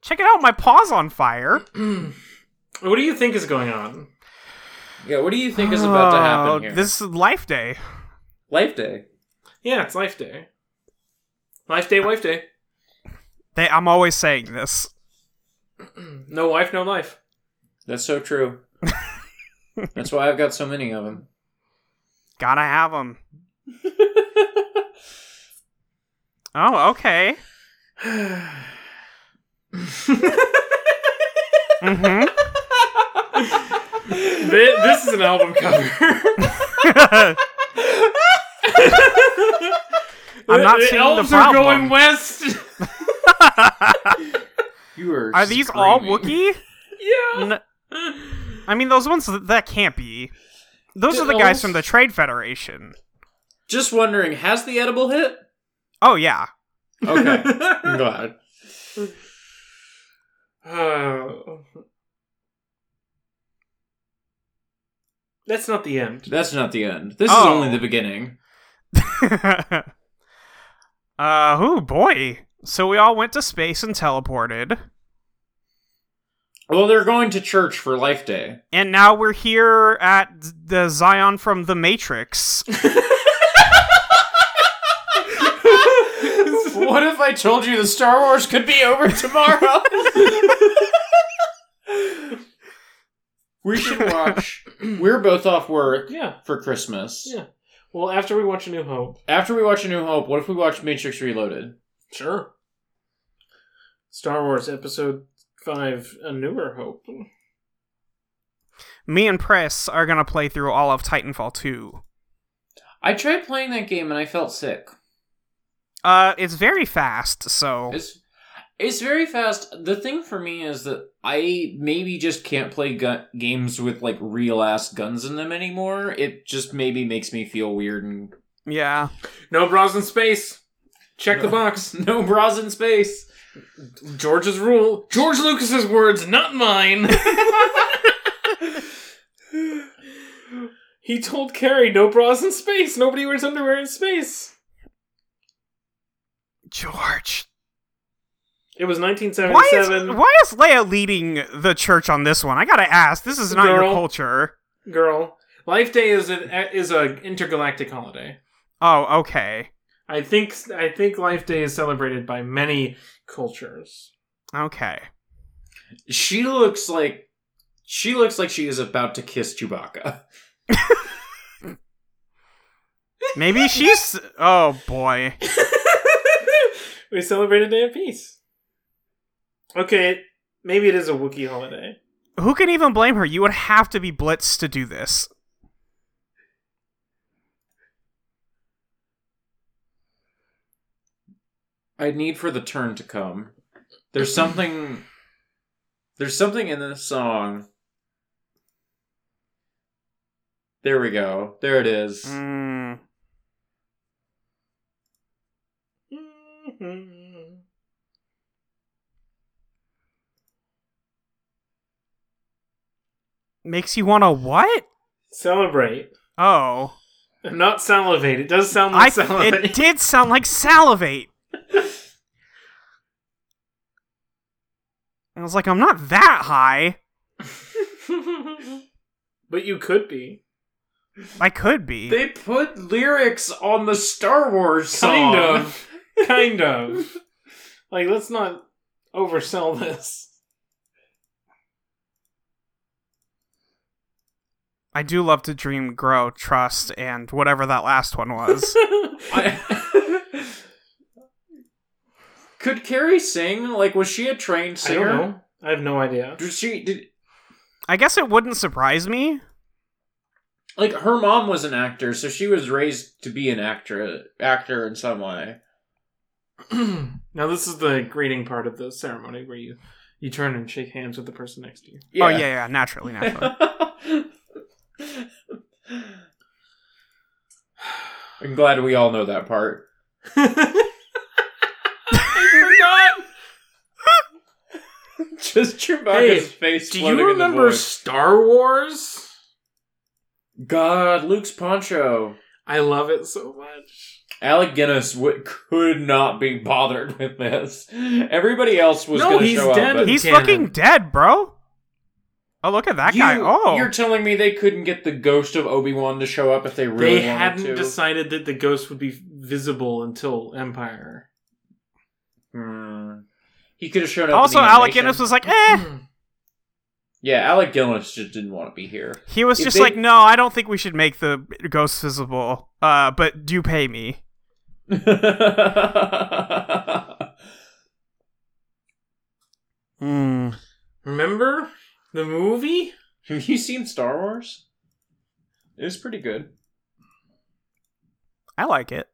S6: Check it out. My paw's on fire.
S5: What do you think is going on?
S4: Yeah. What do you think is about to
S6: Oh,
S4: happen here?
S6: This is Life Day.
S4: Life Day.
S5: Yeah, it's Life Day. Life Day, Wife Day.
S6: They, I'm always saying this.
S5: No wife, no life.
S4: That's so true. That's why I've got so many of them.
S6: Gotta have them. oh, okay. hmm
S5: Thi- this is an album cover.
S6: I'm not
S5: the
S6: seeing the
S5: elves are
S6: problem.
S5: going west.
S4: You are.
S6: Are these all
S4: screaming.
S6: Wookiee?
S5: yeah.
S6: N- I mean, those ones th- that can't be. Those
S4: The
S6: are the guys
S4: elves-
S6: from the Trade Federation.
S4: Just wondering, has the edible hit?
S6: Oh yeah,
S4: Okay, I'm glad.
S5: Oh. That's not the end.
S4: That's not the end. This is
S6: Oh.
S4: only the beginning.
S6: uh, oh boy. So we all went to space and teleported,
S4: Well, they're going to church for Life Day.
S6: and now we're here at the Zion from the Matrix.
S4: what if I told you the Star Wars could be over tomorrow? we should watch. We're both off work
S5: Yeah.
S4: for Christmas.
S5: Yeah. Well, after we watch A New Hope.
S4: After we watch A New Hope, what if we watch Matrix Reloaded?
S5: Sure. Star Wars Episode 5 A Newer Hope.
S6: Me and Press are gonna play through all of Titanfall two.
S4: I tried playing that game and I felt sick.
S6: Uh, it's very fast, so
S4: It's It's very fast. The thing for me is that I maybe just can't play gun- games with like real ass guns in them anymore. It just maybe makes me feel weird and
S6: Yeah.
S7: No bras in space. Check the box.
S4: no bras in space.
S7: George's rule. George Lucas's words, not mine. he told Carrie, "No bras in space. Nobody wears underwear in space."
S6: George.
S5: It was
S6: Why is,
S5: 1977.
S6: why is Leia leading the church on this one? I gotta ask. This is not your
S7: Girl.
S6: culture.
S7: Girl, Life Day is an is a intergalactic holiday.
S6: Oh, okay.
S5: I think I think Life Day is celebrated by many cultures.
S6: Okay.
S4: She looks like she looks like she is about to kiss Chewbacca.
S6: Maybe she's. Oh, boy.
S5: we celebrate a day of peace. Okay, maybe it is a Wookiee holiday.
S6: Who can even blame her? You would have to be blitzed to do this.
S4: I need for the turn to come. There's something. There's something in this song. There we go. There it is.
S6: Mm. Makes you wanna what?
S5: Celebrate.
S6: Oh.
S5: I'm not salivate. It does sound
S6: I,
S5: like salivate.
S6: it did sound like salivate. I was like, I'm not that high.
S5: but you could be.
S6: I could be.
S4: They put lyrics on the Star Wars song.
S5: Kind of. kind of. Like, let's not oversell this.
S6: I do love to dream, grow, trust, and whatever that last one was.
S4: I- Could Carrie sing? Like, was she a trained
S5: I don't
S4: singer?
S5: know. I have no idea.
S4: Did she? Did
S6: I guess it wouldn't surprise me.
S4: like her mom was an actor, so she was raised to be an actor, actor in some way.
S5: now, this is the greeting part of the ceremony where you, you turn and shake hands with the person next to you.
S6: Oh yeah, yeah, naturally, naturally.
S4: I'm glad we all know that part. Just Chewbacca's
S5: Hey,
S4: face.
S5: Do
S4: floating
S5: you
S4: in the
S5: remember
S4: void.
S5: Star Wars?
S4: God, Luke's poncho.
S5: I love it so much.
S4: Alec Guinness w- could not be bothered with this. Everybody else was
S5: No,
S4: going to
S5: he's
S4: show
S5: dead.
S4: up. but-
S6: He's
S5: Cannon.
S6: fucking dead, bro. Oh, look at that
S4: You-
S6: guy. Oh,
S4: You're telling me they couldn't get the ghost of Obi Wan to show up if they really
S5: they
S4: wanted
S5: hadn't
S4: to?
S5: decided that the ghost would be visible until Empire.
S4: Hmm. He could have shown up. in
S6: also
S4: the
S6: Alec
S4: animation. Mm.
S6: Guinness was like, eh.
S4: Yeah, Alec Guinness just didn't want to be here.
S6: He was
S4: If
S6: just
S4: they-
S6: like, no, I don't think we should make the ghost visible. Uh, but do pay me. Mm.
S5: Remember the movie?
S4: Have you seen Star Wars? It was pretty good.
S6: I like it.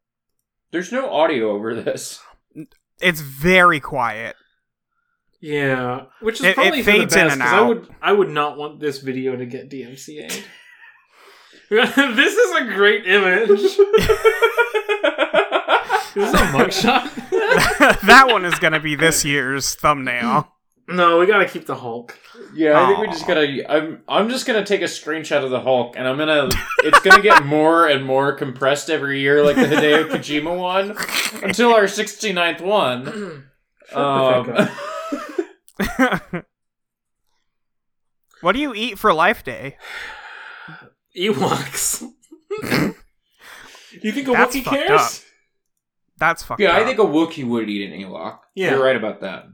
S4: There's no audio over this.
S6: It's very quiet.
S5: Yeah, which is
S6: It- it
S5: probably for
S6: fades
S5: the
S6: in
S5: best
S6: and
S5: 'cause I
S6: out.
S5: would I would not want this video to get DMCA'd. this is a great image. this is a mugshot.
S6: that one is gonna be this year's thumbnail.
S5: no, we gotta keep the Hulk.
S4: Yeah, I think we
S6: Aw.
S4: just gotta. I'm I'm just gonna take a screenshot of the Hulk, and I'm gonna. It's gonna get more and more compressed every year, like the Hideo Kojima one, until our 69th one.
S5: the fuck
S4: Um,
S6: what do you eat for Life Day?
S5: Ewoks. you think a
S6: That's
S5: Wookiee
S6: fucked
S5: cares?
S6: up. That's fucking.
S4: yeah, I think a Wookiee would eat an Ewok.
S5: Yeah.
S4: You're right about that.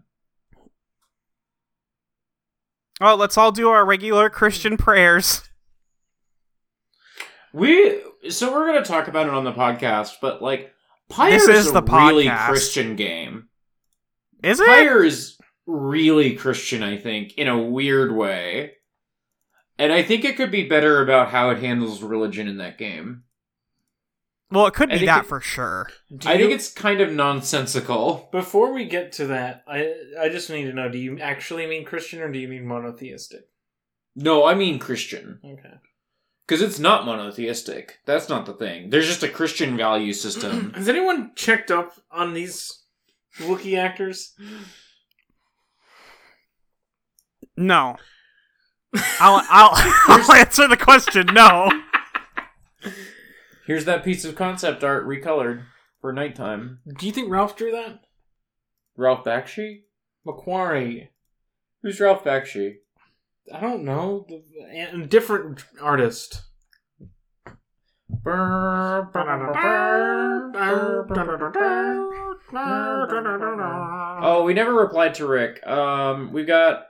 S6: Oh, let's all do our regular Christian prayers.
S4: We so we're gonna talk about it on the podcast, but like Pyre
S6: This
S4: is,
S6: is
S4: a
S6: the
S4: really
S6: podcast.
S4: Christian game.
S6: Is it?
S4: Pyre is really Christian, I think, in a weird way. And I think it could be better about how it handles religion in that game.
S6: Well, it could
S4: I
S6: be
S4: think
S6: that
S4: it-
S6: for sure.
S5: Do
S4: I
S5: you-
S4: think it's kind of nonsensical.
S5: Before we get to that, I I just need to know: Do you actually mean Christian or do you mean monotheistic?
S4: No, I mean Christian.
S5: Okay.
S4: Because it's not monotheistic. That's not the thing. There's just a Christian value system.
S5: Has anyone checked up on these Wookiee actors?
S6: No. I'll I'll, I'll answer the question. No.
S4: Here's that piece of concept art recolored for nighttime.
S5: Do you think Ralph drew that?
S4: Ralph Bakshi?
S5: Macquarie.
S4: Who's Ralph Bakshi?
S5: I don't know. A a different artist.
S4: Oh, we never replied to Rick. Um, we got,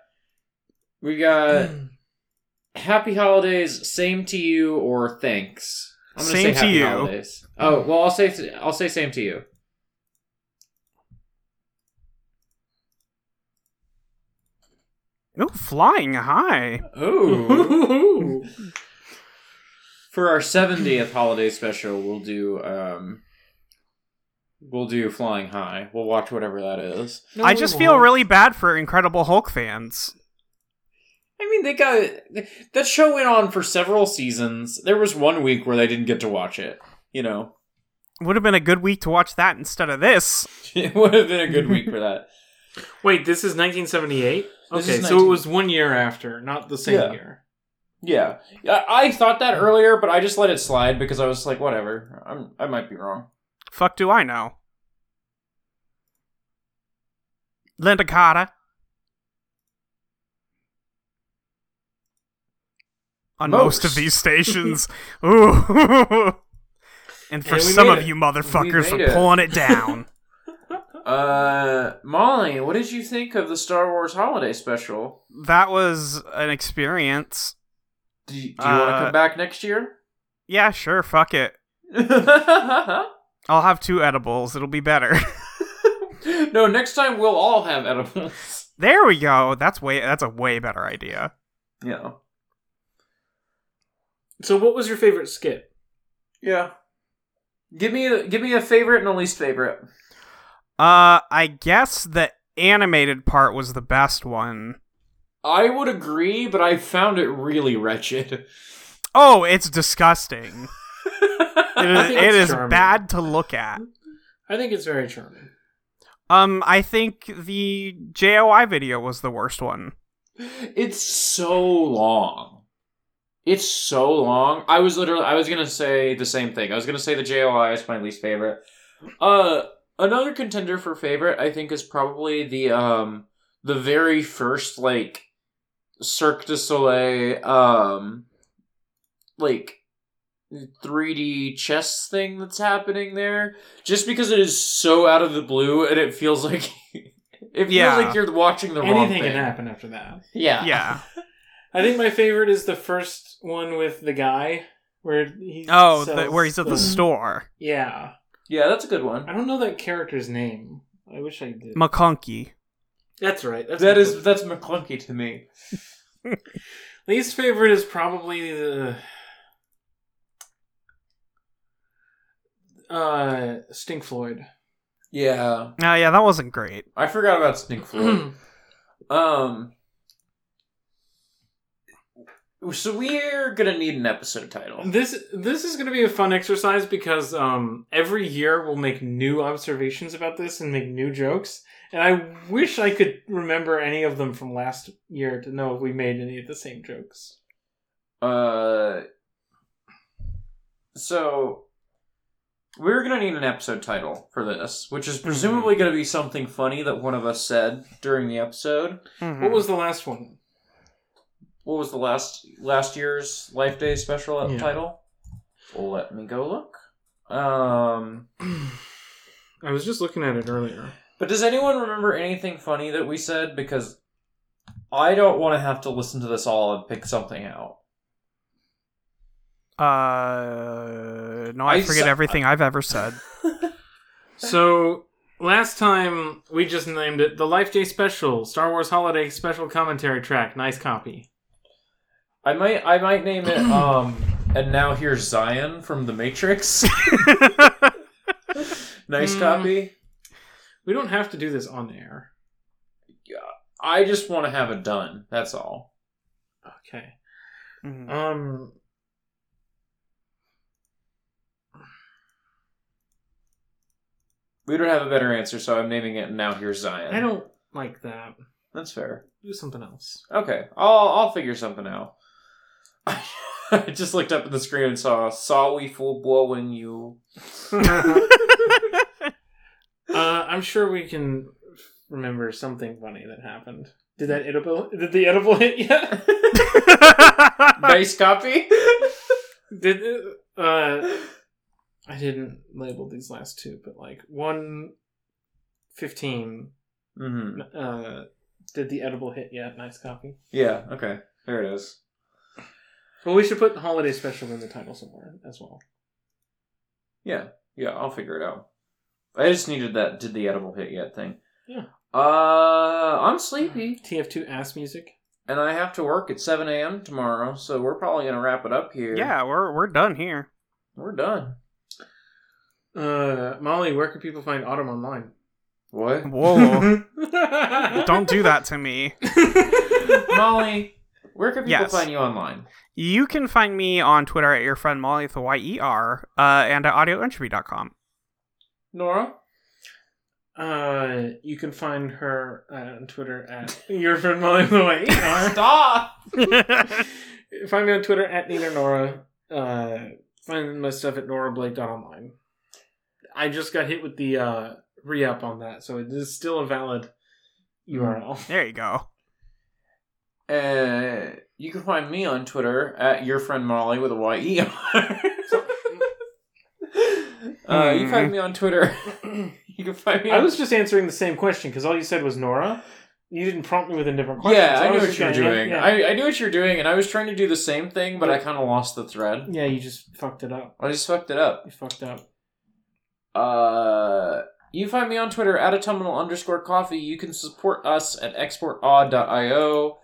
S4: we got, happy holidays, same to you, or thanks. I'm gonna
S6: Same to
S4: say happy
S6: you.
S4: Holidays. Oh well, I'll say I'll say same to you.
S6: No flying high.
S4: Oh,
S5: Ooh.
S4: for our seventieth holiday special, we'll do um, we'll do flying high. We'll watch whatever that is.
S5: No,
S6: I
S5: we
S6: just feel
S5: won't.
S6: really bad for Incredible Hulk fans.
S4: I mean, they got that show went on for several seasons. There was one week where they didn't get to watch it. You know,
S6: Would have been a good week to watch that instead of this.
S4: it would have been a good week for that.
S5: Wait, this is 1978?
S4: This
S5: okay,
S4: is
S5: so
S4: 19
S5: it was one year after, not the same
S4: Yeah.
S5: year.
S4: Yeah, I, I thought that earlier, but I just let it slide because I was like, whatever. I'm I might be wrong.
S6: Fuck do I know? Linda Carter. On most, of
S4: Most.
S6: these stations. Ooh. and
S4: And
S6: for
S4: we
S6: some
S4: made
S6: of
S4: it.
S6: you motherfuckers for
S4: made it.
S6: pulling it down.
S4: Uh, Molly, what did you think of the Star Wars Holiday Special?
S6: that was an experience.
S4: Do you,
S6: do you wanna come Uh,
S4: back next year?
S6: Yeah, sure, fuck it.
S4: no,
S6: I'll have two edibles. It'll be better.
S4: next time we'll all have edibles.
S6: there we go. That's way that's a way better idea.
S4: Yeah.
S5: So what was your favorite skit?
S4: Yeah. Give me a give me a favorite and a least favorite.
S6: Uh I guess the animated part was the best one.
S4: I would agree, but I found it really wretched.
S6: Oh, it's disgusting. It
S5: I
S6: is,
S5: think
S6: it
S5: it's
S6: is
S5: charming.
S6: bad to look at.
S5: I think it's very charming.
S6: Um, I think the JOI video was the worst one.
S4: It's so long. It's so long. I was literally I was gonna say the same thing. I was gonna say the JOI is my least favorite. Uh another contender for favorite I think is probably the um the very first like Cirque du Soleil um like 3D chess thing that's happening there just because it is so out of the blue and it feels like it feels
S6: Yeah.
S4: like you're watching the wrong
S5: Anything
S4: thing.
S5: can happen after that.
S6: Yeah.
S5: I think my favorite is the first one with the guy where he
S6: Oh, the,
S5: sells
S6: where he's at the store.
S5: Yeah.
S4: Yeah, that's a good one.
S5: I don't know that character's name. I wish I did.
S6: McConkey.
S5: that's right. That's
S4: That
S5: my
S4: is
S5: favorite.
S4: that's McClunky to me.
S5: least favorite is probably the uh Stink Floyd.
S4: Yeah,
S6: Oh yeah, that wasn't great.
S4: I forgot about Snink Floyd. um, so we're gonna need an episode title.
S5: This this is going to be a fun exercise because um, every year we'll make new observations about this and make new jokes. And I wish I could remember any of them from last year to know if we made any of the same jokes.
S4: Uh, so we're gonna need an episode title for this, which is presumably gonna be something funny that one of us said during the episode.
S5: What
S6: Mhm.
S5: was the last one?
S4: What was the last last year's Life Day special
S5: Yeah.
S4: title? Let me go look. Um.
S5: I was just looking at it earlier.
S4: But does anyone remember anything funny that we said? Because I don't want to have to listen to this all and pick something out.
S6: Uh, no, I,
S4: I
S6: forget
S4: sa-
S6: everything I've ever said.
S5: So last time we just named it the Life Day Special, Star Wars Holiday Special Commentary Track. Nice copy.
S4: I might I might name it um and now here's Zion from The Matrix.
S5: Hmm.
S4: nice copy.
S5: We don't have to do this on air.
S4: I just want to have it done. That's all.
S5: Okay.
S6: Mhm.
S5: Um.
S4: We don't have a better answer, so I'm naming it now. Here's Zion.
S5: I don't like that.
S4: That's fair.
S5: Do something else.
S4: Okay, I'll I'll figure something out. I just looked up at the screen and saw saw we fool blowing you.
S5: Uh, I'm sure we can remember something funny that happened. Did that edible? Did the edible hit yet?
S4: nice copy.
S5: did uh? I didn't label these last two, but like one fifteen.
S4: Mm-hmm.
S5: Uh, did the edible hit yet? Nice copy.
S4: Yeah. Okay. There it is.
S5: Well, we should put holiday special in the title somewhere as well.
S4: Yeah, yeah, I'll figure it out. I just needed that did the edible hit yet thing.
S5: Yeah.
S4: Uh I'm sleepy
S5: TF2 ass music.
S4: and I have to work at seven AM tomorrow, so we're probably gonna wrap it up here.
S6: yeah, we're we're done here.
S4: We're done.
S5: Uh, Molly, where can people find Autumn online?
S4: What?
S6: Whoa! Don't do that to me.
S4: Molly, where can people
S6: Yes.
S4: find you online?
S6: You can find me on Twitter at your friend Molly with a Y E R uh, and at audioentropy.com.
S4: Nora?
S5: Uh, you can find her uh, on Twitter at your friend Molly Lloyd.
S4: Stop!
S5: E, find me on Twitter at Nina Nora. Uh, find my stuff at norablake.online. I just got hit with the uh, re-up on that, so it is still a valid URL.
S6: There you go.
S4: Uh you can find me on Twitter at your friend Molly with a Y E R. Uh, you can find me on Twitter. you can find me.
S5: I
S4: on
S5: was just answering the same question because all you said was Nora. You didn't prompt me with a different question.
S4: Yeah,
S5: so
S4: I knew
S5: was
S4: what
S5: just
S4: you were
S5: going,
S4: doing.
S5: Yeah, yeah.
S4: I, I knew what you were doing, and I was trying to do the same thing, but I kind of lost the thread.
S5: yeah, you just fucked it up.
S4: I just fucked it up.
S5: You fucked up.
S4: Uh, you find me on Twitter at autumnal underscore coffee. You can support us at exportaud.io.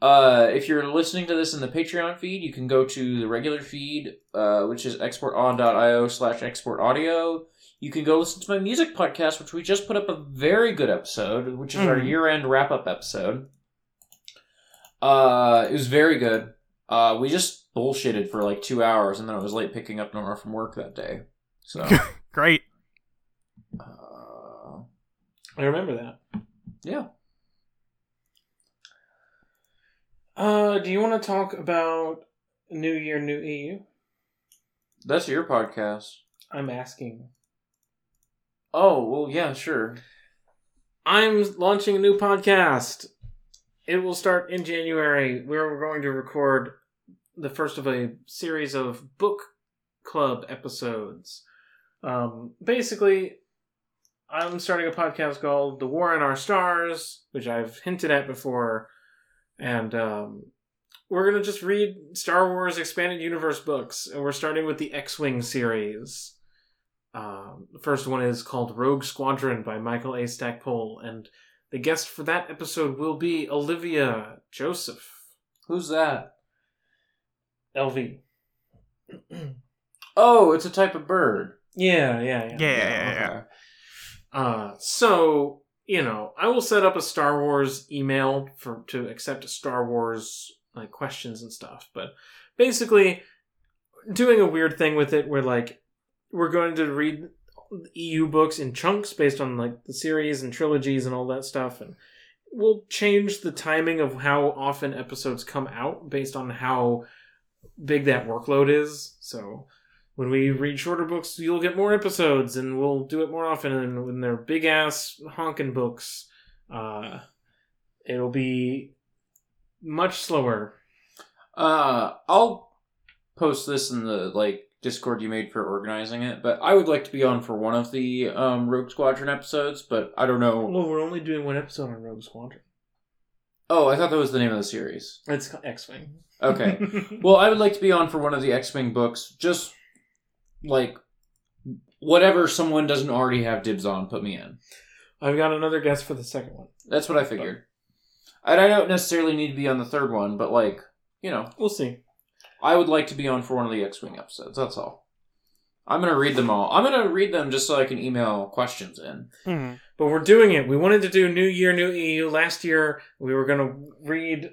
S4: Uh, if you're listening to this in the Patreon feed, you can go to the regular feed, uh, which is exportaud.io slash export audio. You can go listen to my music podcast, which we just put up a very good episode, which is our
S6: Mhm.
S4: year end wrap up episode. Uh, it was very good. Uh, we just bullshitted for like two hours, and then I was late picking up Nora from work that day. So,
S6: Great.
S4: uh,
S5: I remember that.
S4: yeah.
S5: Uh, do you want to talk about New Year, New E EU?
S4: That's your podcast.
S5: I'm asking.
S4: Oh, well, yeah, sure.
S5: I'm launching a new podcast. It will start in January. We're going to record the first of a series of book club episodes. Um, basically, I'm starting a podcast called The War in Our Stars, which I've hinted at before. And um, we're going to just read Star Wars Expanded Universe books. And we're starting with the X Wing series. Um, the first one is called Rogue Squadron by Michael A. Stackpole, and the guest for that episode will be Olivia Joseph,
S4: Who's that?
S5: LV.
S4: Oh, it's a type of bird.
S5: Yeah, yeah, yeah.
S6: Yeah, yeah, yeah. yeah.
S4: okay.
S5: Uh, so you know, I will set up a Star Wars email for to accept Star Wars like questions and stuff. But basically, doing a weird thing with it, where like we're going to read EU books in chunks based on like the series and trilogies and all that stuff, and we'll change the timing of how often episodes come out based on how big that workload is. So when we read shorter books, you'll get more episodes, and we'll do it more often. And when they're big ass honking books, uh, it'll be much slower.
S4: Uh, I'll post this in the like Discord you made for organizing it, but I would like to be on for one of the um Rogue Squadron episodes, but I don't know.
S5: Well, we're only doing one episode on Rogue Squadron.
S4: Oh, I thought that was the name of the series.
S5: It's X Wing.
S4: Okay. well, I would like to be on for one of the X-Wing books, just like whatever someone doesn't already have dibs on, put me in.
S5: I've got another guest for the second one.
S4: That's what I figured. And I don't necessarily need to be on the third one, but like, you know,
S5: We'll see.
S4: I would like to be on for one of the X Wing episodes. That's all. I'm gonna read them all. I'm gonna read them just so I can email questions in.
S6: Mhm.
S5: But we're doing it. We wanted to do New Year, New EU. Last year, we were going to read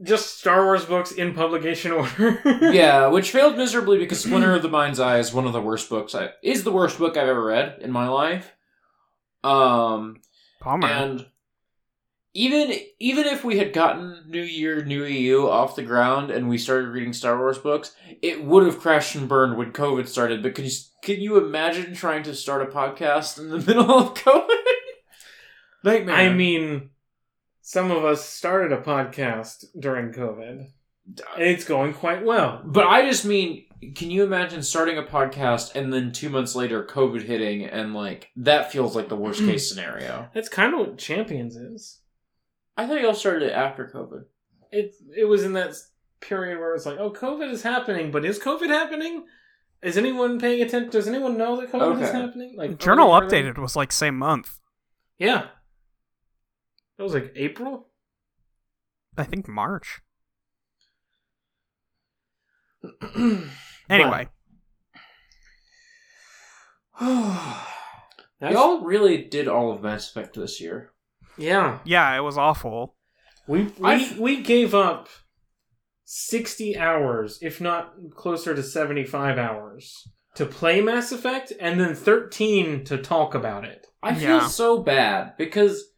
S5: just Star Wars books in publication order.
S4: yeah, which failed miserably because Splinter of the Mind's Eye is one of the worst books I is the worst book I've ever read in my life. Um,
S6: Palmer.
S4: and even even if we had gotten New Year, New EU off the ground and we started reading Star Wars books, it would have crashed and burned when COVID started. But can you, can you imagine trying to start a podcast in the middle of COVID? Nightmare.
S5: I mean, some of us started a podcast during COVID. And it's going quite well.
S4: But I just mean, can you imagine starting a podcast and then two months later COVID hitting and like that feels like the worst case scenario?
S5: That's kind of what Champions is.
S4: I thought y'all started it after COVID.
S5: It it was in that period where it's like, oh, COVID is happening, but is COVID happening? Is anyone paying attention? Does anyone know that COVID is
S4: Okay.
S5: happening? Like are
S6: Journal
S5: we really-
S6: updated was like same month.
S5: Yeah, that was like April.
S6: I think March. Anyway,
S5: That's-
S4: y'all really did all of Mass Effect this year.
S5: yeah,
S6: yeah, it was awful.
S5: we we,
S4: I've-
S5: we gave up sixty hours, if not closer to seventy five hours, to play Mass Effect, and then thirteen to talk about it.
S4: I feel
S6: Yeah.
S4: so bad because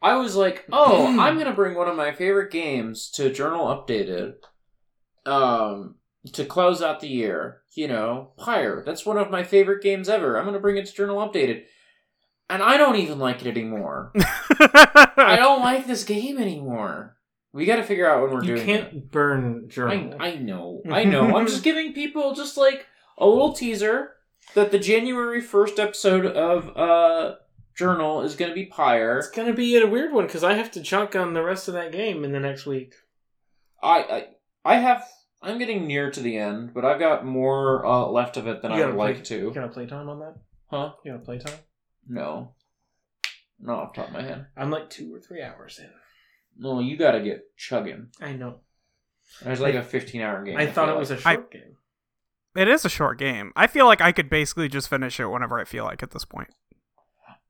S4: I was like, oh, I'm gonna bring one of my favorite games to Journal Updated, um, to close out the year. You know, Pyre. That's one of my favorite games ever. I'm gonna bring it to Journal Updated, and I don't even like it anymore. I don't like this game anymore. We got to figure out when we're
S5: you
S4: doing
S5: can't
S4: it.
S5: burn journal.
S4: I, I know, I know. I'm just giving people just like a little teaser that the January first episode of uh Journal is going to be Pyre.
S5: it's gonna be a weird one because I have to shotgun the rest of that game in the next week.
S4: I, I I have I'm getting near to the end, but I've got more uh, left of it than I would like
S5: You
S4: to.
S5: got a playtime on that?
S4: Huh?
S5: You got a playtime?
S4: No, not off the top of my head.
S5: I'm like two or three hours in.
S4: No, you got to get chugging.
S5: I know.
S4: There's like a 15 hour game.
S5: I thought
S4: feel
S5: it was
S4: like.
S5: a short game.
S6: It is a short game. I feel like I could basically just finish it whenever I feel like at this point.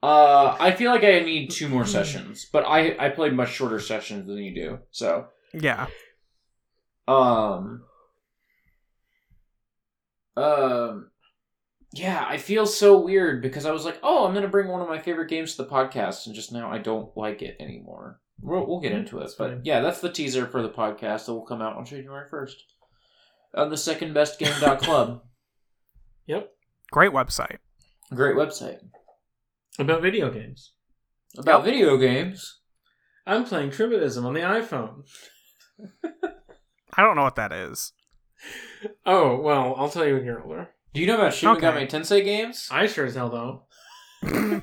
S4: Uh, I feel like I need two more sessions, but I I played much shorter sessions than you do. So,
S6: Yeah.
S4: um, um, yeah, I feel so weird because I was like, oh, I'm gonna bring one of my favorite games to the podcast, and just now I don't like it anymore. We'll, we'll get into it,
S5: That's fine.
S4: but yeah, that's the teaser for the podcast that will come out on January first on the second best game dot club.
S5: Yep.
S6: Great website.
S4: Great website
S5: About video games.
S4: about video games.
S5: I'm playing Trivialism on the iPhone.
S6: I don't know what that is.
S5: Oh, well, I'll tell you when you're older.
S4: Do you know about Shin
S6: Okay.
S4: Megami Tensei games?
S5: I sure as hell don't.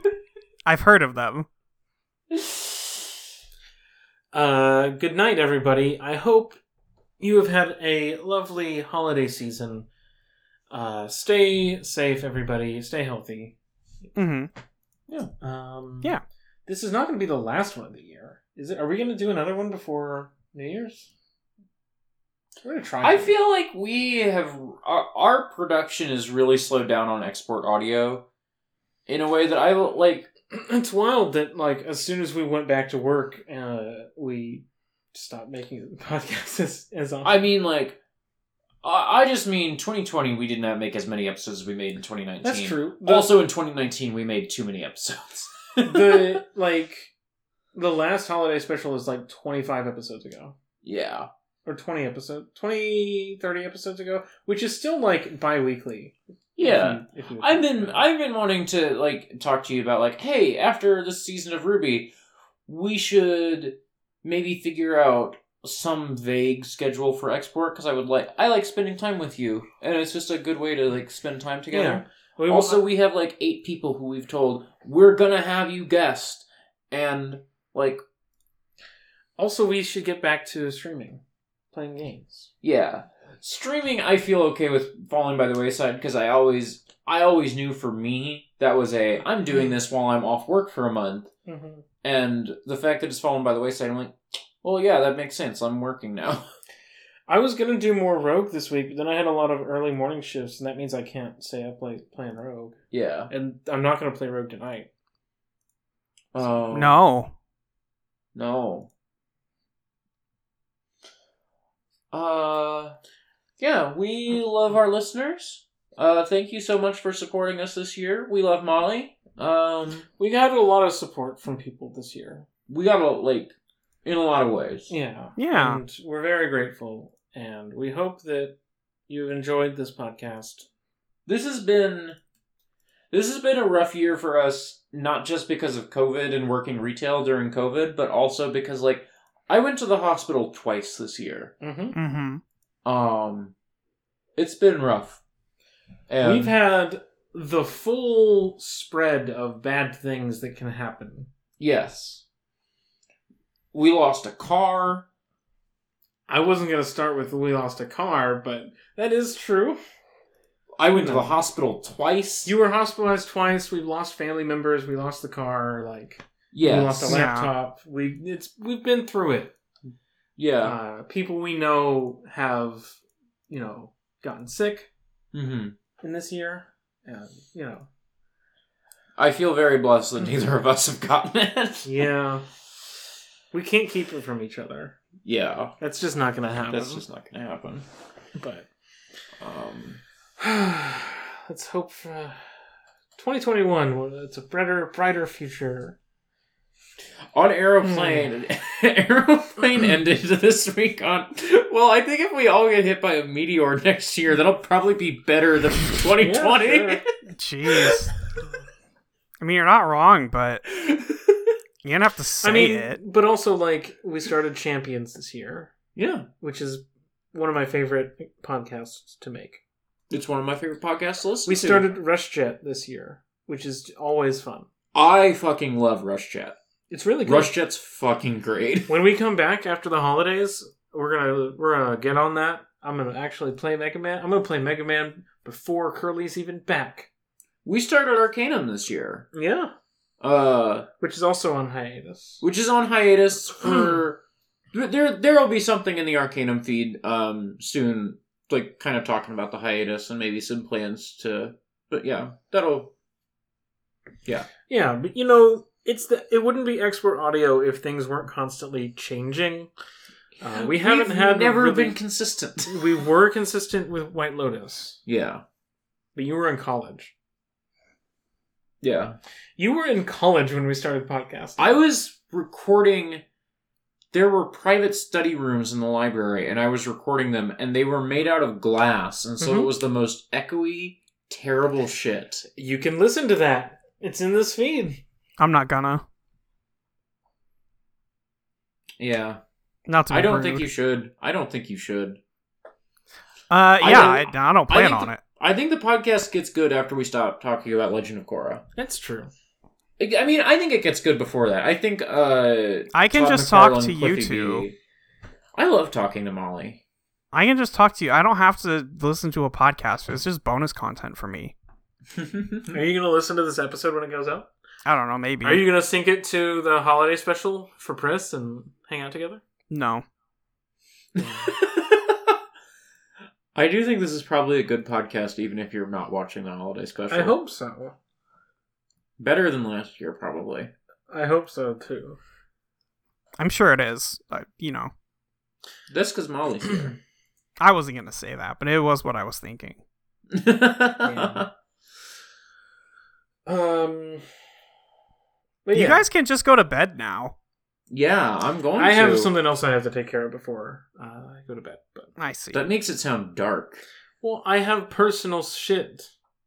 S6: I've heard of them.
S5: Uh, good night, everybody. I hope you have had a lovely holiday season. Uh, stay safe, everybody. Stay healthy.
S6: hmm
S5: Um,
S6: Yeah.
S5: This is not going to be the last one of the year, is it? Are we going to do another one before New Year's? We're going to try.
S4: I
S5: to.
S4: feel like we have our, our production is really slowed down on export audio in a way that I will- like.
S5: it's wild that like as soon as we went back to work, uh, we stopped making podcasts as, as often.
S4: I mean, like, I, I just mean 2020. We did not make as many episodes as we made in 2019.
S5: That's true. The-
S4: Also, in 2019, we made too many episodes.
S5: the like the last holiday special is like 25 episodes ago
S4: yeah,
S5: or 20 episodes 20 30 episodes ago which is still like bi-weekly if
S4: yeah.
S5: you- if you-
S4: I've been I've been wanting to like talk to you about like, hey, after this season of Ruby, we should maybe figure out some vague schedule for export because I would like I like spending time with you, and it's just a good way to like spend time together.
S5: we
S4: also,
S5: also
S4: we have like eight people who we've told we're gonna have you guest, and like
S5: also we should get back to streaming playing games
S4: Yeah. Streaming I feel okay with falling by the wayside because I always I always knew for me that was a I'm doing this while I'm off work for a month
S5: mm-hmm.
S4: and the fact that it's fallen by the wayside I'm like well yeah that makes sense I'm working now.
S5: I was gonna do more Rogue this week, but then I had a lot of early morning shifts, and that means I can't stay up late playing Rogue.
S4: Yeah.
S5: And I'm not gonna play Rogue tonight.
S4: Oh
S6: No.
S4: No. Uh, yeah, we love our listeners. Uh, thank you so much for supporting us this year. We love Molly. Um,
S5: We got a lot of support from people this year.
S4: we got a like in a lot of ways.
S5: Yeah.
S6: Yeah.
S5: And we're very grateful, and we hope that you've enjoyed this podcast.
S4: This has been this has been a rough year for us, not just because of COVID and working retail during COVID, but also because like I went to the hospital twice this year.
S5: Mm-hmm.
S6: Mm-hmm.
S4: Um, it's been rough. And
S5: We've had the full spread of bad things that can happen.
S4: yes, we lost a car.
S5: I wasn't gonna start with we lost a car, but that is true.
S4: I went to
S5: No.
S4: the hospital twice.
S5: You were hospitalized twice. We've lost family members. We lost the car. Like we lost a
S4: yes,
S6: Yeah.
S5: laptop. We it's we've been through it.
S4: yeah.
S5: Uh, people we know have you know gotten sick
S4: hmm
S5: in this year, and you know
S4: I feel very blessed that neither of us have gotten it.
S5: yeah, we can't keep it from each other.
S4: yeah,
S5: That's just not gonna happen.
S4: that's just not gonna happen.
S5: but
S4: Um,
S5: let's hope for 2021. well, It's a brighter brighter future. Hmm.
S4: on aeroplane, aeroplane ended this week on. Well, I think if we all get hit by a meteor next year, that'll probably be better than 2020.
S5: Yeah,
S6: Jeez. I mean, you're not wrong, but you don't have to say
S5: I mean,
S6: it.
S5: but also like we started champions this year.
S4: yeah,
S5: which is one of my favorite podcasts to make.
S4: it's one of my favorite podcasts. To listen
S5: We
S4: to.
S5: started Rush Jet this year, which is always fun.
S4: I fucking love Rush Jet.
S5: It's really good.
S4: Rush Jet's fucking great.
S5: When we come back after the holidays, we're gonna we're gonna get on that. I'm gonna actually play Mega Man. I'm gonna play Mega Man before Curly's even back.
S4: We started Arcanum this year,
S5: Yeah,
S4: uh,
S5: which is also on hiatus.
S4: which is on hiatus
S5: Hmm.
S4: for. there, there will be something in the Arcanum feed um, soon, like kind of talking about the hiatus and maybe some plans to. But yeah, that'll.
S5: Yeah, but you know, it's the it wouldn't be expert audio if things weren't constantly changing. Uh, we haven't
S4: We've
S5: had
S4: never
S5: really-
S4: been consistent.
S5: we were consistent with White Lotus,
S4: yeah,
S5: but you were in college.
S4: yeah.
S5: You were in college when we started podcasting.
S4: I was recording. There were private study rooms in the library, and I was recording them, and they were made out of glass, and so it
S6: Mm-hmm.
S5: Mhm.
S4: was the most echoey, terrible shit.
S5: you can listen to that. It's in this feed.
S6: I'm not gonna.
S4: Yeah,
S6: Not to be
S4: I don't
S6: rude.
S4: think you should. I don't think you should.
S6: Uh,
S4: I
S6: yeah, I
S4: don't-
S6: don't, I, don't plan
S4: think
S6: on
S4: the-
S6: it.
S4: I think the podcast gets good after we stop talking about Legend of Korra.
S5: That's true.
S4: I I mean, I think it gets good before that. I think. uh
S6: I can
S4: Todd
S6: just talk
S4: McFarlane,
S6: to
S4: Cliffy
S6: you two.
S4: B- I love talking to Molly.
S6: I can just talk to you. I don't have to listen to a podcast. It's just bonus content for me.
S5: Are you going to listen to this episode when it goes out?
S6: I don't know. Maybe.
S5: Are you going to sync it to the holiday special for press and hang out together?
S6: No.
S4: I do think this is probably a good podcast, even if you're not watching the holiday special.
S5: I hope so.
S4: better than last year, probably.
S5: I hope so too.
S6: I'm sure it is. Uh, you know,
S4: That's because Molly's here.
S6: I wasn't gonna say that, but it was what I was thinking.
S5: Yeah. Um, but
S6: You
S5: yeah,
S6: guys can just go to bed now.
S4: yeah, I'm going.
S5: I have
S4: to.
S5: something else I have to take care of before uh, I go to bed. But
S6: I see.
S4: that makes it sound dark.
S5: well, I have personal shit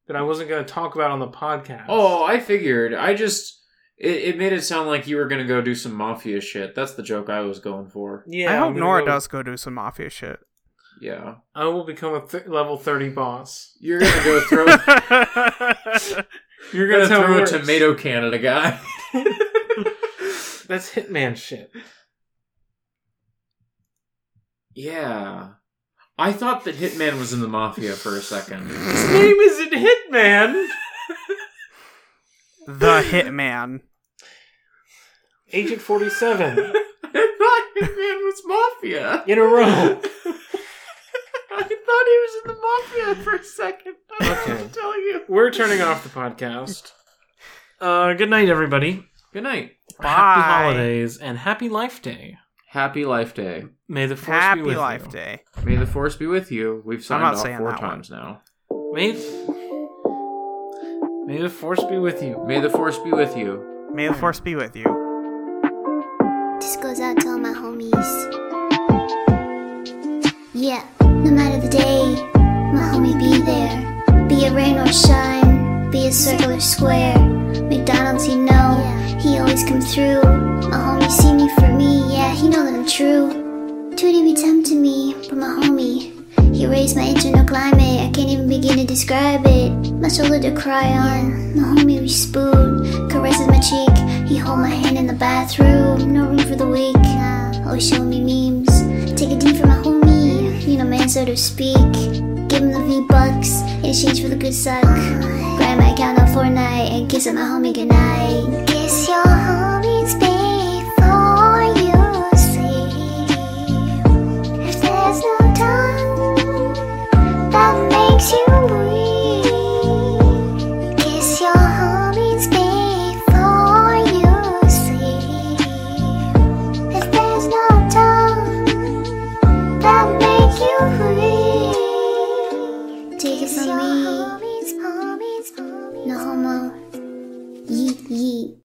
S5: that I wasn't going to talk about on the podcast.
S4: Oh, I figured. I just it, it made it sound like you were gonna go do some mafia shit. That's the joke I was going for.
S5: yeah.
S6: I
S5: I'm
S6: hope
S5: gonna
S6: Nora
S5: go-
S6: does go do some mafia shit.
S4: Yeah,
S5: I will become a th- level 30 boss.
S4: you're gonna go throw. you're gonna
S5: That's how it
S4: throw a
S5: works.
S4: tomato can at a guy.
S5: That's Hitman shit.
S4: yeah, I thought that Hitman was in the mafia for a second.
S5: His name isn't Hitman!
S6: the Hitman.
S5: Agent 47.
S4: I thought Hitman was mafia.
S5: In a row.
S4: that for a second. I don't know what
S5: Okay.
S4: to tell you.
S5: We're turning off the podcast. Uh, good night, everybody.
S4: Good night.
S5: Happy
S6: Bye.
S5: holidays and happy Life Day.
S4: Happy Life Day.
S5: May the force be
S6: Happy
S5: with
S6: Life
S5: you.
S6: Day.
S4: May the force be with you. We've signed
S6: not
S4: off
S6: saying
S4: four
S6: that one.
S4: times now.
S5: May, th- may the force be with you.
S4: May the force be with you.
S6: May the force be with you.
S8: This goes out to all my homies. Yeah, no matter the day, my homie be there. Be it rain or shine, be it circle or square. McDonald's, he know, he always come through. My homie see me for me, yeah, he know that I'm true. Tootie be tempting me, but my homie, he raised my internal climate. I can't even begin to describe it. My shoulder to cry on, my homie we spoon, caresses my cheek. He hold my hand in the bathroom, no room for the weak. Always showing me memes. Take a D for my homie, you know man so to speak. Give him the V bucks in exchange for the good suck. Grab my account on Fortnite and kiss up my homie goodnight. Kiss your homies before you sleep. If there's no time that makes you weak, kiss your homies before you sleep. If there's no time that makes you weak, take it from me. No homo. Yeet yeet.